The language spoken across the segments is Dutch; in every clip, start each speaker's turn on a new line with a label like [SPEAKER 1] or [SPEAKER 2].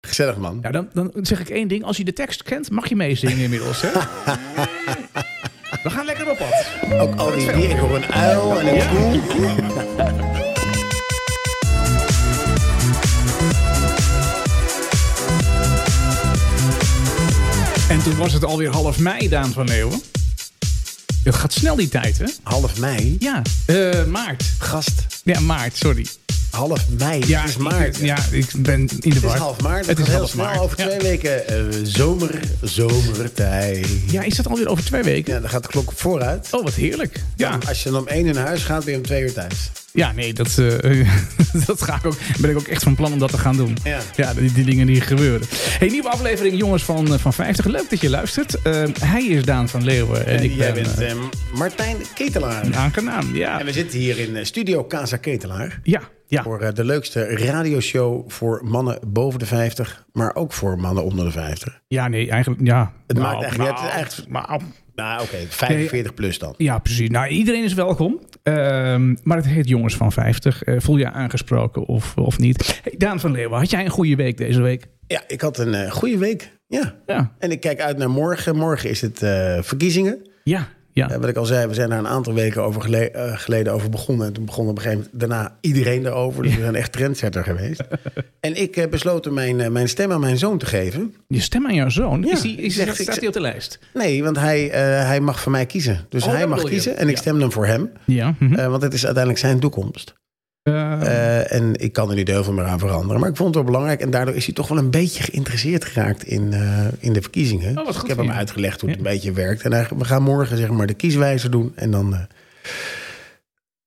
[SPEAKER 1] gezellig man.
[SPEAKER 2] Nou, dan, dan zeg ik één ding. Als je de tekst kent, mag je meezingen inmiddels. Hè? We gaan lekker op pad.
[SPEAKER 1] Ook al die weer, ik hoor een uil en een koe.
[SPEAKER 2] En toen was het alweer half mei, Daan van Leeuwen. Het gaat snel die tijd, hè?
[SPEAKER 1] Half mei,
[SPEAKER 2] Ja, eh, maart.
[SPEAKER 1] gast,
[SPEAKER 2] Ja, maart, sorry.
[SPEAKER 1] half mei,
[SPEAKER 2] Ja,
[SPEAKER 1] het is
[SPEAKER 2] ik-
[SPEAKER 1] maart.
[SPEAKER 2] Ja, ik ben in de war.
[SPEAKER 1] Het is half maart, het is heel snel, over
[SPEAKER 2] ja.
[SPEAKER 1] twee weken eh, zomer, zomertijd.
[SPEAKER 2] Ja, is dat alweer over twee weken?
[SPEAKER 1] Ja, dan gaat de klok vooruit.
[SPEAKER 2] Oh, wat heerlijk. Ja,
[SPEAKER 1] Als je dan om één uur naar huis gaat, ben je om twee uur thuis.
[SPEAKER 2] ja nee, dat, eh, dat ga ik ook, ben ik ook echt van plan om dat te gaan doen.
[SPEAKER 1] Ja.
[SPEAKER 2] die, die dingen die gebeuren. Hey, nieuwe aflevering Jongens van, eh, van 50. Leuk dat je luistert. Eh, hij is Daan van Leeuwen. En
[SPEAKER 1] En
[SPEAKER 2] ik
[SPEAKER 1] jij
[SPEAKER 2] ben
[SPEAKER 1] bent
[SPEAKER 2] eh,
[SPEAKER 1] eh, Martijn Ketelaar.
[SPEAKER 2] aangenaam, ja.
[SPEAKER 1] En we zitten hier in eh, Studio Casa Ketelaar.
[SPEAKER 2] Ja, ja.
[SPEAKER 1] Voor eh, de leukste radioshow voor mannen boven de 50, maar ook voor mannen onder de 50.
[SPEAKER 2] Ja, nee, eigenlijk, ja.
[SPEAKER 1] Het
[SPEAKER 2] Nou,
[SPEAKER 1] maakt eigenlijk niet uit.
[SPEAKER 2] nou,
[SPEAKER 1] Echt-
[SPEAKER 2] nou,
[SPEAKER 1] Nou oké, 45 plus dan.
[SPEAKER 2] ja, precies. Nou, iedereen is welkom. Ehm, maar het heet Jongens van 50. Eh, voel je aangesproken of, of niet? Hey, Daan van Leeuwen, had jij een goede week deze week?
[SPEAKER 1] Ja, ik had een eh, goede week. Ja.
[SPEAKER 2] Ja,
[SPEAKER 1] En ik kijk uit naar morgen. Morgen is het eh, verkiezingen.
[SPEAKER 2] ja, ja.
[SPEAKER 1] Eh, wat ik al zei, we zijn daar een aantal weken over gele- eh, geleden over begonnen. En toen begon op een gegeven moment daarna iedereen daarover. Dus we zijn echt trendsetter geweest. en ik eh, besloot om mijn, eh, mijn stem aan mijn zoon te geven.
[SPEAKER 2] Je stem aan jouw zoon?
[SPEAKER 1] Ja,
[SPEAKER 2] is die, is,
[SPEAKER 1] zegt-
[SPEAKER 2] staat hij op de lijst?
[SPEAKER 1] Nee, want hij, eh, hij mag van mij kiezen. Dus
[SPEAKER 2] Oh,
[SPEAKER 1] hij
[SPEAKER 2] dat
[SPEAKER 1] mag
[SPEAKER 2] bedoel je.
[SPEAKER 1] kiezen en ik
[SPEAKER 2] Ja.
[SPEAKER 1] stem dan voor hem.
[SPEAKER 2] Ja. mhm.
[SPEAKER 1] Eh, want het is uiteindelijk zijn toekomst.
[SPEAKER 2] Eh,
[SPEAKER 1] Eh, en ik kan er niet heel veel meer aan veranderen. Maar ik vond het wel belangrijk. En daardoor is hij toch wel een beetje geïnteresseerd geraakt in, eh, in de verkiezingen.
[SPEAKER 2] wat
[SPEAKER 1] Dus ik
[SPEAKER 2] goed
[SPEAKER 1] heb
[SPEAKER 2] van
[SPEAKER 1] hem
[SPEAKER 2] je.
[SPEAKER 1] uitgelegd hoe het een beetje werkt. En hij- we gaan morgen zeg maar de kieswijzer doen. En dan, eh,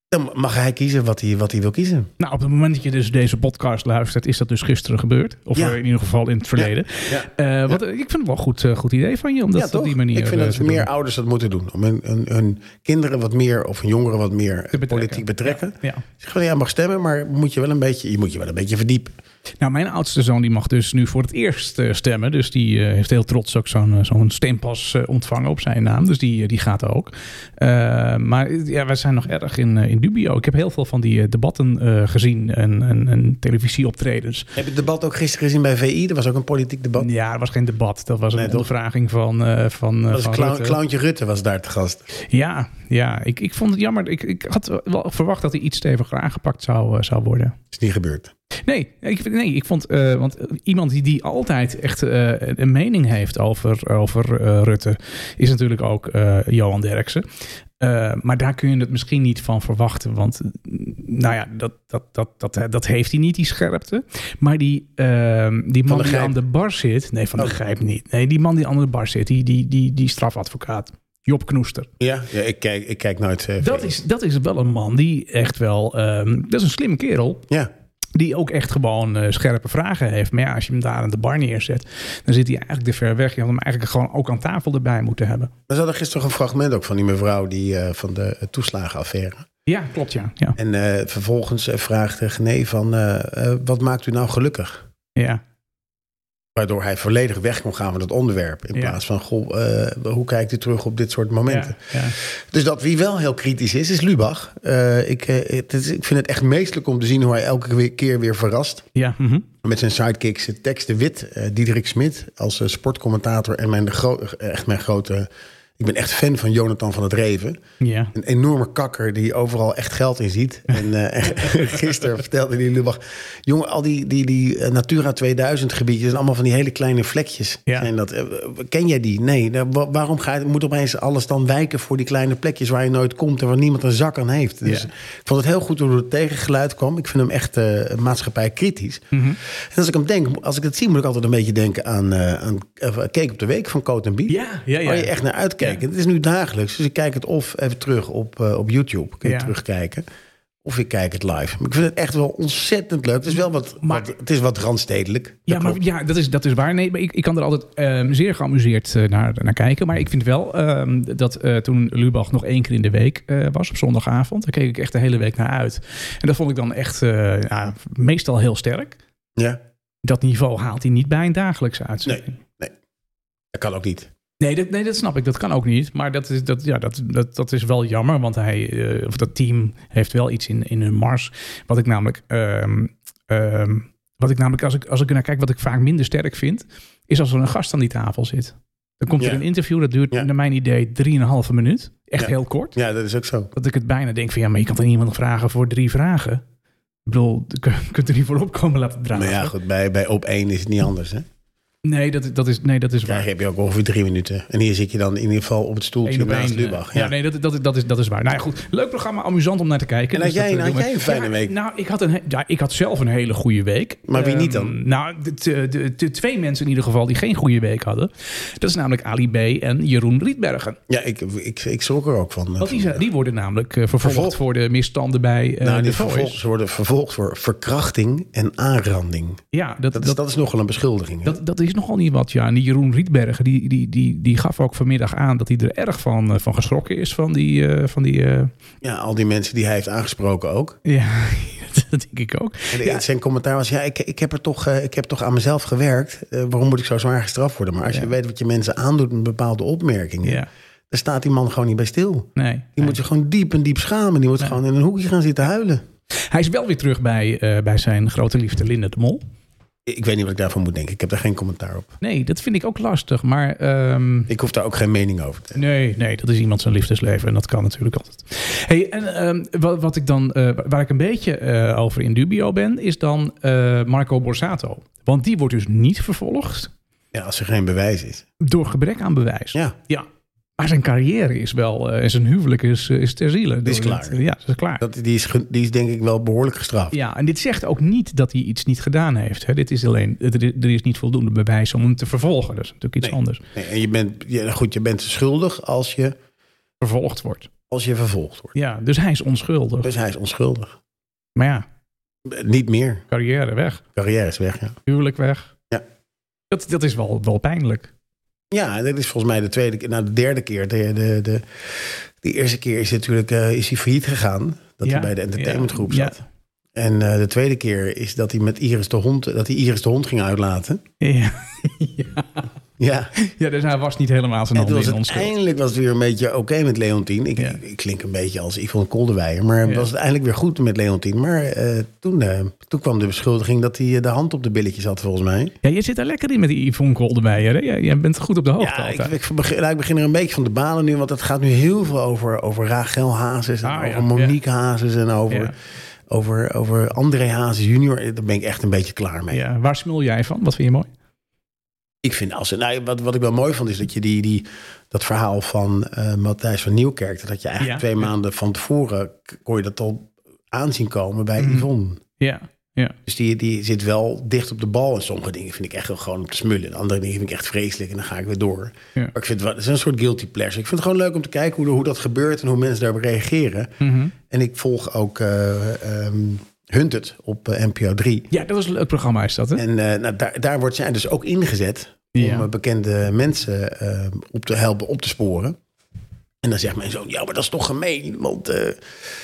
[SPEAKER 1] dan mag hij kiezen wat hij, wat hij wil kiezen.
[SPEAKER 2] nou, op het moment dat je dus deze podcast luistert, is dat dus gisteren gebeurd. Of
[SPEAKER 1] Ja.
[SPEAKER 2] eh, in ieder geval in het verleden.
[SPEAKER 1] Ja.
[SPEAKER 2] Eh, wat, eh, Ik vind het wel een goed, eh, goed idee van je om dat
[SPEAKER 1] ja,
[SPEAKER 2] op die manier
[SPEAKER 1] ik vind
[SPEAKER 2] eh,
[SPEAKER 1] dat
[SPEAKER 2] te
[SPEAKER 1] meer
[SPEAKER 2] doen.
[SPEAKER 1] ouders dat moeten doen. Om hun, hun, hun kinderen wat meer of hun jongeren wat meer eh,
[SPEAKER 2] betrekken.
[SPEAKER 1] politiek betrekken.
[SPEAKER 2] Ja.
[SPEAKER 1] Zeg van ja, mag stemmen, maar moet je wel een beetje, je moet je wel een beetje verdiepen.
[SPEAKER 2] Nou, mijn oudste zoon die mag dus nu voor het eerst eh, stemmen. Dus die eh, heeft heel trots ook zo'n eh, zo'n stempas eh, ontvangen op zijn naam. Dus die, eh, die gaat ook. Eh, maar eh, ja, wij zijn nog erg in, eh, in dubio. Ik heb heel veel van die eh, debatten eh, gezien en, en, en televisieoptredens.
[SPEAKER 1] Heb je het debat ook gisteren gezien bij VI? Er was ook een politiek debat.
[SPEAKER 2] Ja, dat was geen debat. Dat was een
[SPEAKER 1] Oh. Nee, toch?
[SPEAKER 2] ondervraging van, eh van, eh,
[SPEAKER 1] Dat was
[SPEAKER 2] van
[SPEAKER 1] clown,
[SPEAKER 2] Rutte.
[SPEAKER 1] Clowntje Rutte was daar te gast.
[SPEAKER 2] Ja, ja. Ik, ik vond het jammer. Ik, ik had wel verwacht dat hij iets steviger aangepakt zou, eh, zou worden.
[SPEAKER 1] Is niet gebeurd.
[SPEAKER 2] Nee, ik, vind- nee, ik vond, eh, want iemand die, die altijd echt eh, een mening heeft over, over eh, Rutte, is natuurlijk ook eh, Johan Derksen. Eh, maar daar kun je het misschien niet van verwachten. Want eh, nou ja, dat, dat, dat, dat, eh, dat heeft hij niet, die scherpte. Maar die, eh, die man
[SPEAKER 1] de
[SPEAKER 2] die
[SPEAKER 1] Grijp.
[SPEAKER 2] aan de bar zit. Nee, van de
[SPEAKER 1] Oh.
[SPEAKER 2] grijp niet. Nee, die man die aan de bar zit, die, die, die, die strafadvocaat. Job Knoester.
[SPEAKER 1] Ja, ja ik, kijk, ik kijk nooit. eh,
[SPEAKER 2] Dat
[SPEAKER 1] VI.
[SPEAKER 2] is, dat is wel een man die echt wel. ehm, dat is een slimme kerel.
[SPEAKER 1] Ja,
[SPEAKER 2] Die ook echt gewoon eh, scherpe vragen heeft. Maar ja, als je hem daar aan de bar neerzet, dan zit hij eigenlijk te ver weg. Je had hem eigenlijk gewoon ook aan tafel erbij moeten hebben.
[SPEAKER 1] we hadden gisteren een fragment ook van die mevrouw die, eh, van de eh, toeslagenaffaire.
[SPEAKER 2] Ja, klopt ja. Ja,
[SPEAKER 1] En eh, vervolgens eh, vraagt eh, Gené van, eh, eh, wat maakt u nou gelukkig?
[SPEAKER 2] ja.
[SPEAKER 1] Waardoor hij volledig weg kon gaan van het onderwerp. In
[SPEAKER 2] Ja.
[SPEAKER 1] plaats van, goh, eh, hoe kijkt u terug op dit soort momenten?
[SPEAKER 2] ja, ja.
[SPEAKER 1] Dus dat wie wel heel kritisch is, is Lubach. Eh, ik, eh, het is- ik vind het echt meestelijk om te zien hoe hij elke weer- keer weer verrast.
[SPEAKER 2] ja mhm.
[SPEAKER 1] Met zijn sidekicks eh, Tex de Wit, eh, Diederik Smit als eh, sportcommentator. En mijn, de gro- eh, echt mijn grote... Ik ben echt fan van Jonathan van het Reven.
[SPEAKER 2] ja.
[SPEAKER 1] Een enorme kakker die overal echt geld in ziet. En eh, gisteren vertelde die Lubach... Jongen, al die, die, die eh, Natura 2000 gebiedjes... zijn allemaal van die hele kleine vlekjes.
[SPEAKER 2] Ja.
[SPEAKER 1] Zijn dat, Eh, ken jij die? Nee. Nou, wa- waarom ga je, moet opeens alles dan wijken voor die kleine plekjes... waar je nooit komt en waar niemand een zak aan heeft? Dus
[SPEAKER 2] Ja.
[SPEAKER 1] ik vond het heel goed hoe het tegengeluid kwam. Ik vind hem echt eh, maatschappij kritisch.
[SPEAKER 2] Mhm.
[SPEAKER 1] En als ik hem denk, als ik het zie, moet ik altijd een beetje denken aan... eh aan eh, Cake op de Week van Coat en Bie.
[SPEAKER 2] Ja, ja, ja.
[SPEAKER 1] Waar Oh, je echt naar uitkijkt.
[SPEAKER 2] Ja.
[SPEAKER 1] Het is nu dagelijks. Dus ik kijk het of even terug op, eh, op YouTube. Kun je
[SPEAKER 2] Ja.
[SPEAKER 1] terugkijken. Of ik kijk het live. Maar ik vind het echt wel ontzettend leuk. Het is wel wat,
[SPEAKER 2] Maar-
[SPEAKER 1] wat, het is wat randstedelijk. Dat
[SPEAKER 2] Ja, maar
[SPEAKER 1] klopt.
[SPEAKER 2] ja, dat, is, dat is waar. Nee, maar ik, ik kan er altijd ehm, zeer geamuseerd eh, naar, naar kijken. Maar ik vind wel ehm, dat eh, toen Lubach nog één keer in de week eh, was, op zondagavond, daar keek ik echt de hele week naar uit. En dat vond ik dan echt eh, ja, meestal heel sterk.
[SPEAKER 1] ja,
[SPEAKER 2] Dat niveau haalt hij niet bij een dagelijkse uitzending.
[SPEAKER 1] dat kan ook niet.
[SPEAKER 2] Nee, dat, nee, dat snap ik. Dat kan ook niet. Maar dat is, dat, ja, dat, dat, dat is wel jammer. Want hij, eh, of dat team heeft wel iets in, in hun mars. Wat ik namelijk ehm, ehm, Wat ik namelijk, als ik, als ik naar kijk, wat ik vaak minder sterk vind, is als er een gast aan die tafel zit. Dan komt
[SPEAKER 1] Ja.
[SPEAKER 2] er een interview, dat duurt
[SPEAKER 1] Ja.
[SPEAKER 2] naar mijn idee 3,5 minuut. Echt
[SPEAKER 1] Ja.
[SPEAKER 2] heel kort.
[SPEAKER 1] Ja, dat is ook zo.
[SPEAKER 2] Dat ik het bijna denk van ja, maar je kan toch niemand vragen voor drie vragen? Ik bedoel, je kunt- kunt er niet voor opkomen laten dragen.
[SPEAKER 1] Maar ja, goed, bij, bij op één is het niet anders. Hè?
[SPEAKER 2] nee, dat, dat is, nee, dat is
[SPEAKER 1] Daar
[SPEAKER 2] waar.
[SPEAKER 1] heb je ook ongeveer drie minuten. En hier zit je dan in ieder geval op het stoeltje
[SPEAKER 2] Eén op
[SPEAKER 1] naast
[SPEAKER 2] één,
[SPEAKER 1] Lubach.
[SPEAKER 2] eh,
[SPEAKER 1] Ja.
[SPEAKER 2] Ja, nee, dat, dat, dat, is, dat is waar. Nou ja, goed. Leuk programma, amusant om naar te kijken.
[SPEAKER 1] En had jij-
[SPEAKER 2] dat, eh,
[SPEAKER 1] had
[SPEAKER 2] doen we.
[SPEAKER 1] jij een fijne
[SPEAKER 2] Ja,
[SPEAKER 1] week?
[SPEAKER 2] Nou, ik had, een, he- ja, ik had zelf een hele goede week.
[SPEAKER 1] Maar wie
[SPEAKER 2] Ehm,
[SPEAKER 1] niet dan?
[SPEAKER 2] Nou, de, de, de- de twee mensen in ieder geval die geen goede week hadden. Dat is namelijk Ali B. en Jeroen Rietbergen.
[SPEAKER 1] ja, ik, ik, ik schrok er ook van.
[SPEAKER 2] Want die, zijn- die worden namelijk eh, vervolgd
[SPEAKER 1] Vervolgd.
[SPEAKER 2] voor de misstanden bij eh
[SPEAKER 1] nou, die
[SPEAKER 2] de Voice.
[SPEAKER 1] vervolgens worden vervolgd voor verkrachting en aanranding.
[SPEAKER 2] Ja, dat,
[SPEAKER 1] Dat
[SPEAKER 2] dat,
[SPEAKER 1] is, dat, is nogal een beschuldiging. hè?
[SPEAKER 2] Dat, dat is nogal niet wat, ja. En die Jeroen Rietbergen, die, die, die, die gaf ook vanmiddag aan dat hij er erg van, eh, van geschrokken is. Van die, eh, van die eh,
[SPEAKER 1] ja, al die mensen die hij heeft aangesproken ook.
[SPEAKER 2] ja, dat denk ik ook.
[SPEAKER 1] En
[SPEAKER 2] Ja.
[SPEAKER 1] zijn commentaar was, ja, ik, ik, heb er toch, eh, ik heb toch aan mezelf gewerkt. Eh, waarom moet ik zo zwaar gestraft worden? Maar als je
[SPEAKER 2] Ja.
[SPEAKER 1] weet wat je mensen aandoet met bepaalde opmerkingen...
[SPEAKER 2] Ja,
[SPEAKER 1] dan staat die man gewoon niet bij stil. Die
[SPEAKER 2] nee. nee.
[SPEAKER 1] moet zich gewoon diep en diep schamen. Die moet gewoon in een hoekje gaan zitten huilen.
[SPEAKER 2] Hij is wel weer terug bij, eh, bij zijn grote liefde Linda de Mol.
[SPEAKER 1] Ik weet niet wat ik daarvan moet denken. Ik heb daar geen commentaar op.
[SPEAKER 2] Nee, dat vind ik ook lastig. Maar ehm,
[SPEAKER 1] Ik hoef daar ook geen mening over te hebben.
[SPEAKER 2] nee, nee, dat is iemand zijn liefdesleven. En dat kan natuurlijk altijd. Hey, en ehm, wat, wat ik dan, eh, waar ik een beetje eh, over in dubio ben, is dan eh, Marco Borsato. Want die wordt dus niet vervolgd
[SPEAKER 1] Ja, als er geen bewijs is.
[SPEAKER 2] door gebrek aan bewijs.
[SPEAKER 1] Ja,
[SPEAKER 2] Ja. Maar zijn carrière is wel, eh, en zijn huwelijk is, eh, is ter ziele.
[SPEAKER 1] Die is
[SPEAKER 2] Door het-
[SPEAKER 1] klaar.
[SPEAKER 2] ja, ze is klaar.
[SPEAKER 1] dat, die, is, ge- die is denk ik wel behoorlijk gestraft.
[SPEAKER 2] Ja, en dit zegt ook niet dat hij iets niet gedaan heeft. Hè. Dit is alleen, er is- er is niet voldoende bewijs om hem te vervolgen. Dat is natuurlijk iets
[SPEAKER 1] Nee.
[SPEAKER 2] anders.
[SPEAKER 1] Nee, en je bent, ja, goed, je bent schuldig als je,
[SPEAKER 2] Vervolgd wordt.
[SPEAKER 1] als je vervolgd wordt.
[SPEAKER 2] Ja, dus hij is onschuldig.
[SPEAKER 1] Dus hij is onschuldig.
[SPEAKER 2] Maar ja,
[SPEAKER 1] Niet meer.
[SPEAKER 2] carrière weg.
[SPEAKER 1] Carrière is weg, ja.
[SPEAKER 2] Huwelijk weg.
[SPEAKER 1] Ja.
[SPEAKER 2] Dat, dat is wel, wel pijnlijk.
[SPEAKER 1] Ja, dat is volgens mij de tweede keer. Nou, de derde keer. De, de, de, de eerste keer is, natuurlijk, eh, is hij failliet gegaan. Dat
[SPEAKER 2] Ja,
[SPEAKER 1] hij bij de entertainmentgroep
[SPEAKER 2] ja,
[SPEAKER 1] zat. En eh, de tweede keer is dat hij met Iris de hond, dat hij Iris de hond ging uitlaten.
[SPEAKER 2] Ja. ja.
[SPEAKER 1] Ja,
[SPEAKER 2] ja, dus hij was niet helemaal zijn
[SPEAKER 1] en toen
[SPEAKER 2] handen
[SPEAKER 1] was
[SPEAKER 2] in
[SPEAKER 1] het
[SPEAKER 2] onschuld.
[SPEAKER 1] eindelijk was het weer een beetje oké met Leontien. Ik,
[SPEAKER 2] Ja.
[SPEAKER 1] ik, ik klink een beetje als Yvonne Kolderweijer, maar het
[SPEAKER 2] Ja.
[SPEAKER 1] was het eindelijk weer goed met Leontien. Maar eh, toen, eh, toen kwam de beschuldiging dat hij eh, de hand op de billetjes had, volgens mij.
[SPEAKER 2] Ja, je zit daar lekker in met die Yvonne Kolderweijer. hè. Jij, jij bent goed op de hoogte
[SPEAKER 1] Ja, ik,
[SPEAKER 2] altijd.
[SPEAKER 1] ik, begin, nou, ik begin er een beetje van te balen nu, want het gaat nu heel veel over, over Rachel Hazes en
[SPEAKER 2] Ah,
[SPEAKER 1] over
[SPEAKER 2] ja,
[SPEAKER 1] Monique Hazes en over,
[SPEAKER 2] Ja.
[SPEAKER 1] over, over André Hazes junior. Daar ben ik echt een beetje klaar mee.
[SPEAKER 2] Ja, waar smul jij van? Wat vind je mooi?
[SPEAKER 1] Ik vind als nou, wat, wat ik wel mooi vond, is dat je die, die, dat verhaal van eh Matthijs van Nieuwkerk, dat had je eigenlijk
[SPEAKER 2] Ja.
[SPEAKER 1] twee maanden van tevoren k- kon je dat al aanzien komen bij
[SPEAKER 2] Mhm.
[SPEAKER 1] Yvonne.
[SPEAKER 2] Ja, ja.
[SPEAKER 1] Dus die, die zit wel dicht op de bal. En sommige dingen vind ik echt wel gewoon om te smullen. En andere dingen vind ik echt vreselijk. En dan ga ik weer door.
[SPEAKER 2] Ja.
[SPEAKER 1] Maar ik vind het wel, het is een soort guilty pleasure. Ik vind het gewoon leuk om te kijken hoe, hoe dat gebeurt en hoe mensen daarop reageren.
[SPEAKER 2] Hm. Mhm.
[SPEAKER 1] En ik volg ook eh ehm Hunted op eh, NPO 3.
[SPEAKER 2] Ja, dat was een leuk programma is dat, hè?
[SPEAKER 1] En eh, nou, daar, daar wordt zij dus ook ingezet om
[SPEAKER 2] Ja.
[SPEAKER 1] eh, bekende mensen eh, op te helpen op te sporen. En dan zegt mijn zoon, ja, maar dat is toch gemeen, want eh,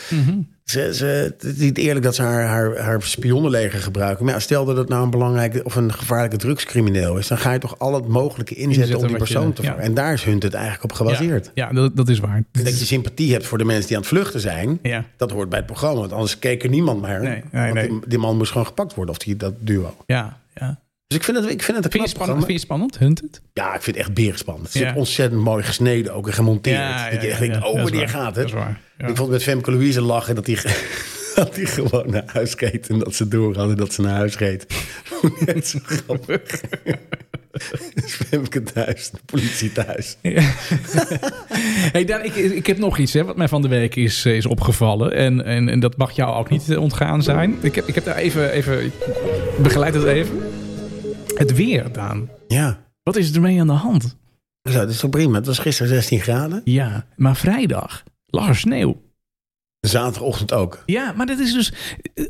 [SPEAKER 2] Mhm.
[SPEAKER 1] ze, ze, het is niet eerlijk dat ze haar, haar, haar spionnenleger gebruiken. Maar ja, stel dat het nou een belangrijke of een gevaarlijke drugscrimineel is, dan ga je toch al het mogelijke inzetten,
[SPEAKER 2] Inzetten
[SPEAKER 1] om die
[SPEAKER 2] wat je-
[SPEAKER 1] persoon te
[SPEAKER 2] ja.
[SPEAKER 1] vangen. En daar is Hunt het eigenlijk op gebaseerd.
[SPEAKER 2] Ja, ja dat, dat is waar.
[SPEAKER 1] Dat je sympathie hebt voor de mensen die aan het vluchten zijn,
[SPEAKER 2] Ja.
[SPEAKER 1] dat hoort bij het programma. Want anders keek er niemand naar.
[SPEAKER 2] Nee, nee,
[SPEAKER 1] Want
[SPEAKER 2] nee.
[SPEAKER 1] Die, die man moest gewoon gepakt worden, of die, dat duo.
[SPEAKER 2] Ja, ja.
[SPEAKER 1] Dus ik vind het, ik vind het een
[SPEAKER 2] Vind je
[SPEAKER 1] knap
[SPEAKER 2] het
[SPEAKER 1] programma.
[SPEAKER 2] spannend? Vind je het spannend? Hunt het?
[SPEAKER 1] Ja, ik vind het echt berenspannend. Het is
[SPEAKER 2] Ja.
[SPEAKER 1] ook ontzettend mooi gesneden ook en gemonteerd. dat je echt denkt, oh,
[SPEAKER 2] dat is
[SPEAKER 1] maar die
[SPEAKER 2] waar.
[SPEAKER 1] gaat
[SPEAKER 2] Dat
[SPEAKER 1] het.
[SPEAKER 2] is waar. Ja.
[SPEAKER 1] Ik vond met Femke Louise lachen dat die, dat die gewoon naar huis reed. En dat ze door hadden dat ze naar huis reed. Net zo grappig. Dus Femke thuis, de politie thuis.
[SPEAKER 2] hey Dan, ik, ik heb nog iets hè, wat mij van de week is, eh, is opgevallen. En, en, en dat mag jou ook niet eh, ontgaan zijn. Ik heb, ik heb daar even, even... ik Begeleid het even. Het weer, Daan.
[SPEAKER 1] Ja,
[SPEAKER 2] Wat is ermee aan de hand?
[SPEAKER 1] zo, dat is toch prima. Het was gisteren 16 graden.
[SPEAKER 2] Ja, maar vrijdag lag er sneeuw.
[SPEAKER 1] Zaterdagochtend ook.
[SPEAKER 2] Ja, maar dat is dus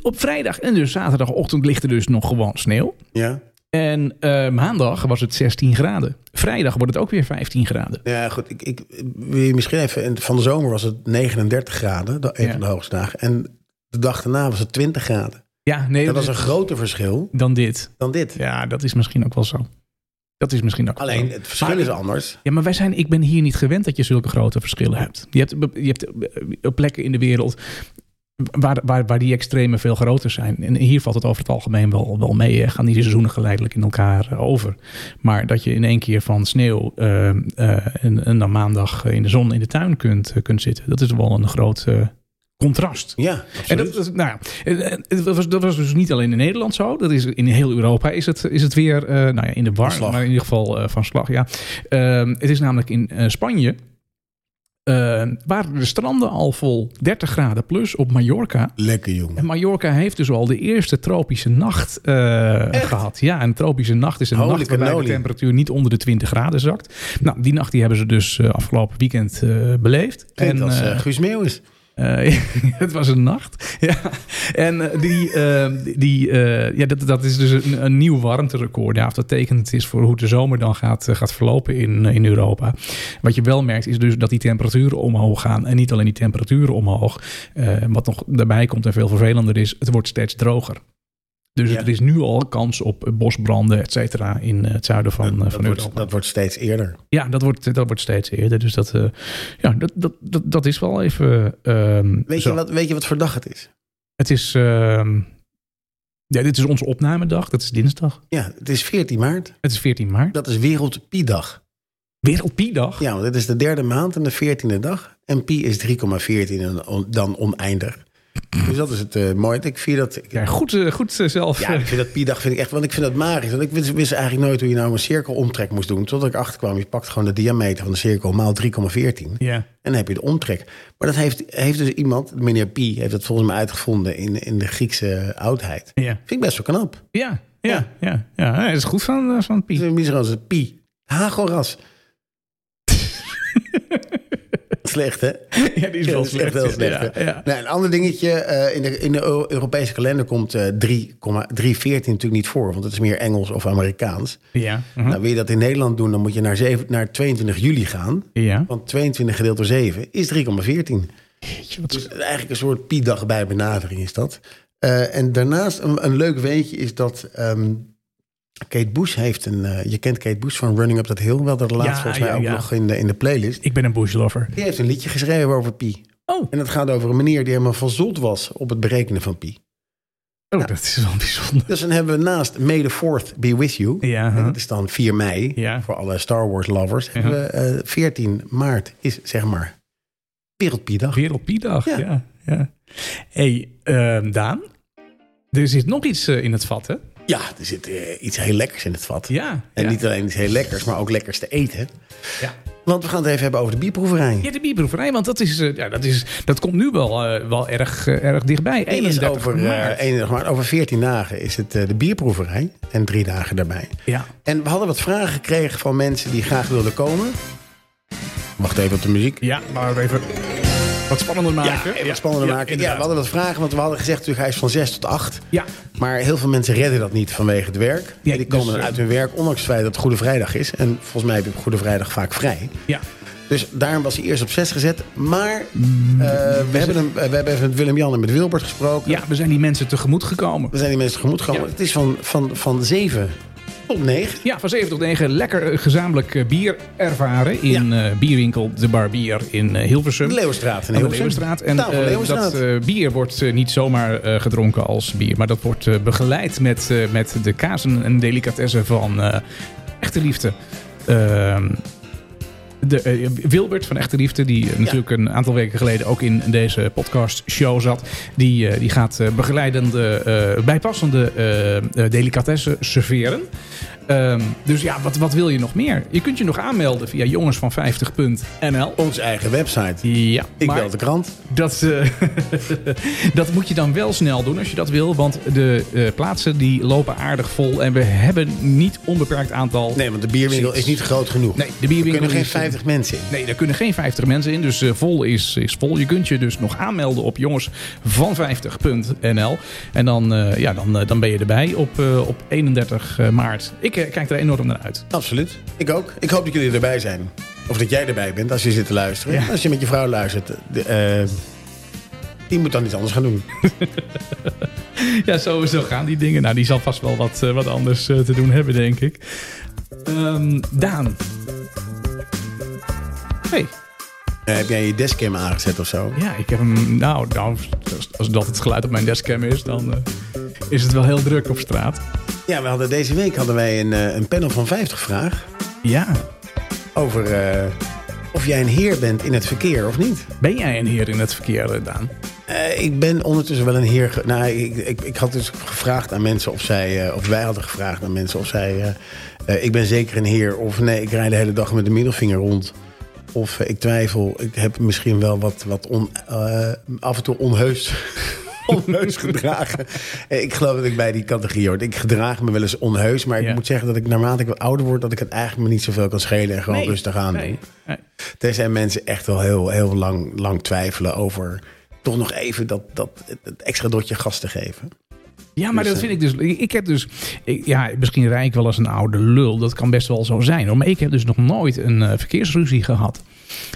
[SPEAKER 2] op vrijdag en dus zaterdagochtend ligt er dus nog gewoon sneeuw.
[SPEAKER 1] Ja,
[SPEAKER 2] En eh, maandag was het 16 graden. Vrijdag wordt het ook weer 15 graden.
[SPEAKER 1] ja goed. Ik, ik, wil je misschien even... en Van de zomer was het 39 graden. de- Een
[SPEAKER 2] Ja.
[SPEAKER 1] van de hoogste dagen. En de dag daarna was het 20 graden.
[SPEAKER 2] Ja, nee,
[SPEAKER 1] Dat
[SPEAKER 2] dat
[SPEAKER 1] was een groter verschil
[SPEAKER 2] dan dit.
[SPEAKER 1] dan dit.
[SPEAKER 2] Ja, dat is misschien ook wel zo. Dat is misschien ook wel
[SPEAKER 1] Alleen,
[SPEAKER 2] zo.
[SPEAKER 1] het verschil
[SPEAKER 2] Maar-
[SPEAKER 1] is anders.
[SPEAKER 2] Ja, maar wij zijn, ik ben hier niet gewend dat je zulke grote verschillen hebt. Je hebt, je hebt eh, plekken in de wereld waar, waar, waar die extremen veel groter zijn. En hier valt het over het algemeen wel, wel mee. hè. Gaan die seizoenen geleidelijk in elkaar eh, over. Maar dat je in één keer van sneeuw eh, eh, en, en dan maandag in de zon in de tuin kunt, eh, kunt zitten. Dat is wel een groot eh, contrast.
[SPEAKER 1] Ja,
[SPEAKER 2] En
[SPEAKER 1] absoluut.
[SPEAKER 2] dat, dat- nou ja, eh, eh, dat, was, dat was dus niet alleen in Nederland zo. Dat is in heel Europa is het, is het weer eh, nou ja, in de war,
[SPEAKER 1] Van slag.
[SPEAKER 2] maar in ieder geval eh, van slag. Ja. Ehm, het is namelijk in eh, Spanje. eh, waren de stranden al vol 30 graden plus op Mallorca.
[SPEAKER 1] Lekker, jongen.
[SPEAKER 2] En Mallorca heeft dus al de eerste tropische nacht eh, gehad. Ja, en een tropische nacht is een
[SPEAKER 1] Holy
[SPEAKER 2] nacht waarbij
[SPEAKER 1] cannoli.
[SPEAKER 2] de temperatuur niet onder de 20 graden zakt. Nou, die nacht die hebben ze dus eh, afgelopen weekend eh, beleefd.
[SPEAKER 1] Klinkt als
[SPEAKER 2] eh,
[SPEAKER 1] eh, Guus Meeuwis.
[SPEAKER 2] eh, het was een nacht. Ja. En eh, die, eh, die, eh, ja, dat, dat is dus een, een nieuw warmterecord. Ja, of dat tekenend is voor hoe de zomer dan gaat, eh, gaat verlopen in, eh, in Europa. Wat je wel merkt is dus dat die temperaturen omhoog gaan. En niet alleen die temperaturen omhoog. Eh, wat nog daarbij komt en veel vervelender is, het wordt steeds droger. Dus
[SPEAKER 1] Ja.
[SPEAKER 2] er is nu al kans op eh, bosbranden, et cetera, in eh, het zuiden van, eh,
[SPEAKER 1] Dat
[SPEAKER 2] van Europa.
[SPEAKER 1] wordt, dat wordt steeds eerder.
[SPEAKER 2] Ja, dat wordt, dat wordt steeds eerder. Dus dat, eh, ja, dat, dat, dat, dat is wel even. ehm,
[SPEAKER 1] Weet
[SPEAKER 2] zo.
[SPEAKER 1] je, wat, weet je wat voor dag het is?
[SPEAKER 2] Het is. ehm, ja, dit is onze opnamedag. Dat is dinsdag.
[SPEAKER 1] Ja, het is 14 maart.
[SPEAKER 2] Het is 14 maart.
[SPEAKER 1] Dat is Wereld Pi-dag.
[SPEAKER 2] Wereldpiedag.
[SPEAKER 1] Ja, want dit is de derde maand en de veertiende dag. En pi is 3,14 en on- dan oneindig. Dus dat is het eh mooie. Ik vier dat... Ik,
[SPEAKER 2] Ja, goed, eh, goed eh, zelf.
[SPEAKER 1] ja, ik vind dat pi-dag vind ik echt... Want ik vind dat magisch. Want ik wist, wist eigenlijk nooit hoe je nou een cirkelomtrek moest doen. Totdat ik achterkwam, je pakt gewoon de diameter van de cirkel... maal 3,14 en
[SPEAKER 2] ja.
[SPEAKER 1] dan heb je de omtrek. Maar dat heeft, heeft dus iemand, meneer Pi... heeft dat volgens mij uitgevonden in, in de Griekse oudheid.
[SPEAKER 2] Ja.
[SPEAKER 1] Vind ik best wel knap.
[SPEAKER 2] Ja. Ja. Ja. Ja. Het is goed van, eh, van Piet.
[SPEAKER 1] Het is misschien als een Pi. Hagoras. Slecht, hè?
[SPEAKER 2] Ja, die is
[SPEAKER 1] Ja,
[SPEAKER 2] wel
[SPEAKER 1] dat is echt
[SPEAKER 2] slecht.
[SPEAKER 1] heel slecht.
[SPEAKER 2] Ja,
[SPEAKER 1] hè?
[SPEAKER 2] ja.
[SPEAKER 1] Nou, een ander dingetje. eh, in, de, in de Eu- Europese kalender komt eh 3,314 natuurlijk niet voor. Want het is meer Engels of Amerikaans.
[SPEAKER 2] Ja. mhm.
[SPEAKER 1] Nou, wil je dat in Nederland doen, dan moet je naar, zeven- naar 22 juli gaan.
[SPEAKER 2] Ja.
[SPEAKER 1] Want 22 gedeeld door 7 is 3,14.
[SPEAKER 2] Jeetje, wat-
[SPEAKER 1] Dus eigenlijk een soort pi-dag bij benadering is dat. Eh, en daarnaast een, een leuk weetje is dat... ehm, Kate Bush heeft een... eh, je kent Kate Bush van Running Up That Hill. Wel dat laatst
[SPEAKER 2] Ja,
[SPEAKER 1] volgens mij
[SPEAKER 2] ja,
[SPEAKER 1] ook
[SPEAKER 2] ja.
[SPEAKER 1] nog in de, in de playlist.
[SPEAKER 2] Ik ben een bushlover.
[SPEAKER 1] Die heeft een liedje geschreven over pi.
[SPEAKER 2] Oh,
[SPEAKER 1] En dat gaat over een meneer die helemaal van zot was op het berekenen van pi.
[SPEAKER 2] oh dat is wel bijzonder.
[SPEAKER 1] Dus dan hebben we naast May the 4th be with you.
[SPEAKER 2] Ja. uh-huh.
[SPEAKER 1] En
[SPEAKER 2] huh.
[SPEAKER 1] dat is dan 4 mei
[SPEAKER 2] Ja. Uh-huh.
[SPEAKER 1] voor alle Star Wars lovers. Hebben we, eh, 14 maart is zeg maar Wereldpiedag.
[SPEAKER 2] Wereldpiedag, ja.
[SPEAKER 1] Ja.
[SPEAKER 2] ja, hey, ehm, Daan. Er zit nog iets eh, in het vat, hè?
[SPEAKER 1] Ja, er zit eh, iets heel lekkers in het vat.
[SPEAKER 2] Ja.
[SPEAKER 1] En
[SPEAKER 2] ja.
[SPEAKER 1] niet alleen iets heel lekkers, maar ook lekkers te eten.
[SPEAKER 2] Ja.
[SPEAKER 1] Want we gaan het even hebben over de bierproeverij.
[SPEAKER 2] Ja, de bierproeverij, want dat, is, eh, ja, dat, is, dat komt nu wel, eh, wel erg, eh, erg dichtbij.
[SPEAKER 1] Die is
[SPEAKER 2] 31
[SPEAKER 1] over, eh,
[SPEAKER 2] maart.
[SPEAKER 1] 31 maart. over 14 dagen is het eh, de bierproeverij. En drie dagen daarbij.
[SPEAKER 2] ja.
[SPEAKER 1] En we hadden wat vragen gekregen van mensen die graag wilden komen. Wacht even op de muziek.
[SPEAKER 2] ja, maar even wat spannender
[SPEAKER 1] Ja,
[SPEAKER 2] maken.
[SPEAKER 1] even spannender maken. Ja, we
[SPEAKER 2] inderdaad.
[SPEAKER 1] hadden wat vragen, want we hadden gezegd natuurlijk hij is van 6 tot 8.
[SPEAKER 2] Ja,
[SPEAKER 1] Maar heel veel mensen redden dat niet vanwege het werk.
[SPEAKER 2] Ja,
[SPEAKER 1] En die
[SPEAKER 2] dus,
[SPEAKER 1] komen dan
[SPEAKER 2] eh,
[SPEAKER 1] uit hun werk, ondanks het feit dat het Goede Vrijdag is. En volgens mij heb je op Goede Vrijdag vaak vrij.
[SPEAKER 2] ja.
[SPEAKER 1] Dus daarom was hij eerst op 6 gezet. Maar eh, we, hebben hem, eh, we hebben even met Willem-Jan en met Wilbert gesproken.
[SPEAKER 2] Dus ja, we zijn die mensen tegemoet gekomen.
[SPEAKER 1] We zijn die mensen tegemoet gekomen.
[SPEAKER 2] Ja.
[SPEAKER 1] Het is van, van, van 7 tot 9.
[SPEAKER 2] Ja, van 7 tot 9 lekker eh, gezamenlijk eh, bier ervaren in eh, bierwinkel De Barbier in eh, Hilversum.
[SPEAKER 1] De Leeuwenstraat in
[SPEAKER 2] Aan de
[SPEAKER 1] Hilversum.
[SPEAKER 2] Leeuwenstraat. En
[SPEAKER 1] Tafel
[SPEAKER 2] eh,
[SPEAKER 1] Leeuwenstraat.
[SPEAKER 2] dat eh, bier wordt eh, niet zomaar eh, gedronken als bier. Maar dat wordt eh, begeleid met, eh, met de kazen en delicatessen van eh, Echte Liefde. Ehm, de, eh, Wilbert van Echte Liefde, die eh, natuurlijk een aantal weken geleden ook in deze podcast show zat. Die, eh, die gaat eh, begeleidende, eh, bijpassende eh, eh, delicatessen serveren. Ehm, dus ja, wat, wat wil je nog meer? Je kunt je nog aanmelden via jongensvan50.nl.
[SPEAKER 1] Onze eigen website.
[SPEAKER 2] Ja,
[SPEAKER 1] Ik
[SPEAKER 2] maar-
[SPEAKER 1] bel de krant.
[SPEAKER 2] dat, eh, dat moet je dan wel snel doen als je dat wil. Want de eh, plaatsen die lopen aardig vol. En we hebben niet onbeperkt aantal.
[SPEAKER 1] Nee, want de bierwinkel
[SPEAKER 2] Precies.
[SPEAKER 1] is niet groot genoeg.
[SPEAKER 2] Nee, de bierwinkel
[SPEAKER 1] Er kunnen geen
[SPEAKER 2] is-
[SPEAKER 1] 50 mensen in.
[SPEAKER 2] Nee, daar kunnen geen 50 mensen in. Dus eh, vol is, is vol. Je kunt je dus nog aanmelden op jongensvan50.nl. En dan, eh, ja, dan, eh, dan ben je erbij op, eh, op 31 maart. Ik eh, kijk er enorm naar uit.
[SPEAKER 1] Absoluut. Ik ook. Ik hoop dat jullie erbij zijn. Of dat jij erbij bent als je zit te luisteren.
[SPEAKER 2] Ja.
[SPEAKER 1] Als je met je vrouw luistert. de, eh, die moet dan iets anders gaan doen.
[SPEAKER 2] Ja, sowieso gaan die dingen. Nou, die zal vast wel wat, eh, wat anders eh, te doen hebben, denk ik. Ehm, Daan. Hey,
[SPEAKER 1] Eh, heb jij je dashcam aangezet of zo?
[SPEAKER 2] Ja, ik heb hem. Nou, nou als- als dat het geluid op mijn dashcam is, dan eh, is het wel heel druk op straat.
[SPEAKER 1] Ja, we hadden, deze week hadden wij een, eh, een panel van 50 vragen
[SPEAKER 2] Ja.
[SPEAKER 1] over eh, of jij een heer bent in het verkeer of niet.
[SPEAKER 2] Ben jij een heer in het verkeer, eh, Daan?
[SPEAKER 1] Eh, ik ben ondertussen wel een heer. ge- Nou, ik, ik, ik had dus gevraagd aan mensen of zij. eh, of wij hadden gevraagd aan mensen of zij. eh, eh, ik ben zeker een heer. Of nee, ik rijd de hele dag met de middelvinger rond. Of eh, ik twijfel. Ik heb misschien wel wat, wat on, eh, af en toe onheus. onheus gedragen. Eh, ik geloof dat ik bij die categorie hoor. Ik gedraag me wel eens onheus. Maar ik
[SPEAKER 2] Ja.
[SPEAKER 1] moet zeggen dat ik naarmate ik wat ouder word. dat ik het eigenlijk me niet zoveel kan schelen. en gewoon
[SPEAKER 2] Nee,
[SPEAKER 1] rustig aan
[SPEAKER 2] nee,
[SPEAKER 1] doen.
[SPEAKER 2] nee.
[SPEAKER 1] Er zijn mensen echt wel heel, heel lang, lang twijfelen over toch nog even dat, dat, het extra dotje gas te geven.
[SPEAKER 2] Ja, maar
[SPEAKER 1] Dus,
[SPEAKER 2] dat
[SPEAKER 1] eh,
[SPEAKER 2] vind ik dus. Ik ik heb dus. ik- ja, misschien rij ik wel als een oude lul. Dat kan best wel zo zijn. Hoor. Maar ik heb dus nog nooit een eh, verkeersruzie gehad.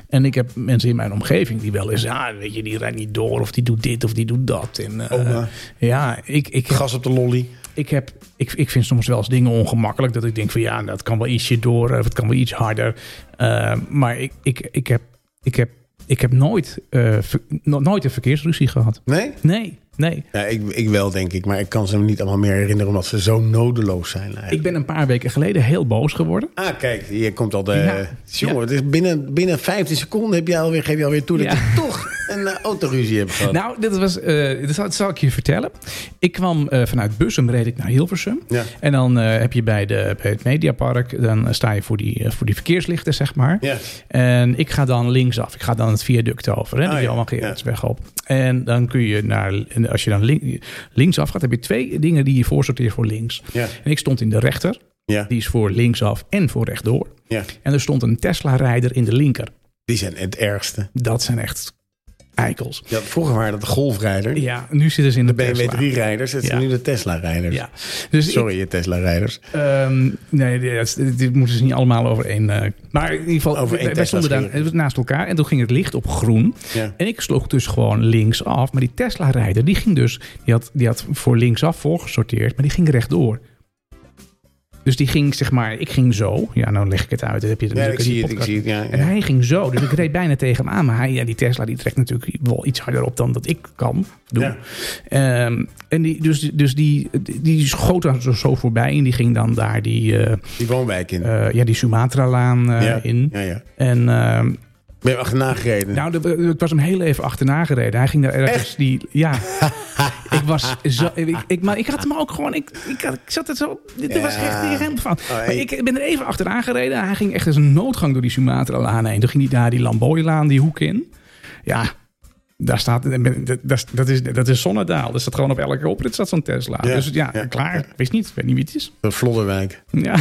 [SPEAKER 2] En ik heb mensen in mijn omgeving die wel eens. Ja, weet je, die rijdt niet door. Of die doet dit of die doet dat. En, eh,
[SPEAKER 1] Oma.
[SPEAKER 2] Ja, ik, ik,
[SPEAKER 1] Gas op de lolly.
[SPEAKER 2] ik, heb, ik, ik vind soms wel eens dingen ongemakkelijk. Dat ik denk van ja, dat kan wel ietsje door. Of het kan wel iets harder. Eh, maar ik, ik, ik, heb, ik, heb, ik heb nooit, eh, ver- no- nooit een verkeersruzie gehad.
[SPEAKER 1] Nee?
[SPEAKER 2] Nee, nee.
[SPEAKER 1] Ja, ik, ik wel, denk ik. Maar ik kan ze me niet allemaal meer herinneren omdat ze zo nodeloos zijn. Eigenlijk.
[SPEAKER 2] Ik ben een paar weken geleden heel boos geworden.
[SPEAKER 1] Ah, kijk, je komt al de...
[SPEAKER 2] Ja.
[SPEAKER 1] Jongen,
[SPEAKER 2] Ja.
[SPEAKER 1] het is binnen, binnen 15 seconden heb je alweer, geef je alweer toe dat
[SPEAKER 2] Ja.
[SPEAKER 1] je toch een eh, autoruzie hebt gehad.
[SPEAKER 2] Nou, dit was, eh, dat zal- dat zal ik je vertellen. Ik kwam eh, vanuit Bussum, reed ik naar Hilversum.
[SPEAKER 1] Ja.
[SPEAKER 2] En dan eh, heb je bij, de, bij het Mediapark, dan eh, sta je voor die, eh, voor die verkeerslichten, zeg maar.
[SPEAKER 1] Ja.
[SPEAKER 2] En ik ga dan linksaf. Ik ga dan het viaduct over. Hè? Dan
[SPEAKER 1] Ah,
[SPEAKER 2] heb je
[SPEAKER 1] ja.
[SPEAKER 2] allemaal Gerardsweg op. En dan kun je naar... en Als je dan link, linksaf gaat, heb je twee dingen die je voorsorteert voor links.
[SPEAKER 1] Ja.
[SPEAKER 2] En ik stond in de rechter.
[SPEAKER 1] Ja.
[SPEAKER 2] Die is voor linksaf en voor rechtdoor.
[SPEAKER 1] ja,
[SPEAKER 2] En er stond een Tesla-rijder in de linker.
[SPEAKER 1] die zijn het ergste.
[SPEAKER 2] Dat zijn echt eikels.
[SPEAKER 1] Ja, vroeger waren dat de golfrijder,
[SPEAKER 2] Ja, nu zitten ze in de,
[SPEAKER 1] de BMW
[SPEAKER 2] Tesla.
[SPEAKER 1] 3-rijders. Het zijn nu
[SPEAKER 2] Ja.
[SPEAKER 1] de Tesla-rijders.
[SPEAKER 2] Ja, dus ik-
[SPEAKER 1] Sorry, je Tesla-rijders.
[SPEAKER 2] Ehm, nee, dit- dat is- dit, dit moeten ze niet allemaal over één. eh, maar in ieder geval,
[SPEAKER 1] Over één
[SPEAKER 2] wij- wij
[SPEAKER 1] Tesla
[SPEAKER 2] stonden daar
[SPEAKER 1] scheren.
[SPEAKER 2] eh, naast elkaar en toen ging het licht op groen.
[SPEAKER 1] Ja.
[SPEAKER 2] En ik sloeg dus gewoon linksaf. Maar die Tesla-rijder, die ging dus, die had, die had voor linksaf voorgesorteerd, maar die ging rechtdoor. Dus die ging, zeg maar, ik ging zo. Ja, nou leg ik het uit. Dat heb je
[SPEAKER 1] Ja,
[SPEAKER 2] natuurlijk
[SPEAKER 1] ik
[SPEAKER 2] in die
[SPEAKER 1] zie het, ik
[SPEAKER 2] podcast.
[SPEAKER 1] zie het. Ja, ja.
[SPEAKER 2] En hij ging zo, dus ik reed bijna tegen hem aan. Maar hij, ja, die Tesla die trekt natuurlijk wel iets harder op dan dat ik kan doen.
[SPEAKER 1] Ja.
[SPEAKER 2] Ehm, en die, dus, dus die, die schoot daar zo, zo voorbij en die ging dan daar die, eh,
[SPEAKER 1] Die woonwijk in.
[SPEAKER 2] eh, ja, die Sumatra-laan eh,
[SPEAKER 1] ja.
[SPEAKER 2] in.
[SPEAKER 1] Ja, ja.
[SPEAKER 2] En ehm,
[SPEAKER 1] Ben je achterna gereden?
[SPEAKER 2] nou, de- ik was hem heel even achterna gereden. Hij ging daar ergens die... Ja, ik was zo... Ik, ik, maar ik had hem ook gewoon... Ik, ik, had- ik zat er zo... Dit
[SPEAKER 1] Ja.
[SPEAKER 2] was echt niet helemaal van.
[SPEAKER 1] Oh,
[SPEAKER 2] Maar
[SPEAKER 1] en-
[SPEAKER 2] ik ben er even achteraan gereden. Hij ging echt als een noodgang door die Sumatra-laan heen. Toen ging hij daar die Lamboy-laan, die hoek in. Ja, daar staat... Dat, dat, dat, is, dat is Zonnedaal. Dat staat gewoon op elke oprit staat zo'n Tesla.
[SPEAKER 1] Ja.
[SPEAKER 2] Dus ja,
[SPEAKER 1] Ja.
[SPEAKER 2] klaar. Ik Weet niet. Ik weet niet wie het is.
[SPEAKER 1] De Vlodderwijk.
[SPEAKER 2] Ja.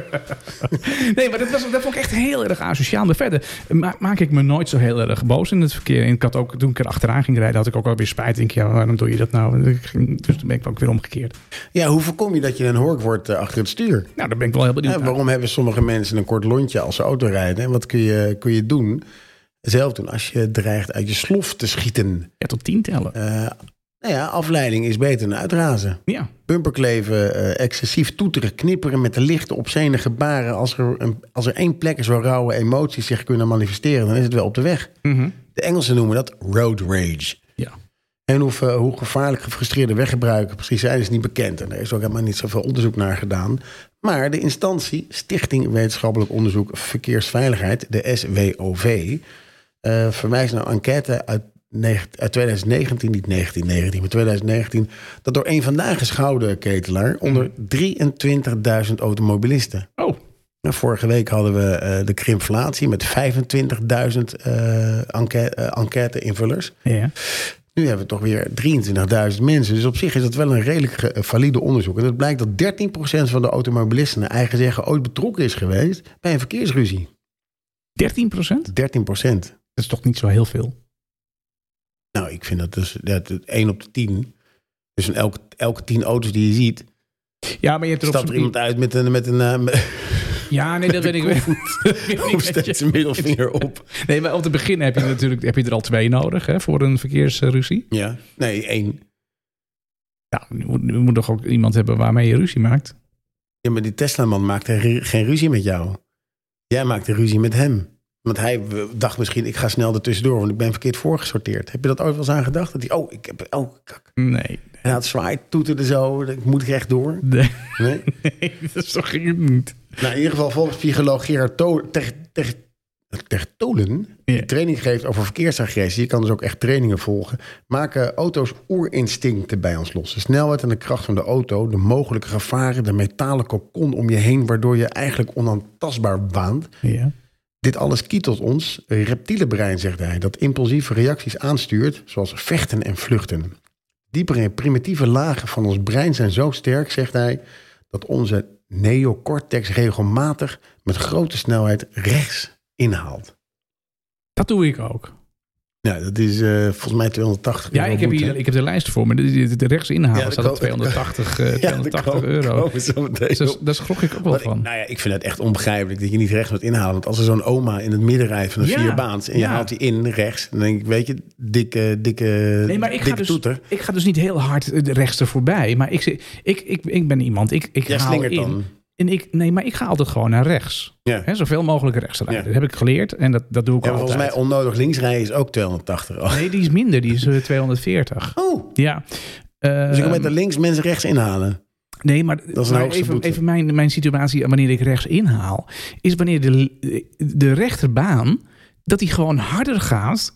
[SPEAKER 2] nee, maar dat, was, dat vond ik echt heel erg asociaal. Maar verder ma- maak ik me nooit zo heel erg boos in het verkeer. En ik had ook, toen ik er achteraan ging rijden, had ik ook alweer spijt. Ik denk, ja, waarom doe je dat nou? Ik ging- Dus toen ben ik ook weer omgekeerd.
[SPEAKER 1] Ja, hoe voorkom je dat je een hork wordt eh, achter het stuur?
[SPEAKER 2] Nou, daar ben ik wel heel benieuwd
[SPEAKER 1] Hè,
[SPEAKER 2] naar.
[SPEAKER 1] waarom hebben sommige mensen een kort lontje als ze auto rijden? En wat kun je, kun je doen? Zelf doen als je dreigt uit je slof te schieten.
[SPEAKER 2] Ja, tot tien tellen.
[SPEAKER 1] Eh, nou ja, afleiding is beter dan uitrazen.
[SPEAKER 2] Ja.
[SPEAKER 1] Bumperkleven, eh, excessief toeteren, knipperen met de lichten opzene gebaren. Als er, een, als er één plek is waar rauwe emoties zich kunnen manifesteren, dan is het wel op de weg.
[SPEAKER 2] Mhm.
[SPEAKER 1] De Engelsen noemen dat road rage.
[SPEAKER 2] ja.
[SPEAKER 1] En hoe, eh, hoe gevaarlijk gefrustreerde weggebruikers precies zijn, is niet bekend. En er is ook helemaal niet zoveel onderzoek naar gedaan. Maar de instantie, Stichting Wetenschappelijk Onderzoek Verkeersveiligheid, de SWOV, eh, verwijst naar een enquête uit, neg- uit 2019, niet 1919, maar 2019, dat door een vandaag is gehouden ketelaar onder 23.000 automobilisten.
[SPEAKER 2] Oh,
[SPEAKER 1] Nou, Vorige week hadden we eh, de krimflatie met 25.000 eh enquête, eh, enquête-invullers.
[SPEAKER 2] ja.
[SPEAKER 1] Nu hebben we toch weer 23.000 mensen. Dus op zich is dat wel een redelijk ge- eh, valide onderzoek. En het blijkt dat 13% van de automobilisten naar eigen zeggen ooit betrokken is geweest bij een verkeersruzie.
[SPEAKER 2] 13 procent?
[SPEAKER 1] 13%.
[SPEAKER 2] Dat is toch niet zo heel veel?
[SPEAKER 1] Nou, ik vind dat dus dat, 1 op de 10. Dus in elke, elke 10 auto's die je ziet,
[SPEAKER 2] Ja, maar je hebt er
[SPEAKER 1] stapt
[SPEAKER 2] op
[SPEAKER 1] er
[SPEAKER 2] zo'n-
[SPEAKER 1] iemand uit met een, met een, eh, met
[SPEAKER 2] Ja, nee, dat weet ik wel.
[SPEAKER 1] of steekt zijn middelvinger op.
[SPEAKER 2] Nee, maar op het begin heb je natuurlijk heb je er al twee nodig hè, voor een verkeersruzie.
[SPEAKER 1] Ja, nee, één.
[SPEAKER 2] Ja, je moet, je moet toch ook iemand hebben waarmee je ruzie maakt?
[SPEAKER 1] Ja, maar die Tesla-man maakte geen ruzie met jou. Jij maakte ruzie met hem. Want hij w- dacht misschien, ik ga snel ertussendoor, want ik ben verkeerd voorgesorteerd. Heb je dat ooit wel eens aan gedacht? Dat hij, oh, ik heb, oh, kak.
[SPEAKER 2] Nee.
[SPEAKER 1] En hij zwaait, toeterde zo, ik moet rechtdoor.
[SPEAKER 2] Nee,
[SPEAKER 1] Nee?
[SPEAKER 2] nee dat is toch niet.
[SPEAKER 1] Nou, in ieder geval volgens psycholoog Gerard To- Ter- Ter- Tertolen...
[SPEAKER 2] Ja.
[SPEAKER 1] die training geeft over verkeersagressie. Je kan dus ook echt trainingen volgen. Maken auto's oerinstincten bij ons los. De snelheid en de kracht van de auto, de mogelijke gevaren... de metalen kokon om je heen... waardoor je eigenlijk onaantastbaar waant.
[SPEAKER 2] Ja.
[SPEAKER 1] Dit alles kietelt ons reptiele brein, zegt hij... dat impulsieve reacties aanstuurt, zoals vechten en vluchten. Diepere en primitieve lagen van ons brein zijn zo sterk, zegt hij, dat onze neocortex regelmatig met grote snelheid rechts inhaalt.
[SPEAKER 2] Dat doe ik ook.
[SPEAKER 1] Nou, dat is eh, volgens mij 280
[SPEAKER 2] Ja,
[SPEAKER 1] euro
[SPEAKER 2] ik heb,
[SPEAKER 1] boete.
[SPEAKER 2] hier, ik heb de lijst voor me. De, de, de rechts inhalen
[SPEAKER 1] Ja, dat
[SPEAKER 2] staat op
[SPEAKER 1] kan-
[SPEAKER 2] 280, eh,
[SPEAKER 1] Ja, daar
[SPEAKER 2] 280
[SPEAKER 1] komen-
[SPEAKER 2] euro.
[SPEAKER 1] komen we zo meteen
[SPEAKER 2] Dus daar-
[SPEAKER 1] op.
[SPEAKER 2] daar schrok ik ook wel
[SPEAKER 1] Wat ik-
[SPEAKER 2] van.
[SPEAKER 1] nou ja, ik vind het echt onbegrijpelijk dat je niet rechts moet inhalen. Want als er zo'n oma in het midden rijdt van een
[SPEAKER 2] Ja,
[SPEAKER 1] vierbaans... en je
[SPEAKER 2] ja.
[SPEAKER 1] haalt die in rechts, dan denk ik, weet je, dikke, dikke,
[SPEAKER 2] Nee, maar ik ga,
[SPEAKER 1] dikke
[SPEAKER 2] dus,
[SPEAKER 1] toeter.
[SPEAKER 2] ik ga dus niet heel hard eh, de rechts er voorbij. Maar ik, zit- ik, ik, ik ben iemand. Ik, ik
[SPEAKER 1] Jij
[SPEAKER 2] haal
[SPEAKER 1] slingert
[SPEAKER 2] in.
[SPEAKER 1] dan.
[SPEAKER 2] En ik, nee, maar ik ga altijd gewoon naar rechts.
[SPEAKER 1] Ja.
[SPEAKER 2] Hè, zoveel mogelijk rechts rijden.
[SPEAKER 1] Ja.
[SPEAKER 2] Dat heb ik geleerd en dat, dat doe ik
[SPEAKER 1] Ja, maar
[SPEAKER 2] altijd.
[SPEAKER 1] volgens mij onnodig links rijden is ook Oh. 280 euro.
[SPEAKER 2] Nee, die is minder. Die is eh, 240.
[SPEAKER 1] Oh,
[SPEAKER 2] Ja.
[SPEAKER 1] dus ik
[SPEAKER 2] Ehm,
[SPEAKER 1] kan met de links mensen rechts inhalen.
[SPEAKER 2] Nee, maar,
[SPEAKER 1] is een
[SPEAKER 2] maar
[SPEAKER 1] hoogste
[SPEAKER 2] even,
[SPEAKER 1] boete.
[SPEAKER 2] even mijn, mijn situatie wanneer ik rechts inhaal... is wanneer de, de rechterbaan... dat die gewoon harder gaat...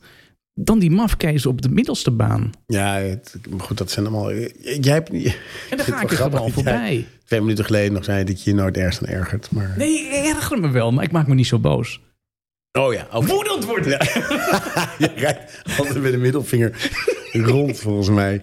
[SPEAKER 2] dan die mafkees op de middelste baan.
[SPEAKER 1] Ja, het- maar goed, dat zijn allemaal... Jij hebt niet-
[SPEAKER 2] En dan
[SPEAKER 1] Vind
[SPEAKER 2] ga
[SPEAKER 1] ik
[SPEAKER 2] ik
[SPEAKER 1] wel
[SPEAKER 2] er gewoon
[SPEAKER 1] grappig dat jij-
[SPEAKER 2] voorbij.
[SPEAKER 1] twee minuten geleden nog zei dat je je nooit ergens aan ergert. Maar...
[SPEAKER 2] Nee, ik erger me wel, maar ik maak me niet zo boos.
[SPEAKER 1] Oh ja, oké.
[SPEAKER 2] Woedend worden!
[SPEAKER 1] Ja. je rijdt altijd met een middelvinger rond, volgens mij.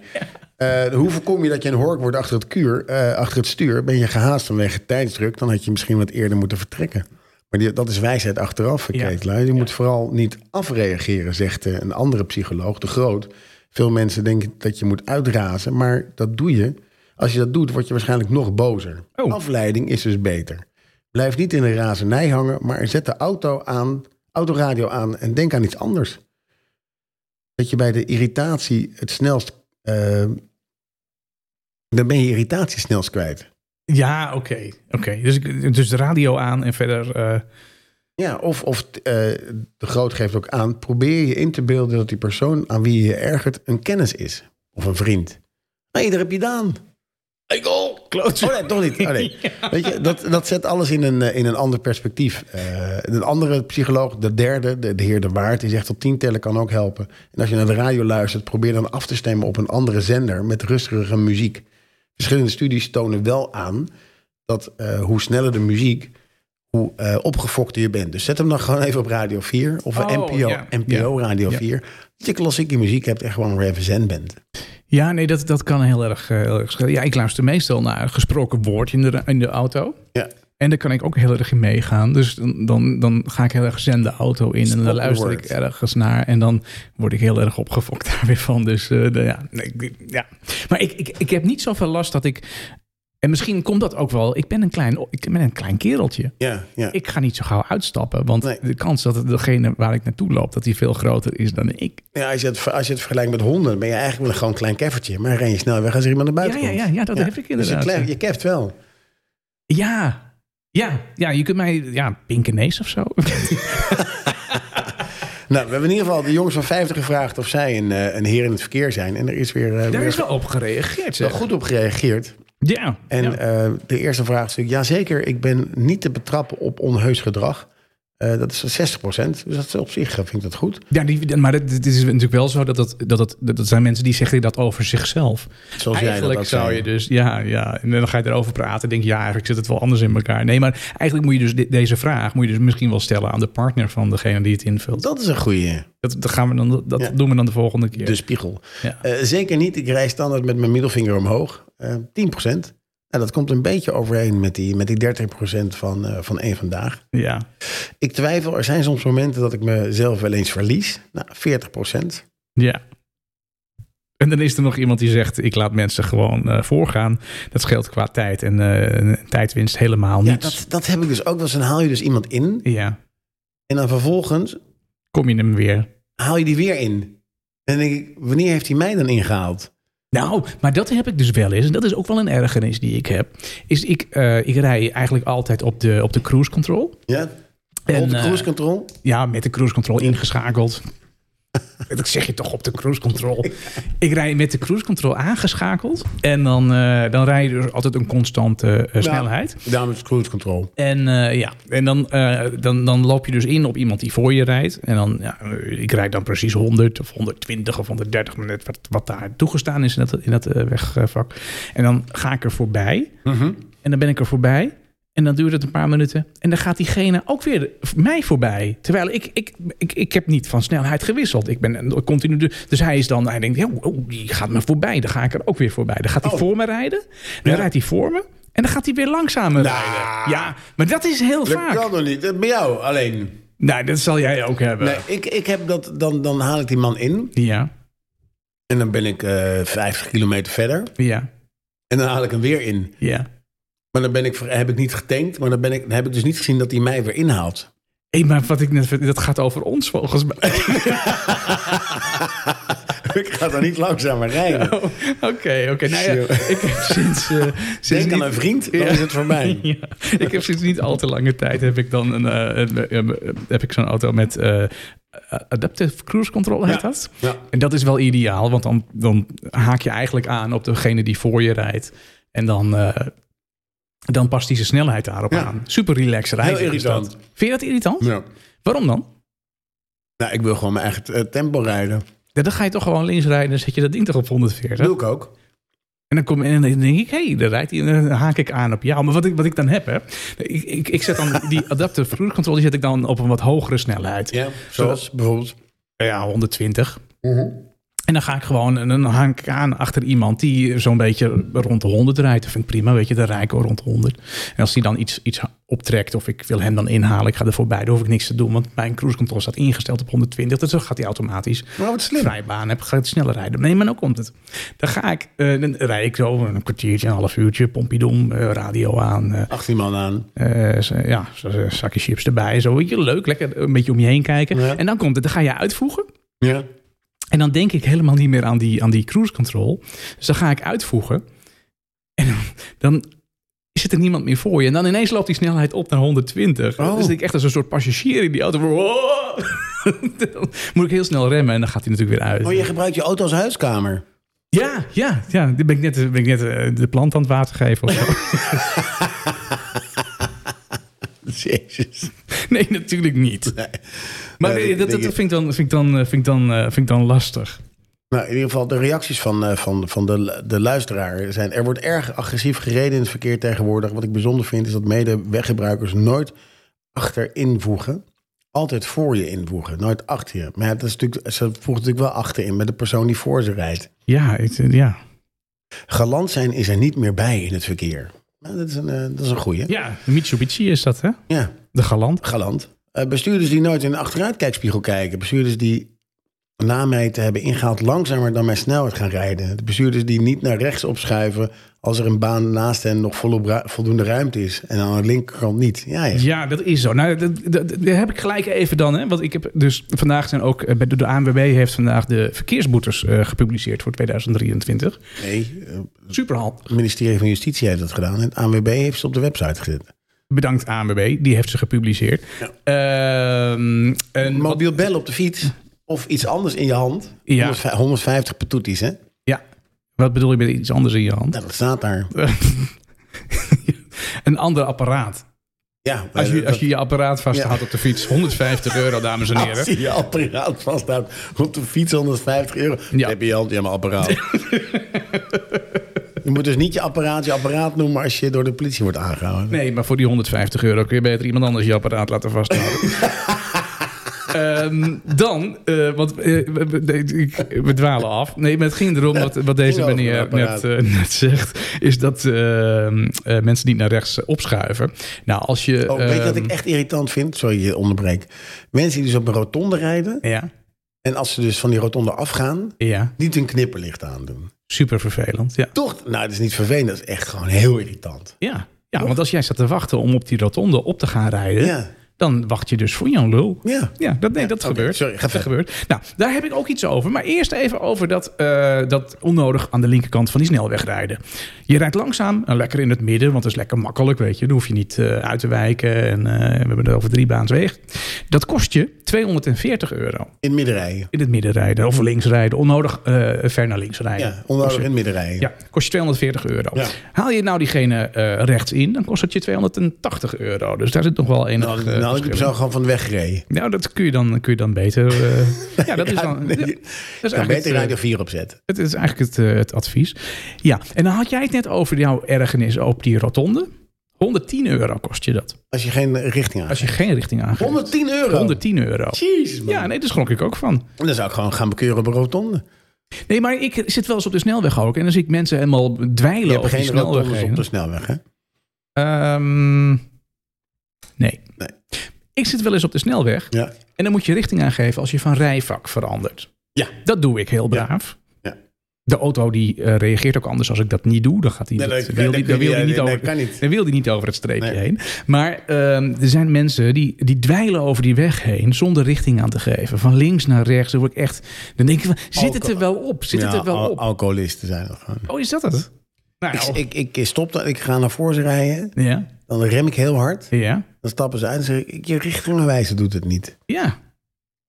[SPEAKER 1] Eh, hoe voorkom je dat je een hork wordt achter het, kuur, eh, achter het stuur? Ben je gehaast vanwege tijdsdruk? Dan had je misschien wat eerder moeten vertrekken. Maar die- dat is wijsheid achteraf,
[SPEAKER 2] Ja.
[SPEAKER 1] Ketelaar. Je moet vooral niet afreageren, zegt eh, een andere psycholoog, de Groot. Veel mensen denken dat je moet uitrazen, maar dat doe je. Als je dat doet, word je waarschijnlijk nog bozer.
[SPEAKER 2] Oh.
[SPEAKER 1] Afleiding is dus beter. Blijf niet in de razernij hangen, maar zet de auto aan, autoradio aan en denk aan iets anders. Dat je bij de irritatie het snelst. eh, dan ben je irritatie snelst kwijt.
[SPEAKER 2] Ja, oké. oké. Dus, ik- dus de radio aan en verder... eh,
[SPEAKER 1] Ja, of, of eh, de groot geeft ook aan. Probeer je in te beelden dat die persoon aan wie je je ergert een kennis is. Of een vriend. Nee, daar heb je Daan. Ik al. Oh nee, toch niet. Oh, nee. Weet je, dat, dat zet alles in een, eh, in een ander perspectief. Eh, een andere psycholoog, de derde, de, de heer De Waard, die zegt dat tien tellen kan ook helpen. En als je naar de radio luistert, probeer dan af te stemmen op een andere zender met rustigere muziek. Verschillende studies tonen wel aan dat eh, hoe sneller de muziek, hoe eh opgefokter je bent. Dus zet hem dan gewoon even op Radio 4 of
[SPEAKER 2] Oh,
[SPEAKER 1] NPO,
[SPEAKER 2] ja.
[SPEAKER 1] NPO Radio
[SPEAKER 2] Ja.
[SPEAKER 1] 4. Dat je klassieke muziek hebt en gewoon represent bent.
[SPEAKER 2] Ja, nee, dat, dat kan heel erg, eh, heel erg schelen. Ja, ik luister meestal naar gesproken woord in de, in de auto.
[SPEAKER 1] Ja.
[SPEAKER 2] En daar kan ik ook heel erg in meegaan. Dus dan, dan, dan ga ik heel erg zenden de auto in. En dan
[SPEAKER 1] Spoken
[SPEAKER 2] luister ik
[SPEAKER 1] word.
[SPEAKER 2] ergens naar. En dan word ik heel erg opgefokt daar weer van. Dus eh, de- ja, nee, ik- ja. Maar ik, ik, ik heb niet zoveel last dat ik... En misschien komt dat ook wel... Ik ben een klein, ik ben een klein kereltje.
[SPEAKER 1] Ja, ja.
[SPEAKER 2] Ik ga niet zo gauw uitstappen. Want
[SPEAKER 1] Nee.
[SPEAKER 2] de kans dat degene waar ik naartoe loop... dat die veel groter is dan ik.
[SPEAKER 1] Ja, als, je het, als je het vergelijkt met honden, dan ben je eigenlijk wel gewoon een klein keffertje. Maar ren je snel weg als er iemand naar
[SPEAKER 2] Ja,
[SPEAKER 1] buiten
[SPEAKER 2] ja,
[SPEAKER 1] komt.
[SPEAKER 2] ja, ja, dat
[SPEAKER 1] Ja.
[SPEAKER 2] heb
[SPEAKER 1] Dus
[SPEAKER 2] ik
[SPEAKER 1] je,
[SPEAKER 2] inderdaad.
[SPEAKER 1] klef- je keft wel.
[SPEAKER 2] Ja. Ja, ja, je kunt mij, ja, Pinkenees of zo.
[SPEAKER 1] Nou, we hebben in ieder geval de jongens van 50 gevraagd of zij een, eh, een heer in het verkeer zijn. En er is weer, eh,
[SPEAKER 2] Daar
[SPEAKER 1] weer
[SPEAKER 2] is wel op gereageerd,
[SPEAKER 1] wel
[SPEAKER 2] zeg.
[SPEAKER 1] goed op gereageerd.
[SPEAKER 2] Ja.
[SPEAKER 1] En
[SPEAKER 2] ja.
[SPEAKER 1] eh, de eerste vraag is natuurlijk, jazeker, ik ben niet te betrappen op onheus gedrag. Eh, dat is 60 dus dat is op zich eh, vind ik dat goed.
[SPEAKER 2] Ja, die, maar het het is natuurlijk wel zo dat dat, dat, dat, dat dat zijn mensen die zeggen dat over zichzelf.
[SPEAKER 1] Zoals jij
[SPEAKER 2] eigenlijk
[SPEAKER 1] dat ook
[SPEAKER 2] zou
[SPEAKER 1] zei.
[SPEAKER 2] je dus, ja, ja. En dan ga je erover praten en denk je, ja, eigenlijk zit het wel anders in elkaar. Nee, maar eigenlijk moet je dus di- deze vraag moet je dus misschien wel stellen aan de partner van degene die het invult.
[SPEAKER 1] Dat is een goede,
[SPEAKER 2] Dat, dat, gaan we dan, dat
[SPEAKER 1] Ja. Dus-
[SPEAKER 2] doen we dan de volgende keer.
[SPEAKER 1] de spiegel.
[SPEAKER 2] Ja.
[SPEAKER 1] Eh, zeker niet, ik rij standaard met mijn middelvinger omhoog. Eh 10 En dat komt een beetje overeen met die, met die 30 van, eh van één vandaag.
[SPEAKER 2] ja.
[SPEAKER 1] Ik twijfel, er zijn soms momenten dat ik mezelf wel eens verlies. Nou, 40 procent.
[SPEAKER 2] Ja. En dan is er nog iemand die zegt: ik laat mensen gewoon eh, voorgaan. Dat scheelt qua tijd en eh, tijdwinst helemaal
[SPEAKER 1] Ja,
[SPEAKER 2] niets.
[SPEAKER 1] dat, dat heb ik dus ook wel eens. Dan haal je dus iemand in.
[SPEAKER 2] Ja,
[SPEAKER 1] En dan vervolgens
[SPEAKER 2] kom je hem weer.
[SPEAKER 1] haal je die weer in. En dan denk ik, wanneer heeft hij mij dan ingehaald?
[SPEAKER 2] Nou, maar dat heb ik dus wel eens. En dat is ook wel een ergernis die ik heb. Is ik, eh, ik rij eigenlijk altijd op de, op de cruise control.
[SPEAKER 1] Ja? Op de
[SPEAKER 2] eh,
[SPEAKER 1] cruise control.
[SPEAKER 2] ja, met de cruise control ingeschakeld. Dat zeg je toch op de cruise control. Ik rij met de cruise control aangeschakeld. En dan, eh, dan rij je dus altijd een constante eh, snelheid.
[SPEAKER 1] Dames cruise control.
[SPEAKER 2] En eh, ja, en dan, eh, dan, dan loop je dus in op iemand die voor je rijdt. En dan, ja, eh, ik rijd dan precies 100 of 120 of 130, maar net wat, wat daar toegestaan is in dat, in dat eh, wegvak. En dan ga ik er voorbij.
[SPEAKER 1] Mhm.
[SPEAKER 2] En dan ben ik er voorbij. En dan duurt het een paar minuten. En dan gaat diegene ook weer mij voorbij. Terwijl ik, ik, ik, ik heb niet van snelheid gewisseld. Ik ben continu. de- Dus hij is dan. Hij denkt, "Yo, oh, die gaat me voorbij. Dan ga ik er ook weer voorbij. Dan gaat hij
[SPEAKER 1] Oh.
[SPEAKER 2] voor me rijden. Dan
[SPEAKER 1] Ja.
[SPEAKER 2] rijdt hij voor me. En dan gaat hij weer langzamer
[SPEAKER 1] Nou.
[SPEAKER 2] rijden. Ja, maar dat is heel
[SPEAKER 1] Dat
[SPEAKER 2] vaak.
[SPEAKER 1] kan nog niet. Dat bij jou alleen.
[SPEAKER 2] Nee, dat zal jij ook hebben.
[SPEAKER 1] Nee, ik, ik heb dat, dan, dan haal ik die man in.
[SPEAKER 2] Ja,
[SPEAKER 1] En dan ben ik eh 50 kilometer verder.
[SPEAKER 2] ja,
[SPEAKER 1] En dan haal ik hem weer in.
[SPEAKER 2] ja.
[SPEAKER 1] Maar dan ben ik, ver- heb ik niet getankt. Maar dan, ben ik, dan heb ik dus niet gezien dat hij mij weer inhaalt.
[SPEAKER 2] Hé, maar wat ik net. ver- Dat gaat over ons volgens mij.
[SPEAKER 1] ik ga daar niet langzamer rijden.
[SPEAKER 2] Oh, Oké, oké. Nou ja,
[SPEAKER 1] Sure.
[SPEAKER 2] ik heb sinds. eh, sinds
[SPEAKER 1] Denk aan
[SPEAKER 2] niet-
[SPEAKER 1] een vriend, dan
[SPEAKER 2] Ja.
[SPEAKER 1] is het voor mij.
[SPEAKER 2] Ja, ik heb sinds niet al te lange tijd heb ik dan een, eh, een- een- heb ik zo'n auto met eh, adaptive cruise control heet
[SPEAKER 1] Ja.
[SPEAKER 2] dat.
[SPEAKER 1] Ja.
[SPEAKER 2] En dat is wel ideaal, want dan, dan haak je eigenlijk aan op degene die voor je rijdt. En dan, eh, dan past hij zijn snelheid daarop
[SPEAKER 1] Ja.
[SPEAKER 2] aan. Super relaxed rijden.
[SPEAKER 1] Heel
[SPEAKER 2] is dat.
[SPEAKER 1] irritant.
[SPEAKER 2] Vind je dat irritant?
[SPEAKER 1] Ja.
[SPEAKER 2] Waarom dan?
[SPEAKER 1] Nou, ik wil gewoon mijn eigen eh, tempo rijden.
[SPEAKER 2] Ja, dan ga je toch gewoon links rijden en zet je dat ding toch op 140.
[SPEAKER 1] Dat doe ik ook.
[SPEAKER 2] En dan, kom, en dan denk ik, hé, hey, daar rijdt hij. En dan haak ik aan op jou. Maar wat ik, wat ik dan heb, hè. Ik, ik, ik zet dan die adaptive cruise control, die zet ik dan op een wat hogere snelheid.
[SPEAKER 1] Ja, zoals bijvoorbeeld.
[SPEAKER 2] Ja, 120.
[SPEAKER 1] Mhm.
[SPEAKER 2] En dan ga ik gewoon, en dan hang ik aan achter iemand die zo'n beetje rond de 100 rijdt. Dat vind ik prima, weet je, daar rijd ik wel rond de 100. En als die dan iets, iets optrekt of ik wil hem dan inhalen, ik ga er voorbij, dan hoef ik niks te doen. Want mijn cruise control staat ingesteld op 120, dus dan gaat hij automatisch
[SPEAKER 1] Maar wat slim.
[SPEAKER 2] vrij baan heb, ga ik sneller rijden. Nee, maar dan komt het. Dan ga ik, eh, dan rijd ik zo een kwartiertje, een half uurtje, pompidoem, eh, radio aan, eh,
[SPEAKER 1] 18 man aan.
[SPEAKER 2] eh, z- ja, z- z- zakje chips erbij, zo, weet je, leuk, lekker een beetje om je heen kijken.
[SPEAKER 1] Ja.
[SPEAKER 2] En dan komt het, dan ga je uitvoegen.
[SPEAKER 1] Ja.
[SPEAKER 2] En dan denk ik helemaal niet meer aan die, aan die cruise control. Dus dan ga ik uitvoegen. En dan, dan zit er niemand meer voor je. En dan ineens loopt die snelheid op naar 120.
[SPEAKER 1] Oh.
[SPEAKER 2] Dus ik echt als een soort passagier in die auto. Wow. Dan moet ik heel snel remmen en dan gaat hij natuurlijk weer uit.
[SPEAKER 1] Oh, je gebruikt je auto als huiskamer.
[SPEAKER 2] Ja, ja, ja. Dan ben ik net, ben ik net eh, de plant aan het water geven of zo.
[SPEAKER 1] Jezus.
[SPEAKER 2] nee, natuurlijk niet. Maar
[SPEAKER 1] Nee,
[SPEAKER 2] eh, dat,
[SPEAKER 1] dat-
[SPEAKER 2] dat vind ik dan, vind ik dan, eh, vind ik dan, eh, vind ik dan lastig.
[SPEAKER 1] Nou, in ieder geval, de reacties van, eh, van, van de, de luisteraar zijn... er wordt erg agressief gereden in het verkeer tegenwoordig. Wat ik bijzonder vind, is dat mede-weggebruikers nooit achter invoegen. Altijd voor je invoegen, nooit achter je. Maar ja, dat is natuurlijk, ze voegt natuurlijk wel achter in met de persoon die voor ze rijdt.
[SPEAKER 2] Ja, ik, eh, ja.
[SPEAKER 1] Galant zijn is er niet meer bij in het verkeer. Nou, dat is een, eh, dat is een goeie.
[SPEAKER 2] ja, de Mitsubishi is dat, hè?
[SPEAKER 1] ja.
[SPEAKER 2] De Galant.
[SPEAKER 1] galant. Eh, bestuurders die nooit in de achteruitkijkspiegel kijken. Bestuurders die nameten hebben ingehaald langzamer dan mijn snelheid gaan rijden. De bestuurders die niet naar rechts opschuiven als er een baan naast hen nog volop ru- voldoende ruimte is. En aan de linkerkant niet. Ja, ja.
[SPEAKER 2] Ja, dat is zo. Nou, dat, dat, dat heb ik gelijk even dan. Hè? Want ik heb dus vandaag zijn ook. eh, bij De de ANWB heeft vandaag de verkeersboetes eh, gepubliceerd voor 2023.
[SPEAKER 1] Nee, eh,
[SPEAKER 2] Superhandig.
[SPEAKER 1] het ministerie van Justitie heeft dat gedaan. En het ANWB heeft ze op de website gezet.
[SPEAKER 2] Bedankt ANWB, die heeft ze gepubliceerd. Ehm, en wat-
[SPEAKER 1] Mobiel bellen op de fiets of iets anders in je hand.
[SPEAKER 2] Ja.
[SPEAKER 1] 150 150 patoeties, hè?
[SPEAKER 2] ja, wat bedoel je met iets anders in je hand?
[SPEAKER 1] Nou, dat staat daar.
[SPEAKER 2] Een ander apparaat.
[SPEAKER 1] Ja,
[SPEAKER 2] Als je
[SPEAKER 1] eh,
[SPEAKER 2] als je, je apparaat vasthoudt
[SPEAKER 1] Ja.
[SPEAKER 2] op de fiets, 150 euro, dames en
[SPEAKER 1] Als
[SPEAKER 2] heren.
[SPEAKER 1] je je apparaat vasthoudt op de fiets 150 euro.
[SPEAKER 2] Ja.
[SPEAKER 1] Heb je je hand, je hebt mijn apparaat. je moet dus niet je apparaat je apparaat noemen als je door de politie wordt aangehouden.
[SPEAKER 2] Nee, maar voor die 150 euro kun je beter iemand anders je apparaat laten vasthouden. Ehm, dan, eh, want eh, we, we- de- ik- we dwalen af. Nee, maar het ging erom wat, wat deze
[SPEAKER 1] ging over een
[SPEAKER 2] meneer net,
[SPEAKER 1] apparaat.
[SPEAKER 2] eh, net zegt. Is dat eh, eh, mensen niet naar rechts eh, opschuiven. Nou, als je...
[SPEAKER 1] Oh, weet je wat
[SPEAKER 2] ehm,
[SPEAKER 1] ik echt irritant vind? Sorry, je onderbreek. Mensen die dus op een rotonde rijden...
[SPEAKER 2] Ja,
[SPEAKER 1] en als ze dus van die rotonde afgaan...
[SPEAKER 2] ja,
[SPEAKER 1] niet hun knipperlicht aandoen.
[SPEAKER 2] super vervelend. Ja,
[SPEAKER 1] Toch? Nou, dat is niet vervelend. Dat is echt gewoon heel irritant.
[SPEAKER 2] ja. ja want als jij staat te wachten om op die rotonde op te gaan rijden...
[SPEAKER 1] Ja.
[SPEAKER 2] dan wacht je dus voor jouw lul.
[SPEAKER 1] Ja.
[SPEAKER 2] Ja, dat, nee, dat
[SPEAKER 1] oké,
[SPEAKER 2] gebeurt.
[SPEAKER 1] sorry, ga
[SPEAKER 2] dat
[SPEAKER 1] verder.
[SPEAKER 2] gebeurt. Nou, daar heb ik ook iets over. Maar eerst even over dat, eh, dat onnodig aan de linkerkant van die snelweg rijden. Je rijdt langzaam en lekker in het midden, want dat is lekker makkelijk, weet je. Dan hoef je niet eh, uit te wijken. En eh, we hebben het over drie baans weg. Dat kost je 240 euro
[SPEAKER 1] In het midden rijden.
[SPEAKER 2] in het midden rijden of links rijden. Onnodig eh, ver naar links rijden.
[SPEAKER 1] Ja, onnodig
[SPEAKER 2] Kost
[SPEAKER 1] in
[SPEAKER 2] je-
[SPEAKER 1] het midden rijden.
[SPEAKER 2] ja, kost je 240 euro.
[SPEAKER 1] Ja.
[SPEAKER 2] Haal je nou diegene eh, rechts in, dan kost het je 280 euro. Dus daar zit nog wel enig
[SPEAKER 1] Nou, had ik-
[SPEAKER 2] eh,
[SPEAKER 1] nou had ik de
[SPEAKER 2] verschil in.
[SPEAKER 1] persoon gewoon van de weg gereden.
[SPEAKER 2] Nou, dat kun je dan, kun je dan beter. eh, ja, dat is dan.
[SPEAKER 1] nee. Dan
[SPEAKER 2] dat is eigenlijk het,
[SPEAKER 1] beter
[SPEAKER 2] eh,
[SPEAKER 1] rijden 4 opzetten.
[SPEAKER 2] het is eigenlijk het, eh, het advies. Ja, en dan had jij het net over jouw ergernis op die rotonde. 110 euro kost je dat.
[SPEAKER 1] Als je geen richting aan.
[SPEAKER 2] Als je geen richting aangeeft.
[SPEAKER 1] 110 euro.
[SPEAKER 2] 110 euro.
[SPEAKER 1] Jezus, man.
[SPEAKER 2] Ja, nee, daar schrok ik ook van.
[SPEAKER 1] Dan zou ik gewoon gaan bekeuren op een rotonde.
[SPEAKER 2] Nee, maar ik zit wel eens op de snelweg ook. En dan zie ik mensen helemaal dweilen
[SPEAKER 1] Je
[SPEAKER 2] op
[SPEAKER 1] hebt geen
[SPEAKER 2] die snelweg.
[SPEAKER 1] rotondes
[SPEAKER 2] heen.
[SPEAKER 1] op de snelweg, hè?
[SPEAKER 2] Ehm, nee.
[SPEAKER 1] Nee.
[SPEAKER 2] Ik zit wel eens op de snelweg.
[SPEAKER 1] Ja.
[SPEAKER 2] En dan moet je richting aangeven als je van rijvak verandert.
[SPEAKER 1] Ja.
[SPEAKER 2] Dat doe ik heel braaf.
[SPEAKER 1] Ja.
[SPEAKER 2] De auto die eh, reageert ook anders als ik dat niet doe. Dan gaat hij
[SPEAKER 1] Nee, dat-
[SPEAKER 2] dat- wil
[SPEAKER 1] dat-
[SPEAKER 2] die-
[SPEAKER 1] dat
[SPEAKER 2] dan wil
[SPEAKER 1] kun
[SPEAKER 2] hij
[SPEAKER 1] je-
[SPEAKER 2] niet
[SPEAKER 1] nee,
[SPEAKER 2] over.
[SPEAKER 1] dat kan niet.
[SPEAKER 2] Dan wil die niet over het streepje
[SPEAKER 1] Nee.
[SPEAKER 2] heen. Maar ehm, er zijn mensen die, die dweilen over die weg heen zonder richting aan te geven. Van links naar rechts. Dan, word ik echt, dan denk ik van, zit het er wel op? Zit het
[SPEAKER 1] Oh, Ja, oh,
[SPEAKER 2] er wel
[SPEAKER 1] al-
[SPEAKER 2] op?
[SPEAKER 1] Nou, Alcoholisten zijn dat gewoon.
[SPEAKER 2] Oh, is dat het? Nou,
[SPEAKER 1] Ik, ik, ik stop dat, ik ga naar voren rijden.
[SPEAKER 2] ja,
[SPEAKER 1] Dan rem ik heel hard.
[SPEAKER 2] ja,
[SPEAKER 1] Dan stappen ze uit en zeggen ik, je richting wijzen doet het niet.
[SPEAKER 2] ja.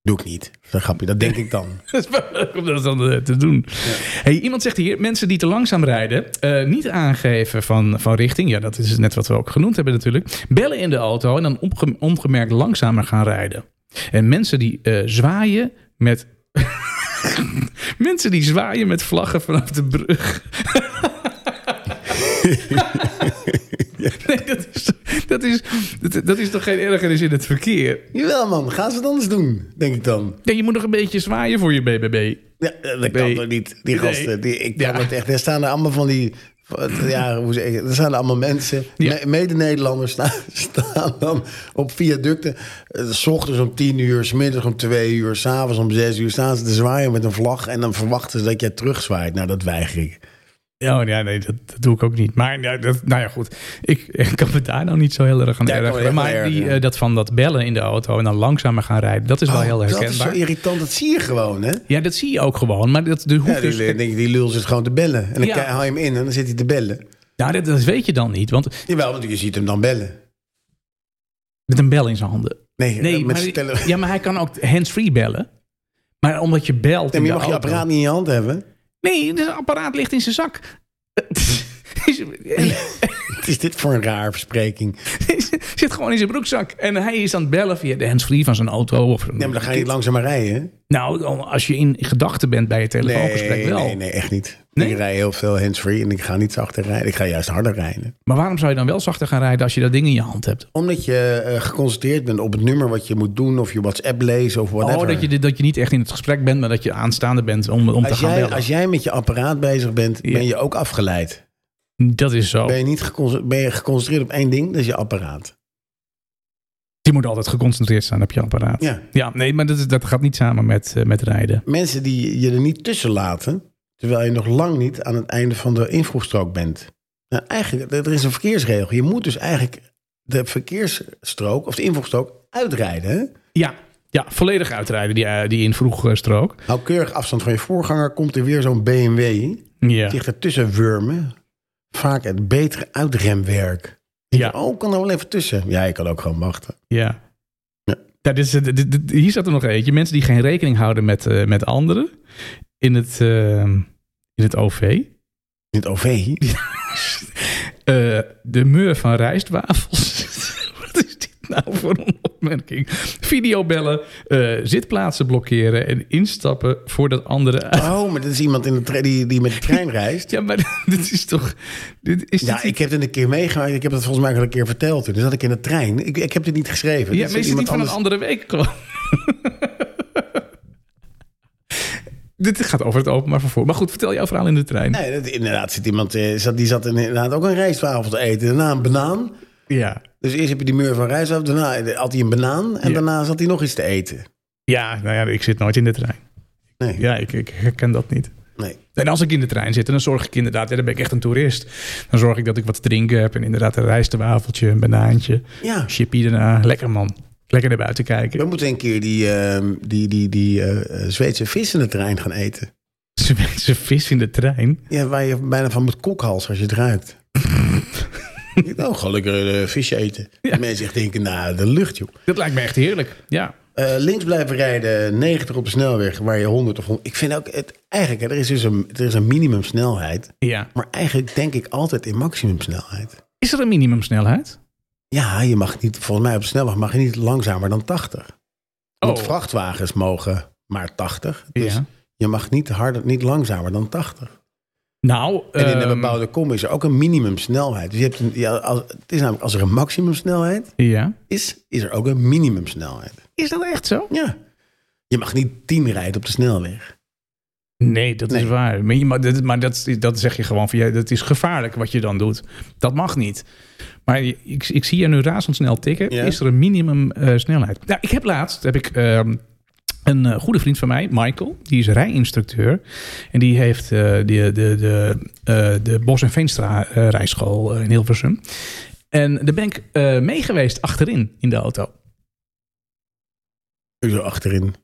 [SPEAKER 1] Doe ik niet. Dat is een grapje, dat denk ik dan.
[SPEAKER 2] Dat is wel leuk om dat dan eh, te doen. Hey, iemand zegt hier, mensen die te langzaam rijden, eh, niet aangeven van, van richting. Ja, dat is net wat we ook genoemd hebben natuurlijk. Bellen in de auto en dan onge- ongemerkt langzamer gaan rijden. En mensen die eh, zwaaien met... mensen die zwaaien met vlaggen vanaf de brug. nee, dat is, dat, is, dat, dat is toch geen ergernis in het verkeer?
[SPEAKER 1] Jawel man, gaan ze het anders doen, denk ik dan.
[SPEAKER 2] Nee, je moet nog een beetje zwaaien voor je BBB.
[SPEAKER 1] Ja, eh, dat
[SPEAKER 2] Nee.
[SPEAKER 1] kan toch niet. Die
[SPEAKER 2] Nee.
[SPEAKER 1] gasten, die, ik kan
[SPEAKER 2] Ja.
[SPEAKER 1] het echt. Er staan er allemaal van die... van- Ja, hoe zeg ik, er staan er allemaal mensen,
[SPEAKER 2] Ja.
[SPEAKER 1] me- mede-Nederlanders, staan, staan dan op viaducten. eh, S ochtends om tien uur, s middags om twee uur, s'avonds om zes uur staan ze te zwaaien met een vlag. En dan verwachten ze dat jij terugzwaait. Nou, dat weiger ik.
[SPEAKER 2] Ja, oh, ja nee, dat, dat doe ik ook niet. Maar ja, dat, nou ja, goed. Ik, ik kan me daar nou niet zo heel erg aan
[SPEAKER 1] Ja, ik kan me
[SPEAKER 2] ergeren.
[SPEAKER 1] echt wel
[SPEAKER 2] Maar die,
[SPEAKER 1] ergeren.
[SPEAKER 2] eh, dat van dat bellen in de auto en dan langzamer gaan rijden, dat is wel heel
[SPEAKER 1] Oh, dat is zo
[SPEAKER 2] herkenbaar.
[SPEAKER 1] irritant, dat zie je gewoon, hè?
[SPEAKER 2] ja, dat zie je ook gewoon. Maar dat, de hoeft
[SPEAKER 1] Ja,
[SPEAKER 2] dus,
[SPEAKER 1] die, denk ik, die lul zit gewoon te bellen. En dan
[SPEAKER 2] Ja.
[SPEAKER 1] kei- haal je hem in en dan zit hij te bellen.
[SPEAKER 2] nou, dat, dat weet je dan niet, want
[SPEAKER 1] Jawel, want je ziet hem dan bellen.
[SPEAKER 2] met een bel in zijn handen.
[SPEAKER 1] Nee, eh,
[SPEAKER 2] Nee,
[SPEAKER 1] met
[SPEAKER 2] maar,
[SPEAKER 1] zijn tele-
[SPEAKER 2] ja, maar hij kan ook hands-free bellen. Maar omdat je belt.
[SPEAKER 1] Nee, maar
[SPEAKER 2] in
[SPEAKER 1] je
[SPEAKER 2] de
[SPEAKER 1] mag je
[SPEAKER 2] auto-
[SPEAKER 1] apparaat niet in je hand hebben.
[SPEAKER 2] Nee, het apparaat ligt in zijn zak.
[SPEAKER 1] Wat is dit voor een raar verspreking?
[SPEAKER 2] Zit gewoon in zijn broekzak. En hij is aan het bellen via de hands-free van zijn auto. Of
[SPEAKER 1] Nee, maar dan ga je niet langzaam maar rijden. hè?
[SPEAKER 2] Nou, als je in gedachten bent bij je telefoongesprek
[SPEAKER 1] Nee,
[SPEAKER 2] wel.
[SPEAKER 1] nee, nee, echt niet.
[SPEAKER 2] Nee?
[SPEAKER 1] Ik rij heel veel hands-free en ik ga niet zachter rijden. Ik ga juist harder rijden.
[SPEAKER 2] Maar waarom zou je dan wel zachter gaan rijden als je dat ding in je hand hebt?
[SPEAKER 1] Omdat je eh, geconcentreerd bent op het nummer wat je moet doen... of je WhatsApp lezen of whatever.
[SPEAKER 2] Oh, dat je, dat je niet echt in het gesprek bent, maar dat je aanstaande bent om, om te
[SPEAKER 1] als,
[SPEAKER 2] gaan
[SPEAKER 1] jij,
[SPEAKER 2] bellen.
[SPEAKER 1] als jij met je apparaat bezig bent,
[SPEAKER 2] Ja. Oh.
[SPEAKER 1] ben je ook afgeleid.
[SPEAKER 2] Dat is zo.
[SPEAKER 1] Ben je, niet geconcentreerd, ben je geconcentreerd op één ding, dat is je apparaat.
[SPEAKER 2] Je moet altijd geconcentreerd staan op je apparaat.
[SPEAKER 1] Ja.
[SPEAKER 2] Ja, nee, maar dat, is- dat gaat niet samen met, eh, met rijden.
[SPEAKER 1] Mensen die je er niet tussen laten... terwijl je nog lang niet aan het einde van de invoegstrook bent. Nou, eigenlijk, er er is een verkeersregel. Je moet dus eigenlijk de verkeersstrook of de invoegstrook uitrijden, hè?
[SPEAKER 2] Ja, ja volledig uitrijden, die, eh, die in vroeg eh, strook.
[SPEAKER 1] Nou, keurig afstand van je voorganger komt er weer zo'n BMW.
[SPEAKER 2] Ja.
[SPEAKER 1] Zich ertussen wurmen. Vaak het betere uitremwerk.
[SPEAKER 2] Ja.
[SPEAKER 1] Oh, ik kan er wel even tussen. Ja, ik kan ook gewoon wachten.
[SPEAKER 2] Ja.
[SPEAKER 1] Ja.
[SPEAKER 2] Ja, dit is, dit- dit- dit- hier zat er nog eentje. Mensen die geen rekening houden met, eh, met anderen in het, eh, in het OV.
[SPEAKER 1] In het OV.
[SPEAKER 2] Eh, de meur van rijstwafels. Wat is dit nou voor een opmerking? Videobellen, eh, zitplaatsen blokkeren en instappen voordat anderen...
[SPEAKER 1] Oh, maar dat is iemand in de tre- die, die met de trein reist.
[SPEAKER 2] Ja, maar dit is toch... Dit is
[SPEAKER 1] Ja,
[SPEAKER 2] dit-
[SPEAKER 1] ik heb dit een keer meegemaakt. Ik heb dat volgens mij al een keer verteld. toen. Dus dat ik in de trein. Ik, ik heb dit niet geschreven.
[SPEAKER 2] ja,
[SPEAKER 1] Dit
[SPEAKER 2] maar is dit niet van
[SPEAKER 1] anders-
[SPEAKER 2] een andere week gewoon? dit gaat over het openbaar vervoer. Maar goed, vertel jouw verhaal in de trein.
[SPEAKER 1] Nee, dat, inderdaad zit iemand. eh, zat, die zat inderdaad ook een rijstwafel te eten. Daarna een banaan.
[SPEAKER 2] Ja.
[SPEAKER 1] Dus eerst heb je die muur van rijstwafel. Daarna had hij een banaan. En
[SPEAKER 2] Ja.
[SPEAKER 1] daarna zat hij nog iets te eten.
[SPEAKER 2] ja, nou ja, ik zit nooit in de trein.
[SPEAKER 1] Nee.
[SPEAKER 2] Ja, ik, ik herken dat niet.
[SPEAKER 1] Nee.
[SPEAKER 2] En als ik in de trein zit, dan zorg ik inderdaad, ja, dan ben ik echt een toerist. Dan zorg ik dat ik wat te drinken heb en inderdaad een rijstwafeltje, een banaantje,
[SPEAKER 1] Ja.
[SPEAKER 2] chippy daarna. Lekker man. Lekker naar buiten kijken.
[SPEAKER 1] We moeten een keer die, ehm, die, die, die eh, eh, Zweedse vis in de trein gaan eten.
[SPEAKER 2] Ze mensen vis in de trein.
[SPEAKER 1] Ja, waar je bijna van moet kokhals als je het ruikt. Ik nou, gewoon lekker eh, visje eten.
[SPEAKER 2] Ja.
[SPEAKER 1] Mensen echt denken, nou, de lucht, joh.
[SPEAKER 2] Dat lijkt me echt heerlijk. Ja.
[SPEAKER 1] Eh, links blijven rijden, 90 op de snelweg, waar je 100 of 100... Ik vind ook, het, eigenlijk, hè, er is dus een, er is een minimumsnelheid.
[SPEAKER 2] ja.
[SPEAKER 1] Maar eigenlijk denk ik altijd in maximumsnelheid.
[SPEAKER 2] Is er een minimumsnelheid?
[SPEAKER 1] Ja, je mag niet, volgens mij op de snelweg mag je niet langzamer dan 80. Want
[SPEAKER 2] Oh.
[SPEAKER 1] vrachtwagens mogen maar 80. Dus
[SPEAKER 2] Ja.
[SPEAKER 1] je mag niet, harder, niet langzamer dan 80.
[SPEAKER 2] Nou,
[SPEAKER 1] En in de
[SPEAKER 2] ehm,
[SPEAKER 1] bebouwde kom is er ook een minimumsnelheid. Dus je hebt een, ja, als, het is namelijk, als er een maximumsnelheid
[SPEAKER 2] ja.
[SPEAKER 1] is, is er ook een minimumsnelheid.
[SPEAKER 2] Is dat echt zo?
[SPEAKER 1] Ja. Je mag niet 10 rijden op de snelweg.
[SPEAKER 2] Nee, dat is
[SPEAKER 1] Nee.
[SPEAKER 2] waar. Maar, je- maar, dat, maar dat, dat zeg je gewoon van, ja, dat is gevaarlijk wat je dan doet. Dat mag niet. Maar je- ik, ik zie je nu razendsnel tikken.
[SPEAKER 1] Ja.
[SPEAKER 2] Is er een minimum eh, snelheid? Nou, ik heb laatst, heb ik... ehm, een eh, goede vriend van mij, Michael, die is rijinstructeur. En die heeft eh, die- de, de, de, eh, de Bos- en Veenstra eh, rijschool eh, in Hilversum. En daar ben ik eh mee geweest achterin in de auto.
[SPEAKER 1] Zo achterin.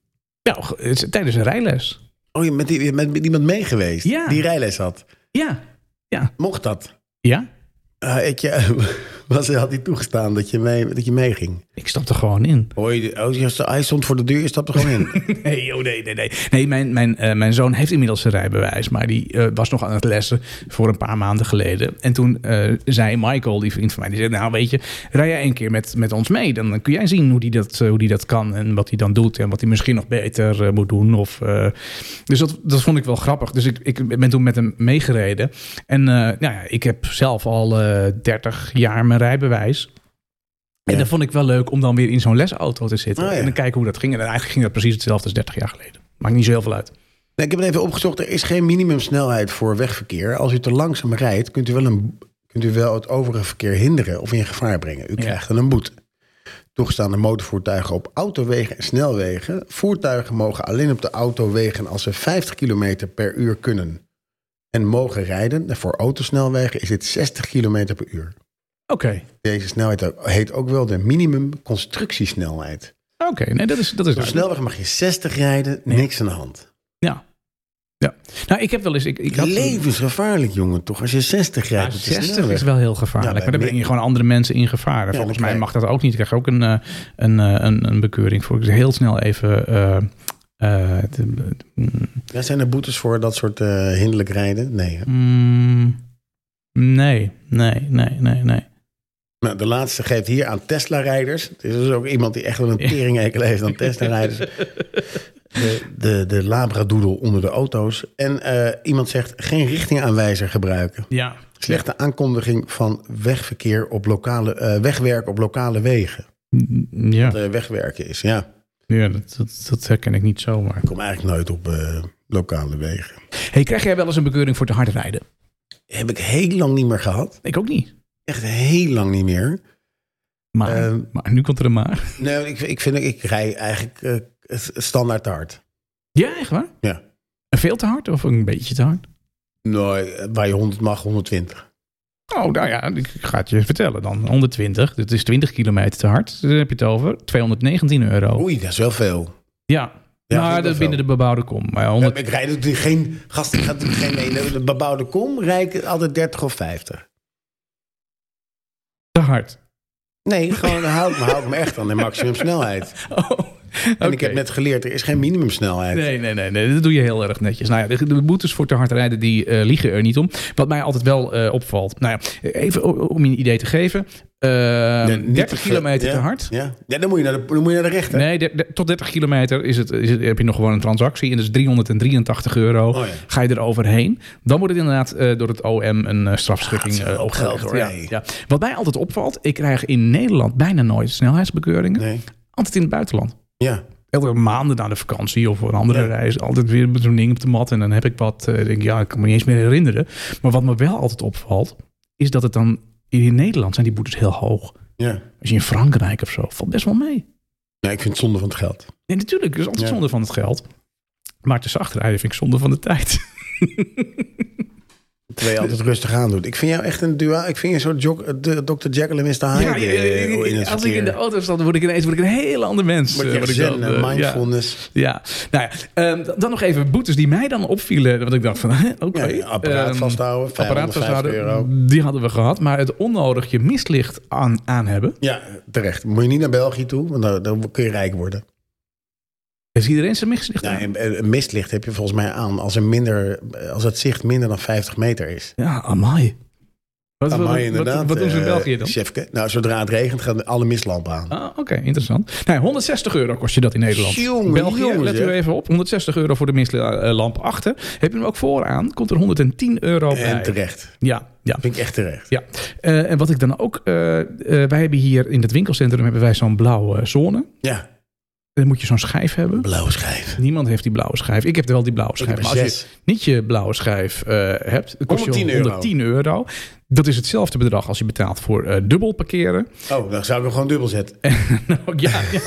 [SPEAKER 2] Nou, ge- het is tijdens een rijles.
[SPEAKER 1] Oh, je bent, die- je bent met iemand mee geweest
[SPEAKER 2] Ja.
[SPEAKER 1] die rijles had.
[SPEAKER 2] Ja,
[SPEAKER 1] Mocht dat?
[SPEAKER 2] ja.
[SPEAKER 1] Eh, ik ja, was, had hij toegestaan dat je, mee, dat je meeging.
[SPEAKER 2] Ik stapte gewoon in.
[SPEAKER 1] Hoor je, de- oh, je- hij stond voor de deur, je stapte gewoon in.
[SPEAKER 2] Nee, oh nee, nee, nee. Nee, mijn, mijn, eh, mijn zoon heeft inmiddels zijn rijbewijs. Maar die eh, was nog aan het lessen voor een paar maanden geleden. En toen eh, zei Michael, die vriend van mij, die zei... Nou, weet je, rij jij een keer met, met ons mee. Dan kun jij zien hoe die, dat, eh, hoe die dat kan en wat hij dan doet. En wat hij misschien nog beter eh, moet doen. Of, eh, dus dat, dat vond ik wel grappig. Dus ik, ik ben toen met hem meegereden. En eh, nou ja, ik heb zelf al eh 30 jaar mijn rijbewijs. En
[SPEAKER 1] Ja.
[SPEAKER 2] dat vond ik wel leuk om dan weer in zo'n lesauto te zitten.
[SPEAKER 1] Oh ja.
[SPEAKER 2] En dan kijken hoe dat ging. En eigenlijk ging dat precies hetzelfde als 30 jaar geleden. Maakt niet zo heel veel uit.
[SPEAKER 1] Nee, Nou, ik heb het even opgezocht. Er is geen minimumsnelheid voor wegverkeer. Als u te langzaam rijdt, kunt u wel, een, kunt u wel het overige verkeer hinderen of in gevaar brengen. U krijgt dan een boete. Toegestaande motorvoertuigen op autowegen en snelwegen. Voertuigen mogen alleen op de autowegen als ze 50 km per uur kunnen. En mogen rijden. Voor autosnelwegen is dit 60 km per uur.
[SPEAKER 2] Oké.
[SPEAKER 1] Deze snelheid ook- heet ook wel de minimum constructiesnelheid.
[SPEAKER 2] Oké, nee, dat is, dat is
[SPEAKER 1] Op
[SPEAKER 2] duidelijk.
[SPEAKER 1] snelweg mag je 60 rijden, niks aan de hand.
[SPEAKER 2] Ja. ja. Nou, ik heb wel eens... Ik, ik had
[SPEAKER 1] Levensgevaarlijk, jongen, toch? Als je 60
[SPEAKER 2] Ja,
[SPEAKER 1] rijdt op de
[SPEAKER 2] 60
[SPEAKER 1] snelweg.
[SPEAKER 2] is wel heel gevaarlijk.
[SPEAKER 1] Ja, bij
[SPEAKER 2] maar dan breng je
[SPEAKER 1] min-
[SPEAKER 2] gewoon andere mensen in gevaar. En
[SPEAKER 1] dan
[SPEAKER 2] Volgens mij
[SPEAKER 1] krijg-
[SPEAKER 2] mag dat ook niet. Ik krijg ook een, eh, een, eh, een, een bekeuring voor. Ik zeg heel snel even... eh, eh, het- mm,
[SPEAKER 1] Ja, zijn er boetes voor dat soort eh, hinderlijk rijden? Nee. hè?
[SPEAKER 2] mm, nee, nee, nee, nee, nee.
[SPEAKER 1] Nou, de laatste geeft hier aan Tesla-rijders. Er is dus ook iemand die echt wel een teringhekel heeft aan Tesla-rijders. De, de, de labradoedel onder de auto's. En eh, iemand zegt geen richtingaanwijzer gebruiken.
[SPEAKER 2] Ja.
[SPEAKER 1] Slechte aankondiging van wegverkeer op lokale, eh wegwerk op lokale wegen.
[SPEAKER 2] Mm, Ja,
[SPEAKER 1] Dat, eh, wegwerken is, ja.
[SPEAKER 2] ja dat, dat, dat herken ik niet zomaar.
[SPEAKER 1] Ik kom eigenlijk nooit op eh, lokale wegen.
[SPEAKER 2] Hey, krijg jij wel eens een bekeuring voor te hard rijden?
[SPEAKER 1] Heb ik heel lang niet meer gehad.
[SPEAKER 2] Ik ook niet.
[SPEAKER 1] Echt heel lang niet meer.
[SPEAKER 2] Maar,
[SPEAKER 1] Ehm.
[SPEAKER 2] Eh, maar nu komt er een maar.
[SPEAKER 1] Nee, ik, ik vind ik rij eigenlijk eh, s- standaard te hard.
[SPEAKER 2] Ja, echt waar?
[SPEAKER 1] Ja.
[SPEAKER 2] Veel te hard of een beetje te hard?
[SPEAKER 1] Nee, waar je 100 mag, 120.
[SPEAKER 2] Oh, nou ja, ik ga het je vertellen dan. 120, dat is 20 kilometer te hard. Daar heb je het over. 219 euro.
[SPEAKER 1] Oei, dat is wel veel.
[SPEAKER 2] Ja,
[SPEAKER 1] Ja,
[SPEAKER 2] Oh.
[SPEAKER 1] vind ik
[SPEAKER 2] maar dat
[SPEAKER 1] wel
[SPEAKER 2] is binnen de bebouwde kom. Maar ja, 100...
[SPEAKER 1] Ik rijd natuurlijk geen... Gast, ik ga natuurlijk geen mee. De bebouwde kom rijd ik altijd 30 of 50.
[SPEAKER 2] te hard.
[SPEAKER 1] Nee, gewoon houd me, houd me echt aan de maximumsnelheid.
[SPEAKER 2] Oh,
[SPEAKER 1] En ik
[SPEAKER 2] oké.
[SPEAKER 1] heb net geleerd, er is geen minimumsnelheid.
[SPEAKER 2] Nee, nee, nee, nee, dat doe je heel erg netjes. Nou ja, de, de boetes voor te hard rijden, die eh, liegen er niet om. Wat mij altijd wel eh, opvalt. Nou ja, even o- om je een idee te geven. Eh,
[SPEAKER 1] Nee, niet
[SPEAKER 2] 30
[SPEAKER 1] veel.
[SPEAKER 2] kilometer
[SPEAKER 1] Ja,
[SPEAKER 2] te hard.
[SPEAKER 1] Ja, ja dan, moet je naar de, dan moet je naar de rechter.
[SPEAKER 2] Nee, de- de- tot 30 kilometer is het, is het, heb je nog gewoon een transactie. En dat is 383 euro.
[SPEAKER 1] Oh, ja.
[SPEAKER 2] Ga je er overheen. Dan wordt het inderdaad eh, door het OM een eh, strafschikking
[SPEAKER 1] Ja, Ah, het is
[SPEAKER 2] eh,
[SPEAKER 1] wel
[SPEAKER 2] opgelegd.
[SPEAKER 1] geld, hoor.
[SPEAKER 2] Ja,
[SPEAKER 1] Nee.
[SPEAKER 2] ja. Wat mij altijd opvalt. Ik krijg in Nederland bijna nooit snelheidsbekeuringen.
[SPEAKER 1] Nee.
[SPEAKER 2] Altijd in het buitenland.
[SPEAKER 1] Ja.
[SPEAKER 2] Elke maanden na de vakantie of voor een andere
[SPEAKER 1] Ja.
[SPEAKER 2] reis. Altijd weer met zo'n ding op de mat. En dan heb ik wat. eh, denk ik, ja, ik kan me niet eens meer herinneren. Maar wat me wel altijd opvalt. Is dat het dan. In Nederland zijn die boetes heel hoog.
[SPEAKER 1] ja.
[SPEAKER 2] Als je in Frankrijk of zo. Valt best wel mee.
[SPEAKER 1] Nee, ik vind het zonde van het geld.
[SPEAKER 2] Nee, natuurlijk. Het is altijd
[SPEAKER 1] Ja.
[SPEAKER 2] zonde van het geld. Maar te zacht rijden vind ik zonde van de tijd.
[SPEAKER 1] terwijl je altijd rustig aan doet. Ik vind jou echt een duaal. Ik vind je zo'n jog- de Dr. Jekyll en Mr. Hyde.
[SPEAKER 2] Ja,
[SPEAKER 1] eh, in het
[SPEAKER 2] als ik in de
[SPEAKER 1] verkeer.
[SPEAKER 2] auto stap, dan word ik ineens word ik een heel ander mens.
[SPEAKER 1] Word je
[SPEAKER 2] eh,
[SPEAKER 1] echt
[SPEAKER 2] word ik
[SPEAKER 1] zen
[SPEAKER 2] dan,
[SPEAKER 1] en
[SPEAKER 2] eh, ja.
[SPEAKER 1] mindfulness.
[SPEAKER 2] Ja, nou ja, ehm, d- dan nog even boetes die mij dan opvielen. Want ik dacht van, hè, oké.
[SPEAKER 1] Ja, apparaat
[SPEAKER 2] ehm,
[SPEAKER 1] vasthouden,
[SPEAKER 2] Apparaat
[SPEAKER 1] 550 euro.
[SPEAKER 2] vasthouden, Mm. die hadden we gehad. Maar het onnodig je mislicht aan, aan hebben.
[SPEAKER 1] Ja, terecht. Moet je niet naar België toe, want dan, dan kun je rijk worden.
[SPEAKER 2] Heeft iedereen zijn mislicht
[SPEAKER 1] Ja,
[SPEAKER 2] aan?
[SPEAKER 1] en- en een mistlicht heb je volgens mij aan als, er minder, als het zicht minder dan 50 meter is.
[SPEAKER 2] Ja, amai. Wat,
[SPEAKER 1] Amai,
[SPEAKER 2] wat- wat,
[SPEAKER 1] inderdaad.
[SPEAKER 2] Wat, doen ze in
[SPEAKER 1] eh,
[SPEAKER 2] België dan?
[SPEAKER 1] Sjefke. Nou, zodra het regent, gaan alle mistlampen aan.
[SPEAKER 2] Ah, Oké, interessant. Nou, 160 euro kost je dat in Nederland.
[SPEAKER 1] Jongen,
[SPEAKER 2] België,
[SPEAKER 1] jongen,
[SPEAKER 2] let
[SPEAKER 1] zeg.
[SPEAKER 2] u even op. 160 euro voor de mistlamp achter. Heb je hem ook vooraan, komt er 110 euro
[SPEAKER 1] En
[SPEAKER 2] bij.
[SPEAKER 1] terecht.
[SPEAKER 2] Ja, ja.
[SPEAKER 1] Vind ik echt terecht.
[SPEAKER 2] Ja, Eh, en wat ik dan ook... eh, eh, wij hebben hier in het winkelcentrum hebben wij zo'n blauwe eh, zone.
[SPEAKER 1] Ja,
[SPEAKER 2] Dan moet je zo'n schijf hebben.
[SPEAKER 1] blauwe schijf.
[SPEAKER 2] Niemand heeft die blauwe schijf. Ik heb wel die blauwe schijf.
[SPEAKER 1] heb
[SPEAKER 2] Maar als je
[SPEAKER 1] zes.
[SPEAKER 2] niet je blauwe schijf eh, hebt, het kost
[SPEAKER 1] 110
[SPEAKER 2] je
[SPEAKER 1] euro.
[SPEAKER 2] 110 euro. Dat is hetzelfde bedrag als je betaalt voor eh, dubbel parkeren.
[SPEAKER 1] Oh, dan zou ik hem gewoon dubbel zetten. Oh,
[SPEAKER 2] Nou, ja, ja.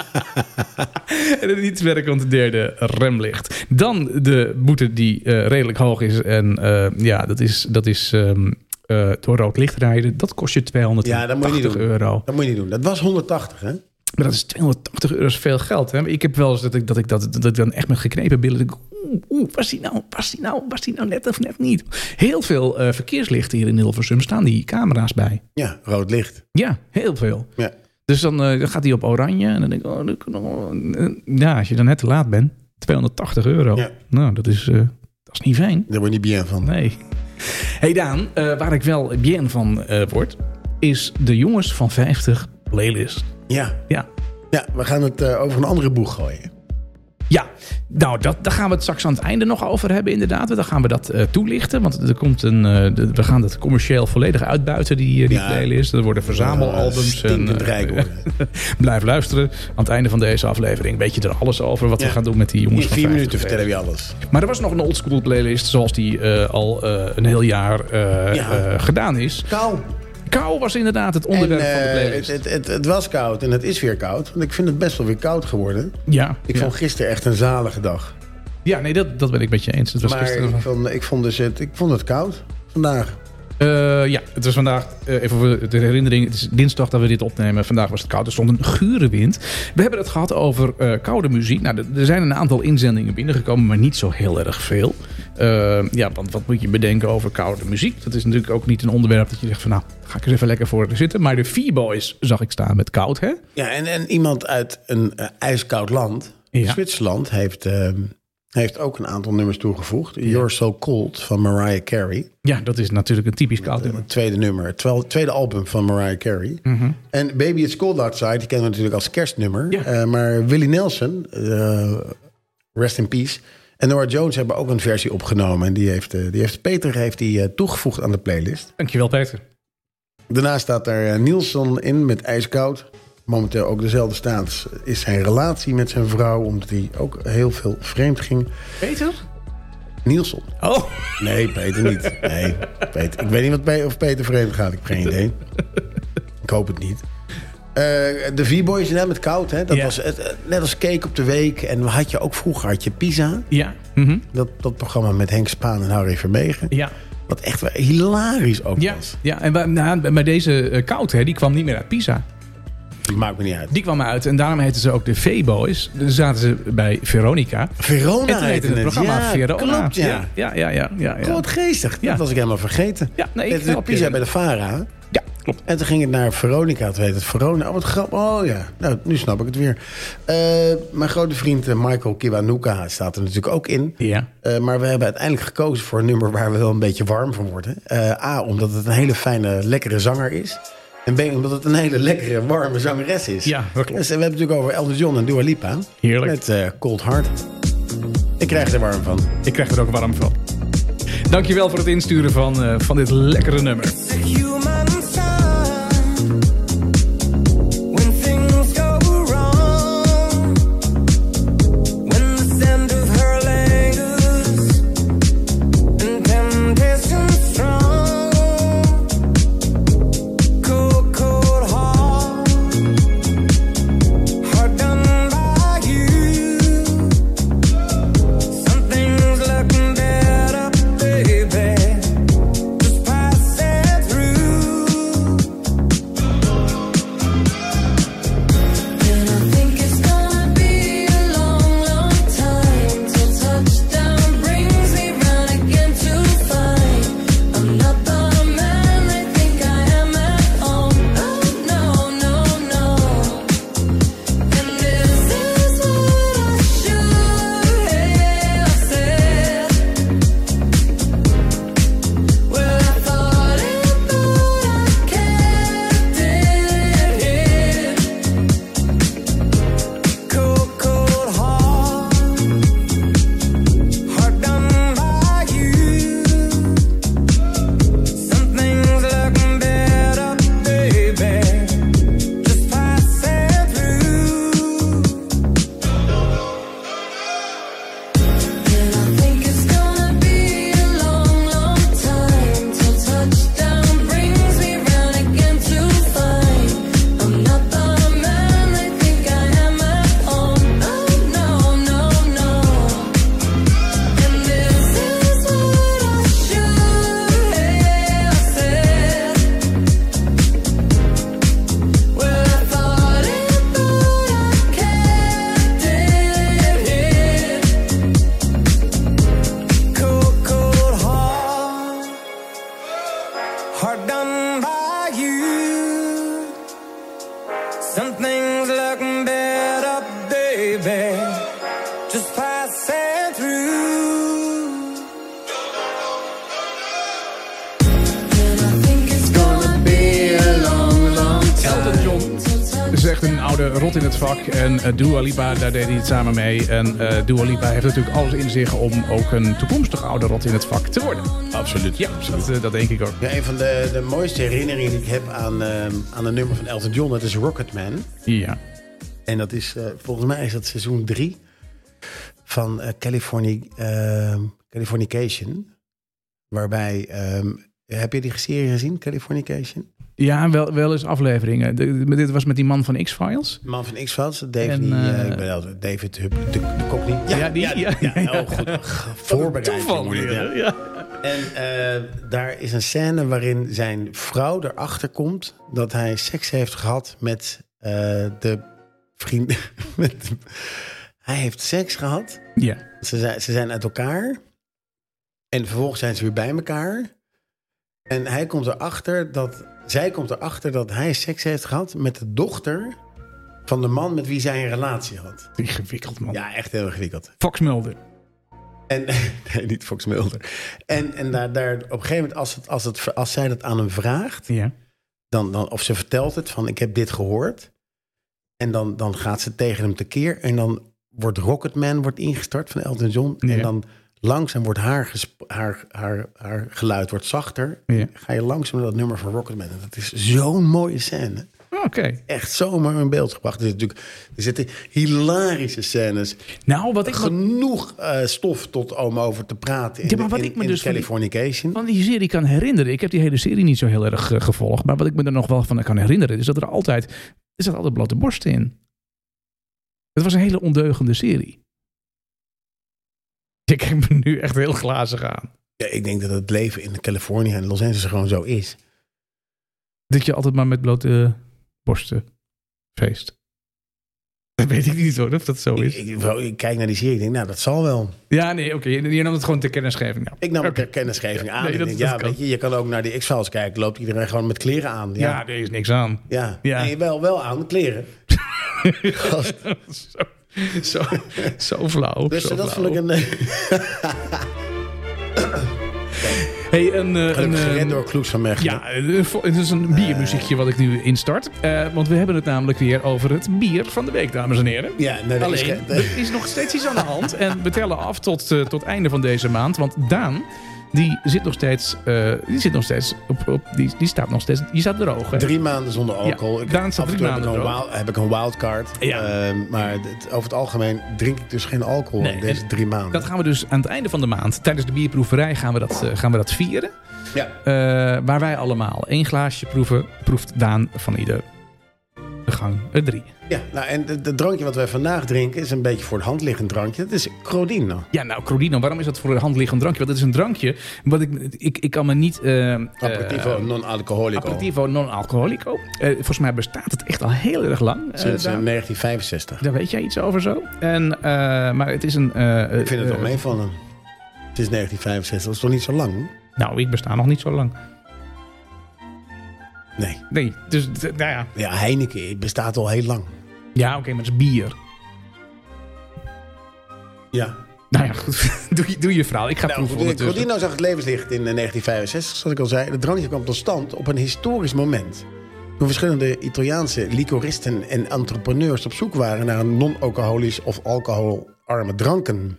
[SPEAKER 2] en het niet werkend derde remlicht. Dan de boete die eh, redelijk hoog is. En eh, ja, dat is, dat is ehm, eh, door rood licht rijden. Dat kost je 280
[SPEAKER 1] Ja, dat moet je niet doen.
[SPEAKER 2] euro.
[SPEAKER 1] Dat moet je niet doen. Dat was 180, hè?
[SPEAKER 2] Maar dat is 280 euro is veel geld. Hè? Ik heb wel eens dat ik dat, ik dat, dat ik dan echt met geknepen billen denk... Oeh, oeh, was die nou, was die nou, was die nou net of net niet? Heel veel eh, verkeerslichten hier in Hilversum staan die camera's bij.
[SPEAKER 1] Ja, rood licht.
[SPEAKER 2] Ja, heel veel.
[SPEAKER 1] Ja.
[SPEAKER 2] Dus dan eh, dan gaat hij op oranje en dan denk ik, oh, dat kan nog- eh, ja, als je dan net te laat bent, 280 euro.
[SPEAKER 1] Ja.
[SPEAKER 2] Nou, dat is, eh, dat is niet fijn.
[SPEAKER 1] Daar word je niet bien van.
[SPEAKER 2] Nee. hey Daan, eh, waar ik wel bien van eh, word, is de jongens van 50 playlist.
[SPEAKER 1] Ja.
[SPEAKER 2] Ja.
[SPEAKER 1] ja, we gaan het eh, over een andere boeg gooien.
[SPEAKER 2] Ja, nou, dat, daar gaan we het straks aan het einde nog over hebben, inderdaad. Dan gaan we dat eh, toelichten, want er komt een, eh, de- we gaan dat commercieel volledig uitbuiten, die, eh, die
[SPEAKER 1] Ja.
[SPEAKER 2] playlist. Er worden verzamelalbums. en,
[SPEAKER 1] Stinkend
[SPEAKER 2] eh,
[SPEAKER 1] rijk worden.
[SPEAKER 2] Blijf luisteren. Aan het einde van deze aflevering weet je er alles over wat we
[SPEAKER 1] Ja.
[SPEAKER 2] gaan doen met die jongens.
[SPEAKER 1] In
[SPEAKER 2] van
[SPEAKER 1] vier
[SPEAKER 2] 50
[SPEAKER 1] minuten vertellen we je alles.
[SPEAKER 2] Maar er was nog een oldschool playlist zoals die eh, al eh, een heel jaar eh,
[SPEAKER 1] Ja.
[SPEAKER 2] eh, gedaan is.
[SPEAKER 1] Kou.
[SPEAKER 2] Kou was inderdaad het
[SPEAKER 1] En,
[SPEAKER 2] onderwerp van de
[SPEAKER 1] eh, het,
[SPEAKER 2] playlist.
[SPEAKER 1] het, het, het was koud en het is weer koud. Want ik vind het best wel weer koud geworden.
[SPEAKER 2] ja,
[SPEAKER 1] Ik
[SPEAKER 2] ja.
[SPEAKER 1] vond gisteren echt een zalige dag.
[SPEAKER 2] ja, nee, dat, dat ben ik met je eens. Het was
[SPEAKER 1] maar
[SPEAKER 2] gisteren...
[SPEAKER 1] ik, vond, ik, vond dus het, ik vond het koud vandaag.
[SPEAKER 2] Eh, ja, het was vandaag, eh, even voor de herinnering, het is dinsdag dat we dit opnemen. Vandaag was het koud, er stond een gure wind. We hebben het gehad over eh, koude muziek. Nou, er- er zijn een aantal inzendingen binnengekomen, maar niet zo heel erg veel. Eh, ja, want wat moet je bedenken over koude muziek? Dat is natuurlijk ook niet een onderwerp dat je zegt van nou, ga ik eens even lekker voor zitten. Maar de V-Boys zag ik staan met koud, hè?
[SPEAKER 1] Ja, en, en iemand uit een eh, ijskoud land,
[SPEAKER 2] Ja.
[SPEAKER 1] Zwitserland, heeft, ehm, heeft ook een aantal nummers toegevoegd. You're So Cold van Mariah Carey.
[SPEAKER 2] Ja, dat is natuurlijk een typisch koud nummer.
[SPEAKER 1] Het tweede nummer, het twel- tweede album van Mariah Carey. En Baby It's Cold Outside, die kennen we natuurlijk als kerstnummer.
[SPEAKER 2] Ja.
[SPEAKER 1] Eh, maar Willie Nelson, eh, Rest in Peace, en Nora Jones hebben ook een versie opgenomen. En die heeft, eh, die heeft Peter heeft die eh, toegevoegd aan de playlist.
[SPEAKER 2] Dankjewel, Peter.
[SPEAKER 1] Daarna staat er eh, Nielsen in met ijskoud. Momenteel ook dezelfde staat is zijn relatie met zijn vrouw, omdat hij ook heel veel vreemd ging.
[SPEAKER 2] Peter?
[SPEAKER 1] Nielsen.
[SPEAKER 2] Oh,
[SPEAKER 1] Nee, Peter niet. Nee, Peter. Ik weet niet wat Pe- of Peter vreemd gaat. Ik heb geen idee. Ik hoop het niet. Eh, de V-Boys inderdaad met koud. Hè? Dat
[SPEAKER 2] Ja.
[SPEAKER 1] was het, eh, net als Cake op de Week. En had je ook vroeger had je Pisa.
[SPEAKER 2] ja. Mhm.
[SPEAKER 1] Dat, dat programma met Henk Spaan en Harry Vermegen.
[SPEAKER 2] Ja.
[SPEAKER 1] Wat echt wel hilarisch ook
[SPEAKER 2] Ja,
[SPEAKER 1] was.
[SPEAKER 2] ja, en bij, nou, bij deze eh, koud, hè, die kwam niet meer uit Pisa.
[SPEAKER 1] Maakt me niet uit.
[SPEAKER 2] Die kwam uit en daarom heten ze ook de V-Boys. Dan zaten ze bij Veronica. En
[SPEAKER 1] Verona
[SPEAKER 2] toen heette het programma
[SPEAKER 1] ja,
[SPEAKER 2] Verona.
[SPEAKER 1] Klopt, ja.
[SPEAKER 2] Ja, ja, ja. ja, ja, ja.
[SPEAKER 1] Wat geestig.
[SPEAKER 2] Ja.
[SPEAKER 1] Dat was ik helemaal vergeten.
[SPEAKER 2] Ja, nee, ik
[SPEAKER 1] Het- het
[SPEAKER 2] help je.
[SPEAKER 1] Pisa bij de Vara.
[SPEAKER 2] Ja, klopt.
[SPEAKER 1] En toen ging het naar Veronica, het heet het Verona. Oh, wat grap. Oh ja, nou, nu snap ik het weer. Eh, mijn grote vriend eh, Michael Kiwanuka staat er natuurlijk ook in.
[SPEAKER 2] Ja.
[SPEAKER 1] Eh, maar we hebben uiteindelijk gekozen voor een nummer waar we wel een beetje warm van worden. Eh, A, omdat het een hele fijne, lekkere zanger is. En B, omdat het een hele lekkere, warme zangeres is.
[SPEAKER 2] Ja, dat klopt.
[SPEAKER 1] Dus, eh, we hebben het natuurlijk over Elton John en Dua Lipa.
[SPEAKER 2] Heerlijk.
[SPEAKER 1] Met eh, Cold Heart. Ik krijg er warm van.
[SPEAKER 2] Ik krijg er ook warm van. Dankjewel voor het insturen van, eh, van dit lekkere nummer.
[SPEAKER 3] The human sign When things go wrong When the sand of her lingers And temptation strong Cold, cold heart Hard done by you Something's looking better, baby Some things look better, baby. Just passing through.
[SPEAKER 4] And I think it's gonna be a long, long
[SPEAKER 2] Elton John.
[SPEAKER 4] time.
[SPEAKER 2] is echt een oude rot in het vak. En eh, Dua Lipa, daar deed hij het samen mee. En eh Dua Lipa heeft natuurlijk alles in zich om ook een toekomstig oude rot in het vak te worden.
[SPEAKER 1] Absoluut.
[SPEAKER 2] Ja, dat, eh, dat denk ik ook.
[SPEAKER 1] Ja, een van de, de mooiste herinneringen die ik heb aan, ehm, aan een nummer van Elton John, dat is Rocketman.
[SPEAKER 2] Ja.
[SPEAKER 1] En dat is, eh, volgens mij is dat seizoen 3 van eh, California, ehm, Californication. Waarbij, ehm, heb je die serie gezien, Californication?
[SPEAKER 2] Ja, wel, wel eens afleveringen. De- de- dit was met die man van X-Files.
[SPEAKER 1] De man van X-Files, David,
[SPEAKER 2] En, eh,
[SPEAKER 1] ik ben altijd David Hub, de, de Cockney.
[SPEAKER 2] Ja, die, ja.
[SPEAKER 1] oh, goed. Voorbereid.
[SPEAKER 2] Toeval.
[SPEAKER 1] jongen, ja.
[SPEAKER 2] Ja. Ja.
[SPEAKER 1] En eh, daar is een scène waarin zijn vrouw erachter komt dat hij seks heeft gehad met eh, de vriend. Met, de- hij heeft seks gehad. Ze zijn, ze zijn uit elkaar. En vervolgens zijn ze weer bij elkaar. En hij komt erachter dat. Zij komt erachter dat hij seks heeft gehad met de dochter van de man met wie zij een relatie had.
[SPEAKER 2] Ingewikkeld, man.
[SPEAKER 1] Ja, echt heel ingewikkeld.
[SPEAKER 2] Fox Mulder.
[SPEAKER 1] En, nee, niet Fox Mulder. En, en daar, daar, op een gegeven moment, als, het, als, het, als zij dat aan hem vraagt,
[SPEAKER 2] Ja.
[SPEAKER 1] dan, dan, of ze vertelt het van ik heb dit gehoord. En dan, dan gaat ze tegen hem tekeer. En dan wordt Rocketman wordt ingestart van Elton John.
[SPEAKER 2] Ja.
[SPEAKER 1] En dan langzaam wordt haar, gesp- haar, haar, haar geluid wordt zachter.
[SPEAKER 2] Ja.
[SPEAKER 1] Ga je langzaam naar dat nummer van Rocketman. En dat is zo'n mooie scène.
[SPEAKER 2] Oh, Oké.
[SPEAKER 1] Echt zomaar in beeld gebracht. Er, zitten natuurlijk, er zitten hilarische scènes.
[SPEAKER 2] Nou, wat ik...
[SPEAKER 1] genoeg eh, stof tot om over te praten in,
[SPEAKER 2] Ja, maar
[SPEAKER 1] de-
[SPEAKER 2] wat
[SPEAKER 1] in-
[SPEAKER 2] ik me
[SPEAKER 1] in de
[SPEAKER 2] dus van die-
[SPEAKER 1] Californication.
[SPEAKER 2] van die serie kan herinneren. Ik heb die hele serie niet zo heel erg eh, gevolgd. Maar wat ik me er nog wel van kan herinneren. is dat er altijd. Er zat altijd blote borst in. Het was een hele ondeugende serie. Je kijkt me nu echt heel glazig aan.
[SPEAKER 1] Ja, ik denk dat het leven in Californië en Los Angeles gewoon zo is.
[SPEAKER 2] Dat je altijd maar met blote borsten feest. Dat weet ik niet hoor, of dat zo
[SPEAKER 1] Ik,
[SPEAKER 2] is.
[SPEAKER 1] ik, wou- ik kijk naar die serie, ik denk, nou, dat zal wel.
[SPEAKER 2] Ja, nee, oké. je, je nam het gewoon ter kennisgeving. Nou,
[SPEAKER 1] Ik nam
[SPEAKER 2] oké.
[SPEAKER 1] de kennisgeving aan.
[SPEAKER 2] Nee,
[SPEAKER 1] Ik
[SPEAKER 2] dat-
[SPEAKER 1] denk,
[SPEAKER 2] dat
[SPEAKER 1] ja,
[SPEAKER 2] kan.
[SPEAKER 1] weet je, je kan ook naar die X-Files kijken. Loopt iedereen gewoon met kleren aan.
[SPEAKER 2] Ja,
[SPEAKER 1] Ja,
[SPEAKER 2] er is niks aan.
[SPEAKER 1] ja.
[SPEAKER 2] Ja.
[SPEAKER 1] Nee, wel, wel aan, kleren. Gast.
[SPEAKER 2] zo, zo, zo flauw.
[SPEAKER 1] Dus
[SPEAKER 2] zo
[SPEAKER 1] eh, dat
[SPEAKER 2] flauw.
[SPEAKER 1] vond ik een... eh,
[SPEAKER 2] Hey, een, eh, een, eh,
[SPEAKER 1] gered door Kloeks van Mechelen.
[SPEAKER 2] Ja, eh, vo- het is een biermuziekje wat ik nu instart. Eh, want we hebben het namelijk weer over het bier van de week, dames en heren.
[SPEAKER 1] Ja, nee, dat is
[SPEAKER 2] Alleen,
[SPEAKER 1] ge-
[SPEAKER 2] er is nog steeds iets aan de hand. En we tellen af tot, eh, tot einde van deze maand. Want Daan, die zit nog steeds, eh, die zit nog steeds op, op die, die staat nog steeds, die staat droog. hè?
[SPEAKER 1] eh, Drie maanden zonder alcohol.
[SPEAKER 2] Ja,
[SPEAKER 1] Ik-
[SPEAKER 2] Daan staat
[SPEAKER 1] af en
[SPEAKER 2] drie
[SPEAKER 1] toe heb ik
[SPEAKER 2] maanden
[SPEAKER 1] een wild- heb ik een wildcard.
[SPEAKER 2] Ja.
[SPEAKER 1] Ehm, maar het- over het algemeen drink ik dus geen alcohol
[SPEAKER 2] Nee,
[SPEAKER 1] in deze
[SPEAKER 2] en
[SPEAKER 1] drie maanden.
[SPEAKER 2] Dat gaan we dus aan het einde van de maand, tijdens de bierproeverij, gaan we dat, eh, gaan we dat vieren.
[SPEAKER 1] Ja.
[SPEAKER 2] Eh, waar wij allemaal één glaasje proeven, proeft Daan van ieder de gang er drie.
[SPEAKER 1] ja, nou en de- de drankje wat wij vandaag drinken is een beetje voor de hand liggend drankje. Het is Crodino.
[SPEAKER 2] Ja, nou, Crodino, waarom is dat voor een hand liggend drankje? Want dat is een drankje, wat ik, ik, ik kan me niet... eh,
[SPEAKER 1] Aperitivo
[SPEAKER 2] eh,
[SPEAKER 1] non-alcoholico.
[SPEAKER 2] aperitivo non-alcoholico. Eh, volgens mij bestaat het echt al heel erg lang. eh,
[SPEAKER 1] Sinds eh,
[SPEAKER 2] daar,
[SPEAKER 1] 1965.
[SPEAKER 2] daar weet jij iets over zo. En, eh, maar het is een... eh,
[SPEAKER 1] Ik vind het
[SPEAKER 2] eh,
[SPEAKER 1] wel meevallen. Het is 1965, dat is toch niet zo lang?
[SPEAKER 2] Nou, ik besta nog niet zo lang.
[SPEAKER 1] Nee.
[SPEAKER 2] Nee, dus d- nou ja.
[SPEAKER 1] Ja, Heineken het bestaat al heel lang.
[SPEAKER 2] Ja, oké, maar het is bier.
[SPEAKER 1] Ja.
[SPEAKER 2] Nou ja, goed. doe, je- doe je verhaal. Ik ga
[SPEAKER 1] Nou,
[SPEAKER 2] proeven
[SPEAKER 1] goed, eh,
[SPEAKER 2] ondertussen.
[SPEAKER 1] Crodino zag het levenslicht in eh, 1965, zoals ik al zei. Het drankje kwam tot stand op een historisch moment. Toen verschillende Italiaanse licoristen en entrepreneurs op zoek waren naar een non-alcoholisch of alcoholarme dranken.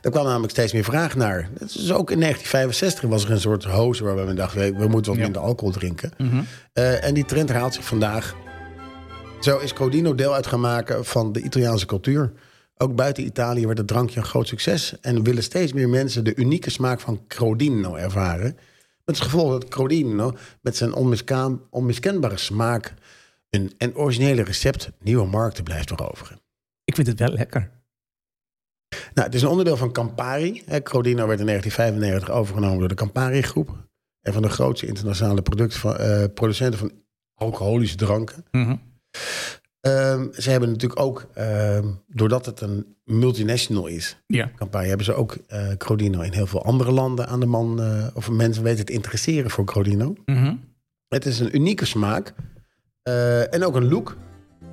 [SPEAKER 1] Daar kwam namelijk steeds meer vraag naar. Dus ook in 1965 was er een soort hoze waarbij men dacht: we we moeten wat
[SPEAKER 2] Ja. Mhm.
[SPEAKER 1] minder alcohol drinken. Eh, en die trend herhaalt zich vandaag. Zo is Crodino deel uit gaan maken van de Italiaanse cultuur. Ook buiten Italië werd het drankje een groot succes. En willen steeds meer mensen de unieke smaak van Crodino ervaren. Met het gevolg dat Crodino met zijn onmiskaan- onmiskenbare smaak... Een, en originele recept nieuwe markten blijft veroveren.
[SPEAKER 2] Ik vind het wel lekker.
[SPEAKER 1] Nou, het is een onderdeel van Campari. Hè, Crodino werd in 1995 overgenomen door de Campari-groep. En van de grootste internationale product van, eh, producenten van alcoholische dranken.
[SPEAKER 2] Mhm.
[SPEAKER 1] Ehm, ze hebben natuurlijk ook, ehm, doordat het een multinational is,
[SPEAKER 2] Ja.
[SPEAKER 1] Campari, hebben ze ook eh, Crodino in heel veel andere landen aan de man. eh, of mensen weten te interesseren voor Crodino.
[SPEAKER 2] Mhm.
[SPEAKER 1] Het is een unieke smaak. eh, Eh, en ook een look.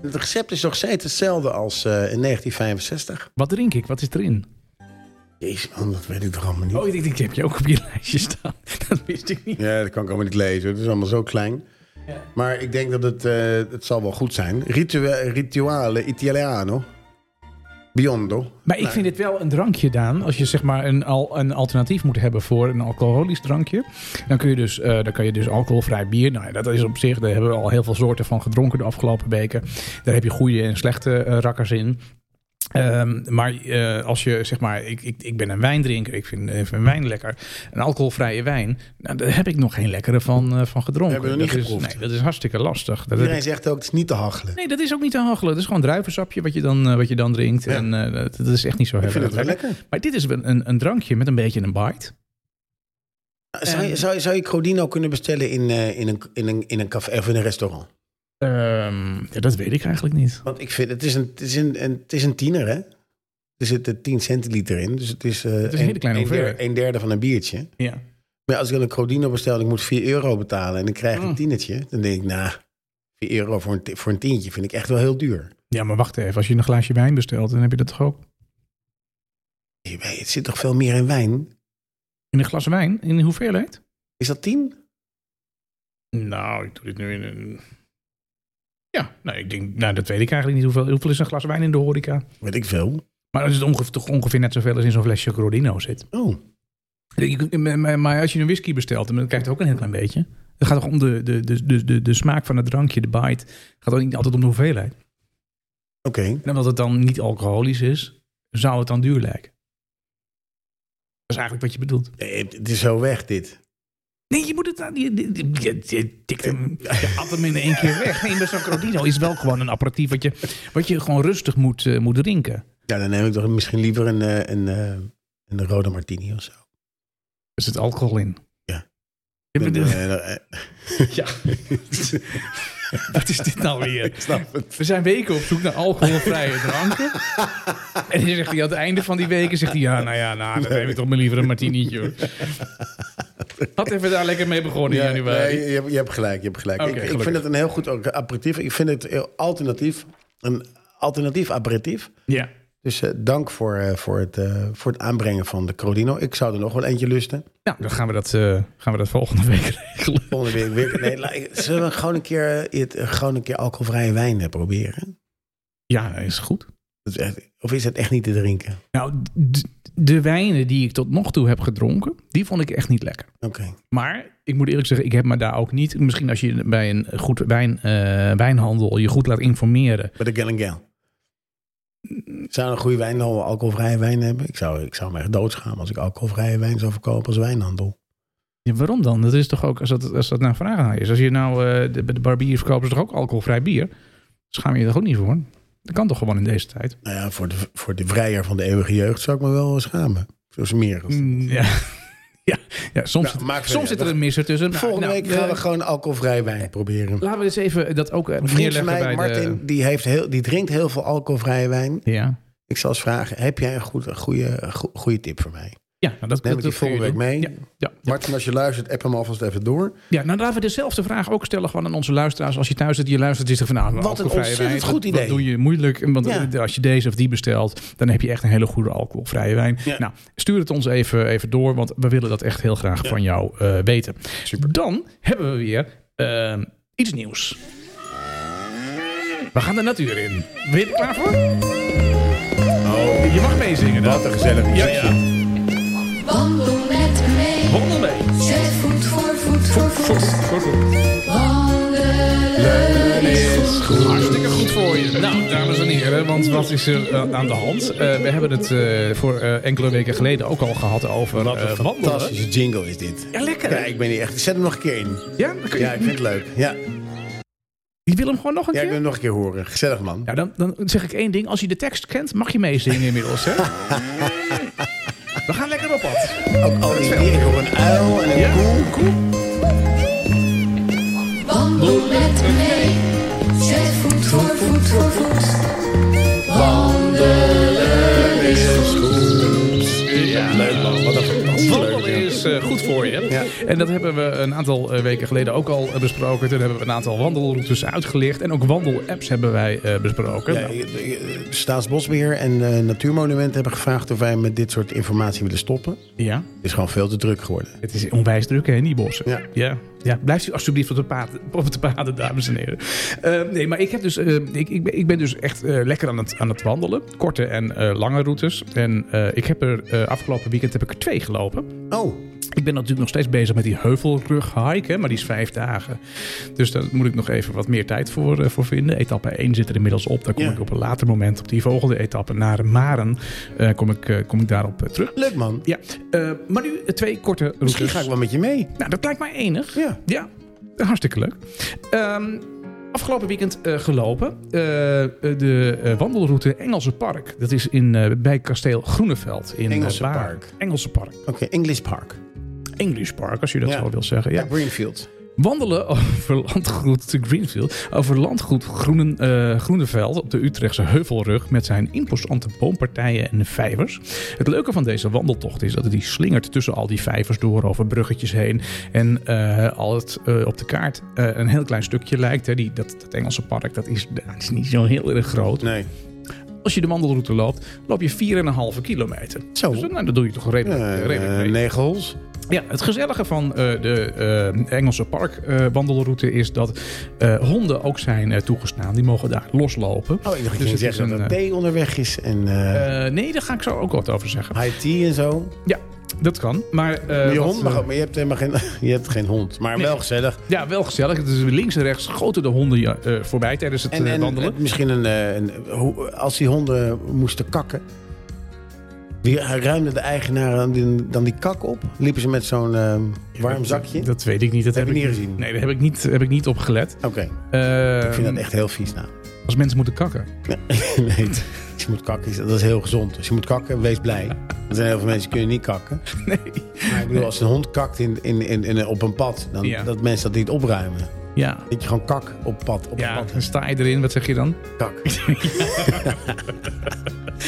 [SPEAKER 1] Het recept is nog steeds hetzelfde als eh, in 1965.
[SPEAKER 2] Wat drink ik? Wat is erin?
[SPEAKER 1] Jezus man, dat weet ik toch allemaal niet.
[SPEAKER 2] Oh, ik denk, die heb je ook op je lijstje staan. Dat wist ik niet.
[SPEAKER 1] Ja, dat kan ik allemaal niet lezen. Het is allemaal zo klein. Maar ik denk dat het, eh, het zal wel goed zijn. Ritua- rituale Italiano. Biondo.
[SPEAKER 2] Maar ik vind dit wel een drankje, Daan. Als je zeg maar een, al, een alternatief moet hebben voor een alcoholisch drankje. Dan kun je dus, eh, dan kan je dus alcoholvrij bier. Nou ja, dat is op zich. Daar hebben we al heel veel soorten van gedronken de afgelopen weken. Daar heb je goede en slechte eh, rakkers in. Ehm, maar eh, als je zeg maar, ik, ik, ik ben een wijndrinker, ik vind, eh, vind wijn lekker. Een alcoholvrije wijn, nou, daar heb ik nog geen lekkere van, eh, van gedronken.
[SPEAKER 1] Hebben we nog
[SPEAKER 2] Dat
[SPEAKER 1] niet
[SPEAKER 2] is-
[SPEAKER 1] geproefd.
[SPEAKER 2] Nee, dat is hartstikke lastig. Dat heb ik
[SPEAKER 1] Iedereen zegt ook, het is niet te hachelen.
[SPEAKER 2] Nee, dat is ook niet te hachelen. Het is gewoon druivensapje wat je dan, eh, wat je dan drinkt.
[SPEAKER 1] Ja.
[SPEAKER 2] En eh, dat, dat is echt niet zo
[SPEAKER 1] ik
[SPEAKER 2] heel
[SPEAKER 1] vind
[SPEAKER 2] erg
[SPEAKER 1] het wel
[SPEAKER 2] lekker.
[SPEAKER 1] lekker.
[SPEAKER 2] Maar dit is wel een, een drankje met een beetje een bite.
[SPEAKER 1] Zou je, zou, je- zou je Crodino kunnen bestellen in, eh, in, een, in, een, in een café of in een restaurant?
[SPEAKER 2] Ehm, ja, dat weet ik eigenlijk niet.
[SPEAKER 1] Want ik vind, het is een, het is een, een- het is een tiener, hè? Er zitten 10 centiliter in. Dus het is, eh,
[SPEAKER 2] een hele kleine
[SPEAKER 1] een, derde,
[SPEAKER 2] hoeveelheid.
[SPEAKER 1] een derde van een biertje.
[SPEAKER 2] Ja.
[SPEAKER 1] Maar als ik dan een Crodino bestel en ik moet 4 euro betalen... en ik krijg een
[SPEAKER 2] Mm.
[SPEAKER 1] tienetje, dan denk ik... nou, 4 euro voor een, ti- voor een tientje vind ik echt wel heel duur.
[SPEAKER 2] ja, maar wacht even. Als je een glaasje wijn bestelt, dan heb je dat toch ook?
[SPEAKER 1] Nee, maar Het zit toch veel meer in wijn?
[SPEAKER 2] In een glas wijn? In hoeveelheid?
[SPEAKER 1] Is dat 10?
[SPEAKER 2] Nou, ik doe dit nu in een... Ja, nou, ik denk, nou, dat weet ik eigenlijk niet. Hoeveel, hoeveel is een glas wijn in de horeca?
[SPEAKER 1] Weet ik veel.
[SPEAKER 2] Maar dat is het ongeveer, toch ongeveer net zoveel als in zo'n flesje Crodino zit.
[SPEAKER 1] Oh,
[SPEAKER 2] Ik- maar- maar- Maar als je een whisky bestelt, dan krijg je het ook een heel klein beetje. Het gaat toch om de, de, de, de, de, de smaak van het drankje, de bite. Het gaat ook niet altijd om de hoeveelheid.
[SPEAKER 1] oké.
[SPEAKER 2] En omdat het dan niet alcoholisch is, zou het dan duur lijken. Dat is eigenlijk wat je bedoelt.
[SPEAKER 1] Nee, Eh, het- het is zo weg, dit.
[SPEAKER 2] Nee, je moet het aan. Je, je, je, je tikt hem, je at hem in één keer weg. Nee, maar zo'n Crodino is wel gewoon een apparatief wat je, wat je gewoon rustig moet, eh, moet drinken.
[SPEAKER 1] Ja, dan neem ik toch misschien liever een, eh, een, eh, een rode martini of zo.
[SPEAKER 2] Er zit alcohol in.
[SPEAKER 1] Ja.
[SPEAKER 2] Ik
[SPEAKER 1] Een,
[SPEAKER 2] bedoel-
[SPEAKER 1] eh, eh,
[SPEAKER 2] Ja. Wat is dit nou weer?
[SPEAKER 1] snap het.
[SPEAKER 2] We zijn weken op zoek naar alcoholvrije dranken. En dan zegt hij aan het einde van die weken, zegt hij, ja, nou ja, nou, dan neem ik toch maar liever een martinietje. hoor. Had even daar lekker mee begonnen in
[SPEAKER 1] Ja,
[SPEAKER 2] januari.
[SPEAKER 1] nee, je, hebt, je hebt gelijk, je hebt gelijk.
[SPEAKER 2] Oké,
[SPEAKER 1] ik, ik
[SPEAKER 2] gelukkig.
[SPEAKER 1] vind het een heel goed ook aperitief. Ik vind het heel alternatief. Een alternatief aperitief.
[SPEAKER 2] Ja.
[SPEAKER 1] Dus eh, dank voor, eh, voor, het, eh, voor het aanbrengen van de Crodino. Ik zou er nog wel eentje lusten.
[SPEAKER 2] Nou, dan gaan we dat, eh, gaan we dat volgende week regelen.
[SPEAKER 1] Volgende week weer. Nee, la- ik- zullen we gewoon een keer, eh, het, eh, gewoon een keer alcoholvrije wijn eh, proberen?
[SPEAKER 2] Ja, is goed.
[SPEAKER 1] Dat is echt- of is dat echt niet te drinken?
[SPEAKER 2] Nou, d- de wijnen die ik tot nog toe heb gedronken, die vond ik echt niet lekker.
[SPEAKER 1] Oké.
[SPEAKER 2] Maar ik moet eerlijk zeggen, ik heb me daar ook niet. Misschien als je bij een goed wijn, eh, wijnhandel je goed laat informeren.
[SPEAKER 1] Met de Gallon Gal. Zou een goede wijnhandel alcoholvrije wijn hebben? Ik zou, ik zou me echt doodschamen als ik alcoholvrije wijn zou verkopen als wijnhandel.
[SPEAKER 2] Ja, waarom dan? Dat is toch ook, als dat, als dat nou vraag naar is. Als je nou, eh, de, de barbier verkopen ze toch ook alcoholvrij bier? Schaam je je toch ook niet voor? Dat kan toch gewoon in deze tijd?
[SPEAKER 1] Nou ja, voor de, voor de vrijer van de eeuwige jeugd zou ik me wel schamen. Zo smerig. als-
[SPEAKER 2] Ja, ja, ja soms,
[SPEAKER 1] Mm. Nou, maakt
[SPEAKER 2] soms
[SPEAKER 1] verder.
[SPEAKER 2] zit er Nou, een misser tussen. Nou,
[SPEAKER 1] Volgende
[SPEAKER 2] nou,
[SPEAKER 1] week gaan
[SPEAKER 2] eh,
[SPEAKER 1] we gewoon alcoholvrij wijn proberen.
[SPEAKER 2] Laten we eens even dat ook eh,
[SPEAKER 1] Een vriend van
[SPEAKER 2] neerleggen
[SPEAKER 1] mij,
[SPEAKER 2] bij
[SPEAKER 1] Martin, die, heeft heel, die drinkt heel veel alcoholvrije wijn.
[SPEAKER 2] de... Ja,
[SPEAKER 1] Ik zal eens vragen, heb jij een, goed, een goede, een go- goede tip voor mij?
[SPEAKER 2] ja nou, dat,
[SPEAKER 1] Neem
[SPEAKER 2] dat,
[SPEAKER 1] ik die
[SPEAKER 2] dat kun je
[SPEAKER 1] volgende week
[SPEAKER 2] doen.
[SPEAKER 1] mee.
[SPEAKER 2] Ja, ja, ja.
[SPEAKER 1] Martin, als je luistert, app hem alvast even door.
[SPEAKER 2] Ja, nou laten we dezelfde vraag ook stellen gewoon aan onze luisteraars. Als je thuis zit, je luistert, is er van nou,
[SPEAKER 1] Wat een
[SPEAKER 2] alcoholvrije
[SPEAKER 1] ontzettend
[SPEAKER 2] wijn,
[SPEAKER 1] goed
[SPEAKER 2] wat-
[SPEAKER 1] idee.
[SPEAKER 2] Wat doe je moeilijk? Want eh,
[SPEAKER 1] Ja.
[SPEAKER 2] als je deze of die bestelt, dan heb je echt een hele goede alcoholvrije wijn.
[SPEAKER 1] Ja.
[SPEAKER 2] Nou, stuur het ons even, even door, want we willen dat echt heel graag van jou eh, weten. Super. Dan hebben we weer ehm, iets nieuws. We gaan de natuur in. Ben je er klaar voor?
[SPEAKER 1] Oh.
[SPEAKER 2] Je mag meezingen dan.
[SPEAKER 1] Wat een gezellig
[SPEAKER 2] Ja, ja.
[SPEAKER 4] Wandel met me mee.
[SPEAKER 2] Wandel mee.
[SPEAKER 4] Zet voet voor voet voor
[SPEAKER 2] Voor-
[SPEAKER 4] voet.
[SPEAKER 2] voor- voor-
[SPEAKER 4] Wandelen is goed.
[SPEAKER 2] Hartstikke goed voor je. Nou, dames en heren, want wat is er eh, aan de hand? Eh, we hebben het eh, voor eh, enkele weken geleden ook al gehad over
[SPEAKER 1] Wat een
[SPEAKER 2] eh, wandelen.
[SPEAKER 1] fantastische jingle is dit.
[SPEAKER 2] Ja, lekker.
[SPEAKER 1] Ja, ik ben hier echt. Zet hem nog een keer in.
[SPEAKER 2] Ja, dan kun je,
[SPEAKER 1] Ja, ik vind het leuk. Ja,
[SPEAKER 2] die wil hem gewoon nog een
[SPEAKER 1] ja ik wil
[SPEAKER 2] keer.
[SPEAKER 1] hem nog een keer horen. Gezellig man.
[SPEAKER 2] Nou, dan, dan zeg ik één ding. Als je de tekst kent, mag je meezingen inmiddels, hè? We gaan lekker op pad.
[SPEAKER 1] Ook al die Oh, ik op een uil en een
[SPEAKER 2] Ja?
[SPEAKER 1] koe.
[SPEAKER 4] Wandel met me mee. Zet voet voor voet voor voet. Wandelen is goed.
[SPEAKER 1] Leuk man, wat een fantastisch leuk.
[SPEAKER 2] Wandelen is eh, goed goed voor je.
[SPEAKER 1] Ja.
[SPEAKER 2] En dat hebben we een aantal eh, weken geleden ook al eh, besproken. Toen hebben we een aantal wandelroutes uitgelicht. En ook wandelapps hebben wij eh, besproken.
[SPEAKER 1] Ja,
[SPEAKER 2] Nou,
[SPEAKER 1] je- je- Staatsbosbeheer en eh, Natuurmonumenten hebben gevraagd of wij met dit soort informatie willen stoppen.
[SPEAKER 2] ja.
[SPEAKER 1] Het is gewoon veel te druk geworden.
[SPEAKER 2] Het is onwijs druk hè, in die bossen.
[SPEAKER 1] Ja.
[SPEAKER 2] Ja, ja. blijft u alsjeblieft op de paden, op de paden dames en heren. Eh, nee, maar ik, heb dus, eh, ik, ik, ben, ik ben dus echt eh, lekker aan het, aan het wandelen. Korte en eh, lange routes. En eh, ik heb er eh, afgelopen weekend heb ik er twee gelopen.
[SPEAKER 1] Oh,
[SPEAKER 2] Ik ben natuurlijk nog steeds bezig met die heuvelrug hike, hè, maar die is vijf dagen. Dus daar moet ik nog even wat meer tijd voor, eh, voor vinden. Etappe 1 zit er inmiddels op. Daar kom
[SPEAKER 1] Ja.
[SPEAKER 2] ik op een later moment, op die volgende etappe naar Maren, eh, kom, ik, eh, kom ik daarop eh, terug.
[SPEAKER 1] leuk man.
[SPEAKER 2] Ja, eh, maar nu eh, twee korte routes.
[SPEAKER 1] Misschien ga ik wel met je mee.
[SPEAKER 2] Nou, dat lijkt mij enig.
[SPEAKER 1] Ja.
[SPEAKER 2] Ja, hartstikke leuk. Ehm, afgelopen weekend eh, gelopen. Eh, eh, de eh, wandelroute Engelse Park. Dat is in, eh, bij kasteel Groeneveld. In, eh,
[SPEAKER 1] Engelse
[SPEAKER 2] Baren.
[SPEAKER 1] Park.
[SPEAKER 2] Engelse Park.
[SPEAKER 1] Oké, English Park.
[SPEAKER 2] English Park, als je dat
[SPEAKER 1] Ja.
[SPEAKER 2] zo wil zeggen. Ja.
[SPEAKER 1] Ja, Greenfield.
[SPEAKER 2] Wandelen over landgoed te Greenfield. Over landgoed Groenen, eh, Groeneveld op de Utrechtse Heuvelrug. Met zijn imposante boompartijen en vijvers. Het leuke van deze wandeltocht is dat het die slingert tussen al die vijvers door. Over bruggetjes heen. En eh, al het eh, op de kaart eh, een heel klein stukje lijkt. Hè, die, dat, dat Engelse park dat is, dat is niet zo heel erg groot.
[SPEAKER 1] Nee.
[SPEAKER 2] Als je de wandelroute loopt, loop je 4,5 kilometer.
[SPEAKER 1] Zo.
[SPEAKER 2] Dus, nou, dat doe je toch redelijk.
[SPEAKER 1] Eh,
[SPEAKER 2] redelijk
[SPEAKER 1] eh,
[SPEAKER 2] redelijk.
[SPEAKER 1] negen holes.
[SPEAKER 2] Ja, het gezellige van eh, de eh, Engelse parkwandelroute wandelroute is dat eh, honden ook zijn eh, toegestaan. Die mogen daar loslopen.
[SPEAKER 1] Oh, ik dacht
[SPEAKER 2] Dus
[SPEAKER 1] dat je
[SPEAKER 2] het
[SPEAKER 1] zegt
[SPEAKER 2] is
[SPEAKER 1] dat er
[SPEAKER 2] een,
[SPEAKER 1] thee onderweg is en eh
[SPEAKER 2] eh, nee, daar ga ik zo ook wat over zeggen.
[SPEAKER 1] high tea en zo.
[SPEAKER 2] Ja, dat kan. Maar, eh,
[SPEAKER 1] je
[SPEAKER 2] wat,
[SPEAKER 1] hond mag
[SPEAKER 2] eh,
[SPEAKER 1] ook, maar je hebt helemaal geen, je hebt geen hond. Maar wel gezellig.
[SPEAKER 2] Ja, wel gezellig. Het is links en rechts schoten de honden ja, eh, voorbij tijdens het
[SPEAKER 1] En,
[SPEAKER 2] eh,
[SPEAKER 1] en
[SPEAKER 2] wandelen.
[SPEAKER 1] eh, misschien een, eh, een- hoe- als die honden moesten kakken. Die ruimde de eigenaar dan die, dan die kak op. Liepen ze met zo'n eh, warm zakje.
[SPEAKER 2] Dat weet ik niet. Dat heb,
[SPEAKER 1] Heb je
[SPEAKER 2] ik
[SPEAKER 1] niet gezien?
[SPEAKER 2] Nee, daar heb ik niet, heb ik niet op gelet.
[SPEAKER 1] Oké,
[SPEAKER 2] Eh,
[SPEAKER 1] ik vind dat echt heel vies nou.
[SPEAKER 2] Als mensen moeten kakken.
[SPEAKER 1] nee, als je moet kakken, is- dat is heel gezond. Als je moet kakken, wees blij. Er zijn heel veel mensen die kunnen niet kakken.
[SPEAKER 2] Nee.
[SPEAKER 1] Maar ik bedoel, als een hond kakt in, in, in, in- op een pad, dan
[SPEAKER 2] Ja.
[SPEAKER 1] dat mensen dat niet opruimen.
[SPEAKER 2] Ja.
[SPEAKER 1] Dat je gewoon kak op pad. Op
[SPEAKER 2] Ja,
[SPEAKER 1] een
[SPEAKER 2] dan
[SPEAKER 1] pad.
[SPEAKER 2] sta je erin. Wat zeg je dan?
[SPEAKER 1] Kak.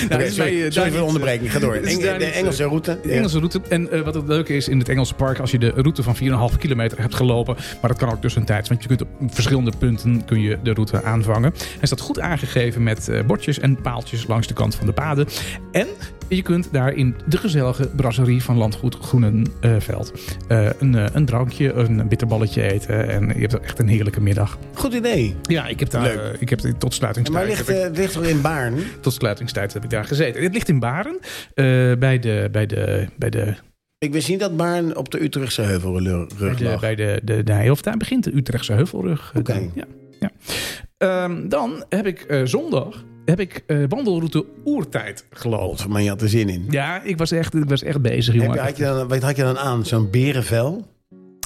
[SPEAKER 2] Nou,
[SPEAKER 1] Oké,
[SPEAKER 2] is bij, eh,
[SPEAKER 1] sorry, sorry
[SPEAKER 2] daar niet, eh,
[SPEAKER 1] voor de onderbreking. Ga door.
[SPEAKER 2] is
[SPEAKER 1] Eng-
[SPEAKER 2] daar
[SPEAKER 1] de
[SPEAKER 2] niet,
[SPEAKER 1] Engelse route.
[SPEAKER 2] De Engelse route. En eh, wat het leuke is in het Engelse park, als je de route van 4,5 kilometer hebt gelopen, maar dat kan ook tussentijds, want je kunt op verschillende punten kun je de route aanvangen. Hij staat goed aangegeven met eh, bordjes en paaltjes langs de kant van de paden. En je kunt daar in de gezellige brasserie van Landgoed Groenenveld eh, een, eh, een drankje, een bitterballetje eten. En je hebt echt een heerlijke middag.
[SPEAKER 1] Ja. Goed idee.
[SPEAKER 2] Ja, ik heb daar
[SPEAKER 1] Leuk.
[SPEAKER 2] eh, ik heb tot
[SPEAKER 1] En waar
[SPEAKER 2] sluitingstijd.
[SPEAKER 1] ligt,
[SPEAKER 2] heb
[SPEAKER 1] eh,
[SPEAKER 2] ik-
[SPEAKER 1] het ligt toch in Baarn?
[SPEAKER 2] tot sluitingstijd heb ik daar gezeten. Dit ligt in Baren, eh, bij de, bij de, bij de
[SPEAKER 1] Ik wist niet dat Baarn op de Utrechtse
[SPEAKER 2] Bij
[SPEAKER 1] heuvelrug
[SPEAKER 2] de,
[SPEAKER 1] lag.
[SPEAKER 2] bij de, de, de Heijhof, daar begint de Utrechtse Heuvelrug. eh,
[SPEAKER 1] Oké.
[SPEAKER 2] dan. Ja, ja. Ehm, dan heb ik eh, zondag heb ik, eh, wandelroute Oertijd gelopen.
[SPEAKER 1] God, maar je had er zin in.
[SPEAKER 2] Ja, ik was echt, ik was echt bezig,
[SPEAKER 1] Heb
[SPEAKER 2] jongen.
[SPEAKER 1] je, had, je dan, wat had je dan aan? Zo'n berenvel?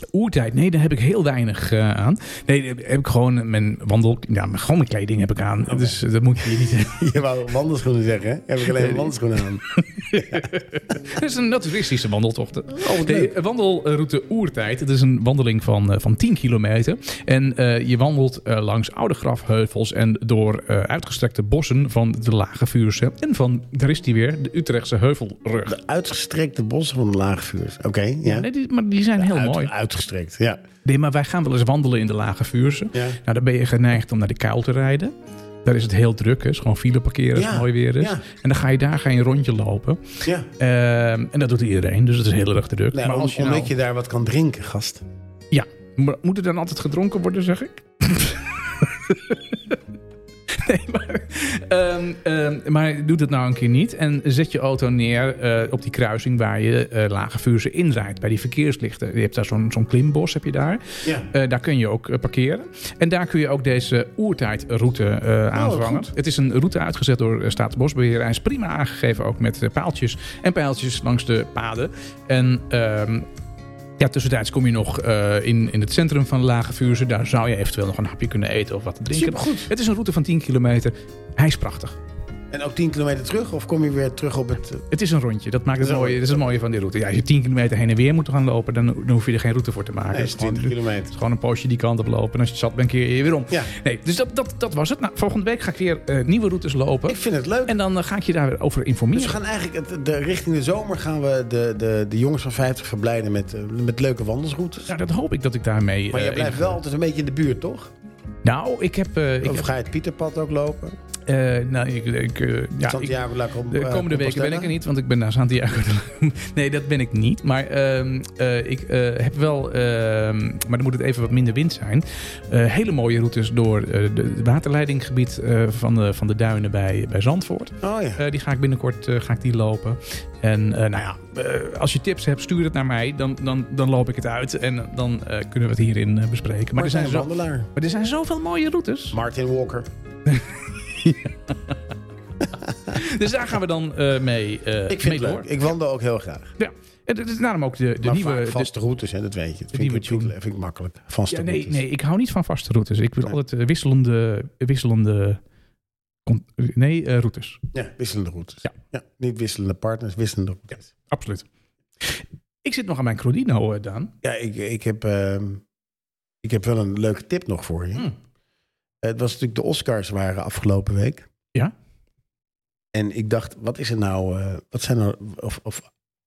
[SPEAKER 2] Oertijd, nee, daar heb ik heel weinig eh, aan. Nee, daar heb ik gewoon mijn wandel... Ja, maar gewoon mijn kleding heb ik aan. Dus eh, dat moet je hier niet hebben.
[SPEAKER 1] Je wou wandelschoenen zeggen, hè? Heb ik alleen maar wandelschoenen aan.
[SPEAKER 2] Dat is een naturistische wandeltocht.
[SPEAKER 1] wat
[SPEAKER 2] nee,
[SPEAKER 1] leuk.
[SPEAKER 2] wandelroute Oertijd. Het is een wandeling van, eh, van 10 kilometer. En eh, je wandelt eh, langs oude grafheuvels en door eh, uitgestrekte bossen van de Lage Vuurse. En van, daar is die weer, de Utrechtse Heuvelrug.
[SPEAKER 1] Uitgestrekte bossen van de laagvuurs. Oké, ja.
[SPEAKER 2] Nee, die, maar die zijn heel
[SPEAKER 1] Uit-
[SPEAKER 2] mooi.
[SPEAKER 1] Uitgestrekt, ja.
[SPEAKER 2] Nee, maar wij gaan wel eens wandelen in de Lage Vuurse.
[SPEAKER 1] Ja.
[SPEAKER 2] Nou, dan ben je geneigd om naar de Kuil te rijden. Daar is het heel druk, hè. Het is gewoon file parkeren, als het
[SPEAKER 1] Ja,
[SPEAKER 2] mooi weer is.
[SPEAKER 1] ja.
[SPEAKER 2] En dan ga je daar ga je een rondje lopen.
[SPEAKER 1] ja.
[SPEAKER 2] Ehm, en dat doet iedereen, dus het is heel erg druk.
[SPEAKER 1] Nee, om- omdat
[SPEAKER 2] nou-
[SPEAKER 1] je daar wat kan drinken, gast.
[SPEAKER 2] Ja, maar moet er dan altijd gedronken worden, zeg ik? nee, maar, ehm, ehm, maar doe dat nou een keer niet. En zet je auto neer eh, op die kruising waar je eh lage vuurse inrijdt. Bij die verkeerslichten. Je hebt daar zo'n zo'n klimbos, heb je daar.
[SPEAKER 1] Ja.
[SPEAKER 2] Eh, daar kun je ook eh, parkeren. En daar kun je ook deze oertijdroute eh aanvangen.
[SPEAKER 1] Oh, goed.
[SPEAKER 2] Het is een route uitgezet door eh, Staatsbosbeheer. Hij is prima aangegeven ook met eh, paaltjes en pijltjes langs de paden. En ehm, ja, tussentijds kom je nog eh, in, in het centrum van Lage Vuurse. Daar zou je eventueel nog een hapje kunnen eten of wat te drinken.
[SPEAKER 1] Supergoed.
[SPEAKER 2] Het is een route van 10 kilometer. Hij is prachtig.
[SPEAKER 1] En ook 10 kilometer terug? Of kom je weer terug op het... eh,
[SPEAKER 2] Het is een rondje. Dat maakt het
[SPEAKER 1] Ja,
[SPEAKER 2] mooie. Dat is het mooie van die route. Ja, als je 10 kilometer heen en weer moet gaan lopen, dan, dan hoef je er geen route voor te maken.
[SPEAKER 1] Nee,
[SPEAKER 2] Het is gewoon-
[SPEAKER 1] 20 kilometer.
[SPEAKER 2] het is gewoon een poosje die kant op lopen. En als je zat bent, keer je weer om.
[SPEAKER 1] Ja.
[SPEAKER 2] Nee, dus dat, dat, dat was het. Nou, volgende week ga ik weer eh, nieuwe routes lopen.
[SPEAKER 1] Ik vind het leuk.
[SPEAKER 2] En dan eh, ga ik je daarover
[SPEAKER 1] Dus
[SPEAKER 2] informeren.
[SPEAKER 1] we gaan eigenlijk het- de, richting de zomer gaan we de, de, de jongens van 50 verblijden met, eh, met leuke wandelsroutes.
[SPEAKER 2] Nou, dat hoop ik dat ik daarmee.
[SPEAKER 1] Maar
[SPEAKER 2] eh,
[SPEAKER 1] jij blijft
[SPEAKER 2] in-
[SPEAKER 1] wel altijd een beetje in de buurt, toch?
[SPEAKER 2] Nou, ik heb. eh, ik
[SPEAKER 1] Of
[SPEAKER 2] heb
[SPEAKER 1] ga je het Pieterpad ook lopen?
[SPEAKER 2] eh, nou, ik, ik, eh, ja, ik-
[SPEAKER 1] Santiago La Com-
[SPEAKER 2] De
[SPEAKER 1] eh,
[SPEAKER 2] komende weken ben
[SPEAKER 1] Compostela?
[SPEAKER 2] ik er niet, want ik ben naar Santiago. de- nee, dat ben ik niet. Maar ehm, eh, ik eh, heb wel, ehm, maar dan moet het even wat minder wind zijn. Eh, hele mooie routes door eh, de- het waterleidinggebied eh, van, de, van de duinen bij, bij Zandvoort.
[SPEAKER 1] Oh ja.
[SPEAKER 2] Eh, die ga ik binnenkort eh, ga ik die lopen. En eh, nou ja, eh, als je tips hebt, stuur het naar mij. Dan, dan, dan loop ik het uit en dan eh, kunnen we het hierin eh, bespreken. Maar er, zijn zo,
[SPEAKER 1] wandelaar.
[SPEAKER 2] maar er zijn zoveel mooie routes.
[SPEAKER 1] Martin Walker.
[SPEAKER 2] Dus daar gaan we dan eh, mee, eh
[SPEAKER 1] Ik vind
[SPEAKER 2] mee
[SPEAKER 1] het
[SPEAKER 2] door.
[SPEAKER 1] leuk. Ik wandel ook heel graag.
[SPEAKER 2] Ja. En dat is daarom ook de, de
[SPEAKER 1] maar
[SPEAKER 2] nieuwe...
[SPEAKER 1] vaak
[SPEAKER 2] de-
[SPEAKER 1] vaste routes, hè, dat weet je. Dat vind,
[SPEAKER 2] nieuwe
[SPEAKER 1] ik, vind,
[SPEAKER 2] tune.
[SPEAKER 1] ik- vind ik makkelijk. Vaste
[SPEAKER 2] Ja, nee,
[SPEAKER 1] routes.
[SPEAKER 2] nee, ik hou niet van vaste routes. Ik wil altijd eh, wisselende, wisselende con- nee, eh, routes.
[SPEAKER 1] Ja, wisselende routes.
[SPEAKER 2] Ja.
[SPEAKER 1] Ja. niet wisselende partners, wisselende routes.
[SPEAKER 2] Absoluut. Ik zit nog aan mijn Crodino, eh, Daan.
[SPEAKER 1] Ja, ik, ik, heb, ehm, ik heb wel een leuke tip nog voor je.
[SPEAKER 2] Hmm.
[SPEAKER 1] Het was natuurlijk de Oscars waren afgelopen week.
[SPEAKER 2] Ja.
[SPEAKER 1] En ik dacht, wat is er nou, eh, wat zijn er, of, of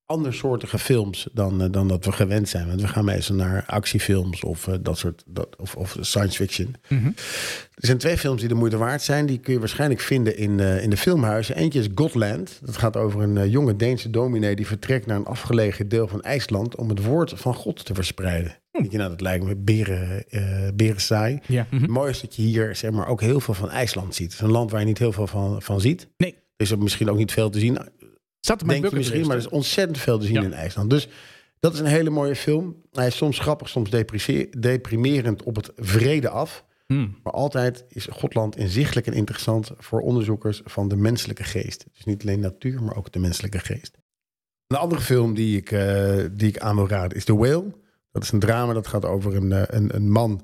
[SPEAKER 1] andersoortige films dan, eh, dan dat we gewend zijn? Want we gaan meestal naar actiefilms of eh, dat soort, dat, of, of science fiction.
[SPEAKER 2] Mhm.
[SPEAKER 1] Er zijn twee films die de moeite waard zijn. Die kun je waarschijnlijk vinden in, eh, in de filmhuizen. Eentje is Godland. Dat gaat over een eh, jonge Deense dominee... die vertrekt naar een afgelegen deel van IJsland... om het woord van God te verspreiden. Denk je, nou, dat lijkt me beren, eh, beren saai.
[SPEAKER 2] Ja. mhm.
[SPEAKER 1] Het mooie is dat je hier zeg maar, ook heel veel van IJsland ziet. Het is een land waar je niet heel veel van, van ziet.
[SPEAKER 2] Nee.
[SPEAKER 1] Er is er misschien ook niet veel te zien
[SPEAKER 2] Staat op mijn
[SPEAKER 1] denk je
[SPEAKER 2] bucketlist.
[SPEAKER 1] misschien, maar er is ontzettend veel te zien
[SPEAKER 2] Ja.
[SPEAKER 1] in IJsland. Dus dat is een hele mooie film. Hij is soms grappig, soms deprecie- deprimerend op het vrede af.
[SPEAKER 2] Hmm.
[SPEAKER 1] Maar altijd is Godland inzichtelijk en interessant voor onderzoekers van de menselijke geest. Dus niet alleen natuur, maar ook de menselijke geest. Een andere film die ik, eh, die ik aan wil raden is The Whale. Dat is een drama dat gaat over een, eh, een, een man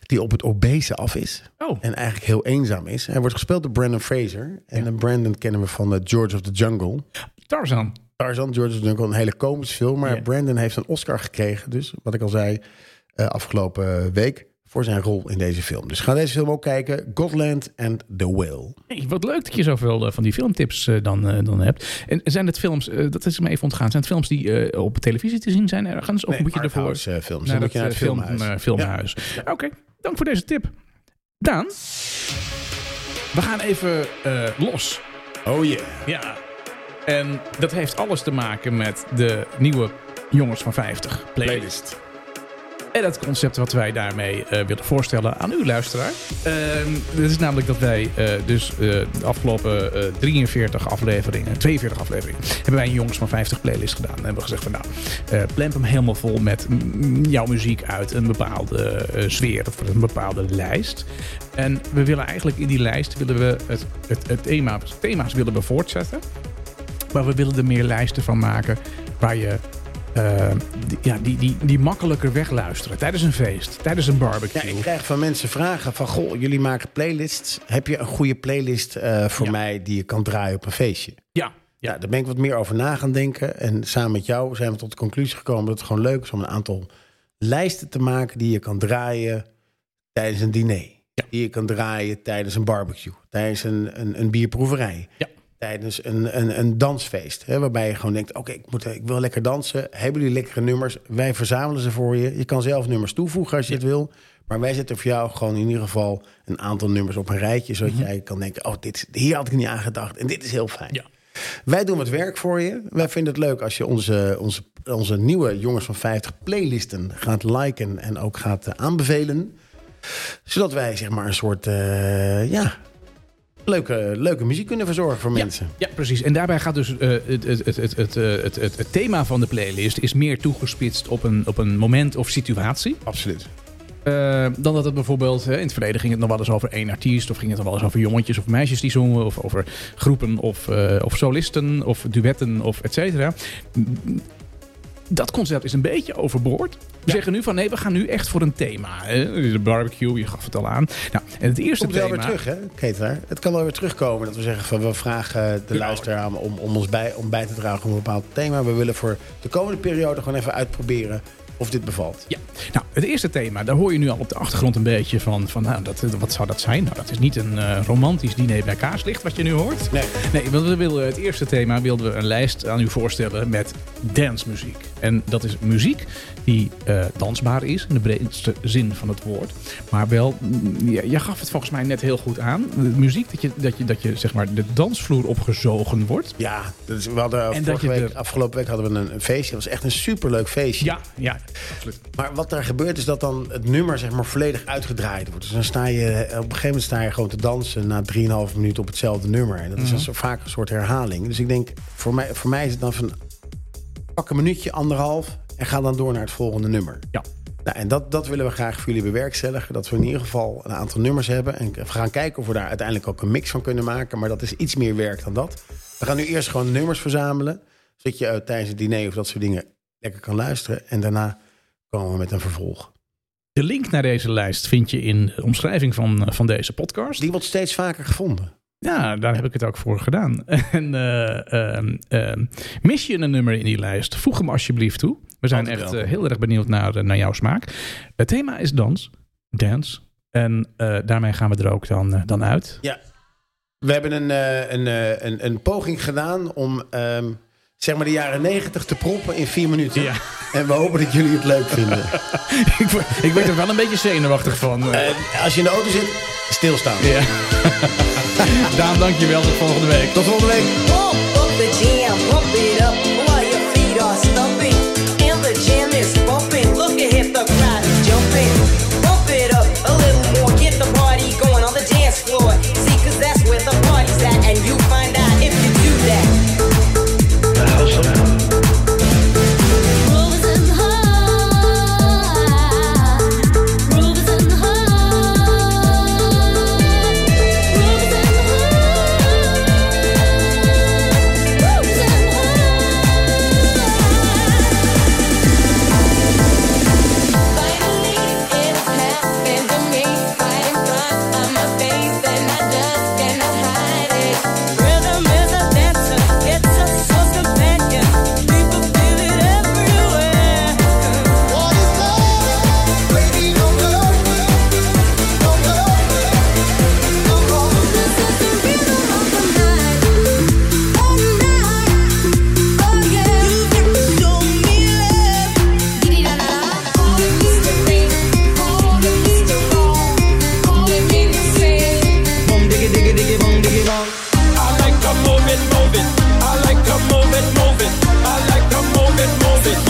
[SPEAKER 1] die op het obese af is.
[SPEAKER 2] Oh,
[SPEAKER 1] En eigenlijk heel eenzaam is. Hij wordt gespeeld door Brandon Fraser. En eh, Brandon kennen we van eh, George of the Jungle.
[SPEAKER 2] Tarzan.
[SPEAKER 1] Tarzan, George is natuurlijk wel een hele komische film. Maar
[SPEAKER 2] Ja.
[SPEAKER 1] Brandon heeft een Oscar gekregen. Dus wat ik al zei eh, afgelopen week. Voor zijn rol in deze film. Dus ga deze film ook kijken. Godland and The Whale.
[SPEAKER 2] Hey, wat leuk dat je zoveel eh, van die filmtips eh, dan, eh, dan hebt. En zijn het films, eh, dat is me even ontgaan, zijn het films die eh, op televisie te zien zijn ergens? Of moet je ervoor
[SPEAKER 1] Arthouse, eh, films. Dan
[SPEAKER 2] naar het
[SPEAKER 1] moet je naar
[SPEAKER 2] eh,
[SPEAKER 1] het
[SPEAKER 2] film-
[SPEAKER 1] filmhuis.
[SPEAKER 2] eh, filmhuis. Oké, dank voor deze tip. Daan, we gaan even eh, los.
[SPEAKER 1] Oh yeah.
[SPEAKER 2] Ja. En dat heeft alles te maken met de nieuwe Jongens van 50 playlist. En het concept wat wij daarmee eh, willen voorstellen aan u, luisteraar. Ehm, dat is namelijk dat wij eh, dus eh, de afgelopen eh, 43 afleveringen, 42 afleveringen, hebben wij een Jongens van 50 playlist gedaan. En hebben we gezegd van nou, eh plemp hem helemaal vol met mm, jouw muziek uit een bepaalde eh, sfeer of een bepaalde lijst. En we willen eigenlijk in die lijst willen we het, het, het thema, thema's willen we voortzetten. Maar we willen er meer lijsten van maken waar je eh, die, ja, die, die, die makkelijker wegluisteren. Tijdens een feest, tijdens
[SPEAKER 1] Ja,
[SPEAKER 2] een barbecue.
[SPEAKER 1] ik krijg van mensen vragen van... Goh, jullie maken playlists. Heb je een goede playlist eh, voor
[SPEAKER 2] Ja.
[SPEAKER 1] mij die je kan draaien op een feestje?
[SPEAKER 2] ja, ja.
[SPEAKER 1] Ja, daar ben ik wat meer over na gaan denken. En samen met jou zijn we tot de conclusie gekomen dat het gewoon leuk is om een aantal lijsten te maken die je kan draaien tijdens een diner.
[SPEAKER 2] Ja.
[SPEAKER 1] Die je kan draaien tijdens een barbecue, tijdens een, een, een bierproeverij.
[SPEAKER 2] Ja.
[SPEAKER 1] Tijdens een, een, een dansfeest. Hè, waarbij je gewoon denkt, oké, ik, moet- ik wil lekker dansen. Hebben jullie lekkere nummers? Wij verzamelen ze voor je. Je kan zelf nummers toevoegen als je het wil. Maar wij zetten voor jou gewoon in ieder geval een aantal nummers op een rijtje. Zodat
[SPEAKER 2] Mhm.
[SPEAKER 1] jij kan denken, oh, dit, is- hier had ik niet aan gedacht. En dit is heel fijn.
[SPEAKER 2] Ja.
[SPEAKER 1] Wij doen het werk voor je. Wij vinden het leuk als je onze, onze, onze nieuwe Jongens van 50 playlisten gaat liken en ook gaat eh, aanbevelen. Zodat wij zeg maar een soort eh, ja, leuke, leuke muziek kunnen verzorgen voor mensen.
[SPEAKER 2] Ja, precies. En daarbij gaat dus eh, het, het, het, het, het, eh, het, het, het thema van de playlist is meer toegespitst op een, op een moment of situatie.
[SPEAKER 1] Absoluut.
[SPEAKER 2] Eh, dan dat het bijvoorbeeld eh, in het verleden ging het nog wel eens over één artiest. Of ging het nog wel eens over jongetjes of meisjes die zongen. Of over groepen of, eh, of solisten of duetten of et cetera. dat concept is een beetje overboord. We zeggen nu van nee, we gaan nu echt voor een thema. hè. De barbecue, je gaf het al aan. Nou, en het eerste
[SPEAKER 1] komt wel
[SPEAKER 2] thema...
[SPEAKER 1] weer terug, hè, Ketelaar? Het kan wel weer terugkomen dat we zeggen van we vragen de luisteraar aan om, om ons bij, om bij te dragen op een bepaald thema. We willen voor de komende periode gewoon even uitproberen of dit bevalt.
[SPEAKER 2] Ja, nou, het eerste thema, daar hoor je nu al op de achtergrond een beetje van. van nou, dat, wat zou dat zijn? Nou, dat is niet een eh, romantisch diner bij kaarslicht, wat je nu hoort.
[SPEAKER 1] Nee.
[SPEAKER 2] Nee, want we wilden, het eerste thema wilden we een lijst aan u voorstellen met dancemuziek. En dat is muziek die eh, dansbaar is, in de breedste zin van het woord. Maar wel, mm, ja, jij gaf het volgens mij net heel goed aan. De muziek dat je, dat je, dat je zeg maar, de dansvloer opgezogen wordt.
[SPEAKER 1] Ja, dus we hadden
[SPEAKER 2] En dat
[SPEAKER 1] vorige
[SPEAKER 2] je
[SPEAKER 1] week,
[SPEAKER 2] de-
[SPEAKER 1] afgelopen week hadden we een, een feestje. Dat was echt een superleuk feestje.
[SPEAKER 2] Ja, ja, absoluut.
[SPEAKER 1] Maar wat daar gebeurt is dat dan het nummer zeg maar volledig uitgedraaid wordt. Dus dan sta je, op een gegeven moment sta je gewoon te dansen na 3,5 minuut op hetzelfde nummer. En dat is dan zo- vaak een soort herhaling. Dus ik denk, voor mij, voor mij is het dan van pak een minuutje, anderhalf en ga dan door naar het volgende nummer.
[SPEAKER 2] Ja.
[SPEAKER 1] Nou, en dat, dat willen we graag voor jullie bewerkstelligen. Dat we in ieder geval een aantal nummers hebben. En we gaan kijken of we daar uiteindelijk ook een mix van kunnen maken. Maar dat is iets meer werk dan dat. We gaan nu eerst gewoon nummers verzamelen. Zodat je eh, tijdens het diner of dat soort dingen lekker kan luisteren. En daarna komen we met een vervolg.
[SPEAKER 2] De link naar deze lijst vind je in de omschrijving van, eh, van deze podcast.
[SPEAKER 1] Dus Die wordt steeds vaker gevonden.
[SPEAKER 2] Ja, daar heb ik het ook voor gedaan. En eh, ehm, ehm, mis je een nummer in die lijst, voeg hem alsjeblieft toe. We zijn
[SPEAKER 1] Altijd
[SPEAKER 2] echt
[SPEAKER 1] welkom.
[SPEAKER 2] eh, heel erg benieuwd naar, eh, naar jouw smaak. Het thema is dans. Dance. En eh, daarmee gaan we er ook dan, eh, dan uit.
[SPEAKER 1] Ja. We hebben een, eh, een, eh, een, een poging gedaan om ehm, zeg maar de jaren negentig te proppen in vier minuten.
[SPEAKER 2] Ja.
[SPEAKER 1] En we hopen dat jullie het leuk vinden.
[SPEAKER 2] ik, word- ik werd er wel een beetje zenuwachtig van. Eh,
[SPEAKER 1] Eh, als je in de auto zit, stilstaan.
[SPEAKER 2] ja. Daan, dankjewel. Tot volgende week.
[SPEAKER 1] Tot volgende week.
[SPEAKER 5] Pump up the jam, pump it up while your feet are stumping. And the jam is bumping. Look ahead, the crowd is jumping. Pump it up a little more. Get the party going on the dance floor. See, cause that's where the party's at. And you find out if you do that.
[SPEAKER 4] Robinson High. Robinson High. Robinson High. Robinson High.
[SPEAKER 5] Finally, it's happened to me. Right in front of my face, and I just cannot hide it. Rhythm is a dancer, it's a source companion. People feel it everywhere. What is love? Baby, don't go, don't go, don't go. This is the rhythm of the night, oh night, oh yeah. You got to show me love.
[SPEAKER 6] Boom, diggy, diggy, diggy, boom, diggy, bong.
[SPEAKER 7] I like to move it, move it. I like to move it, move it. I like to move it, move it.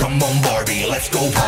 [SPEAKER 7] Come on, Barbie, let's go party.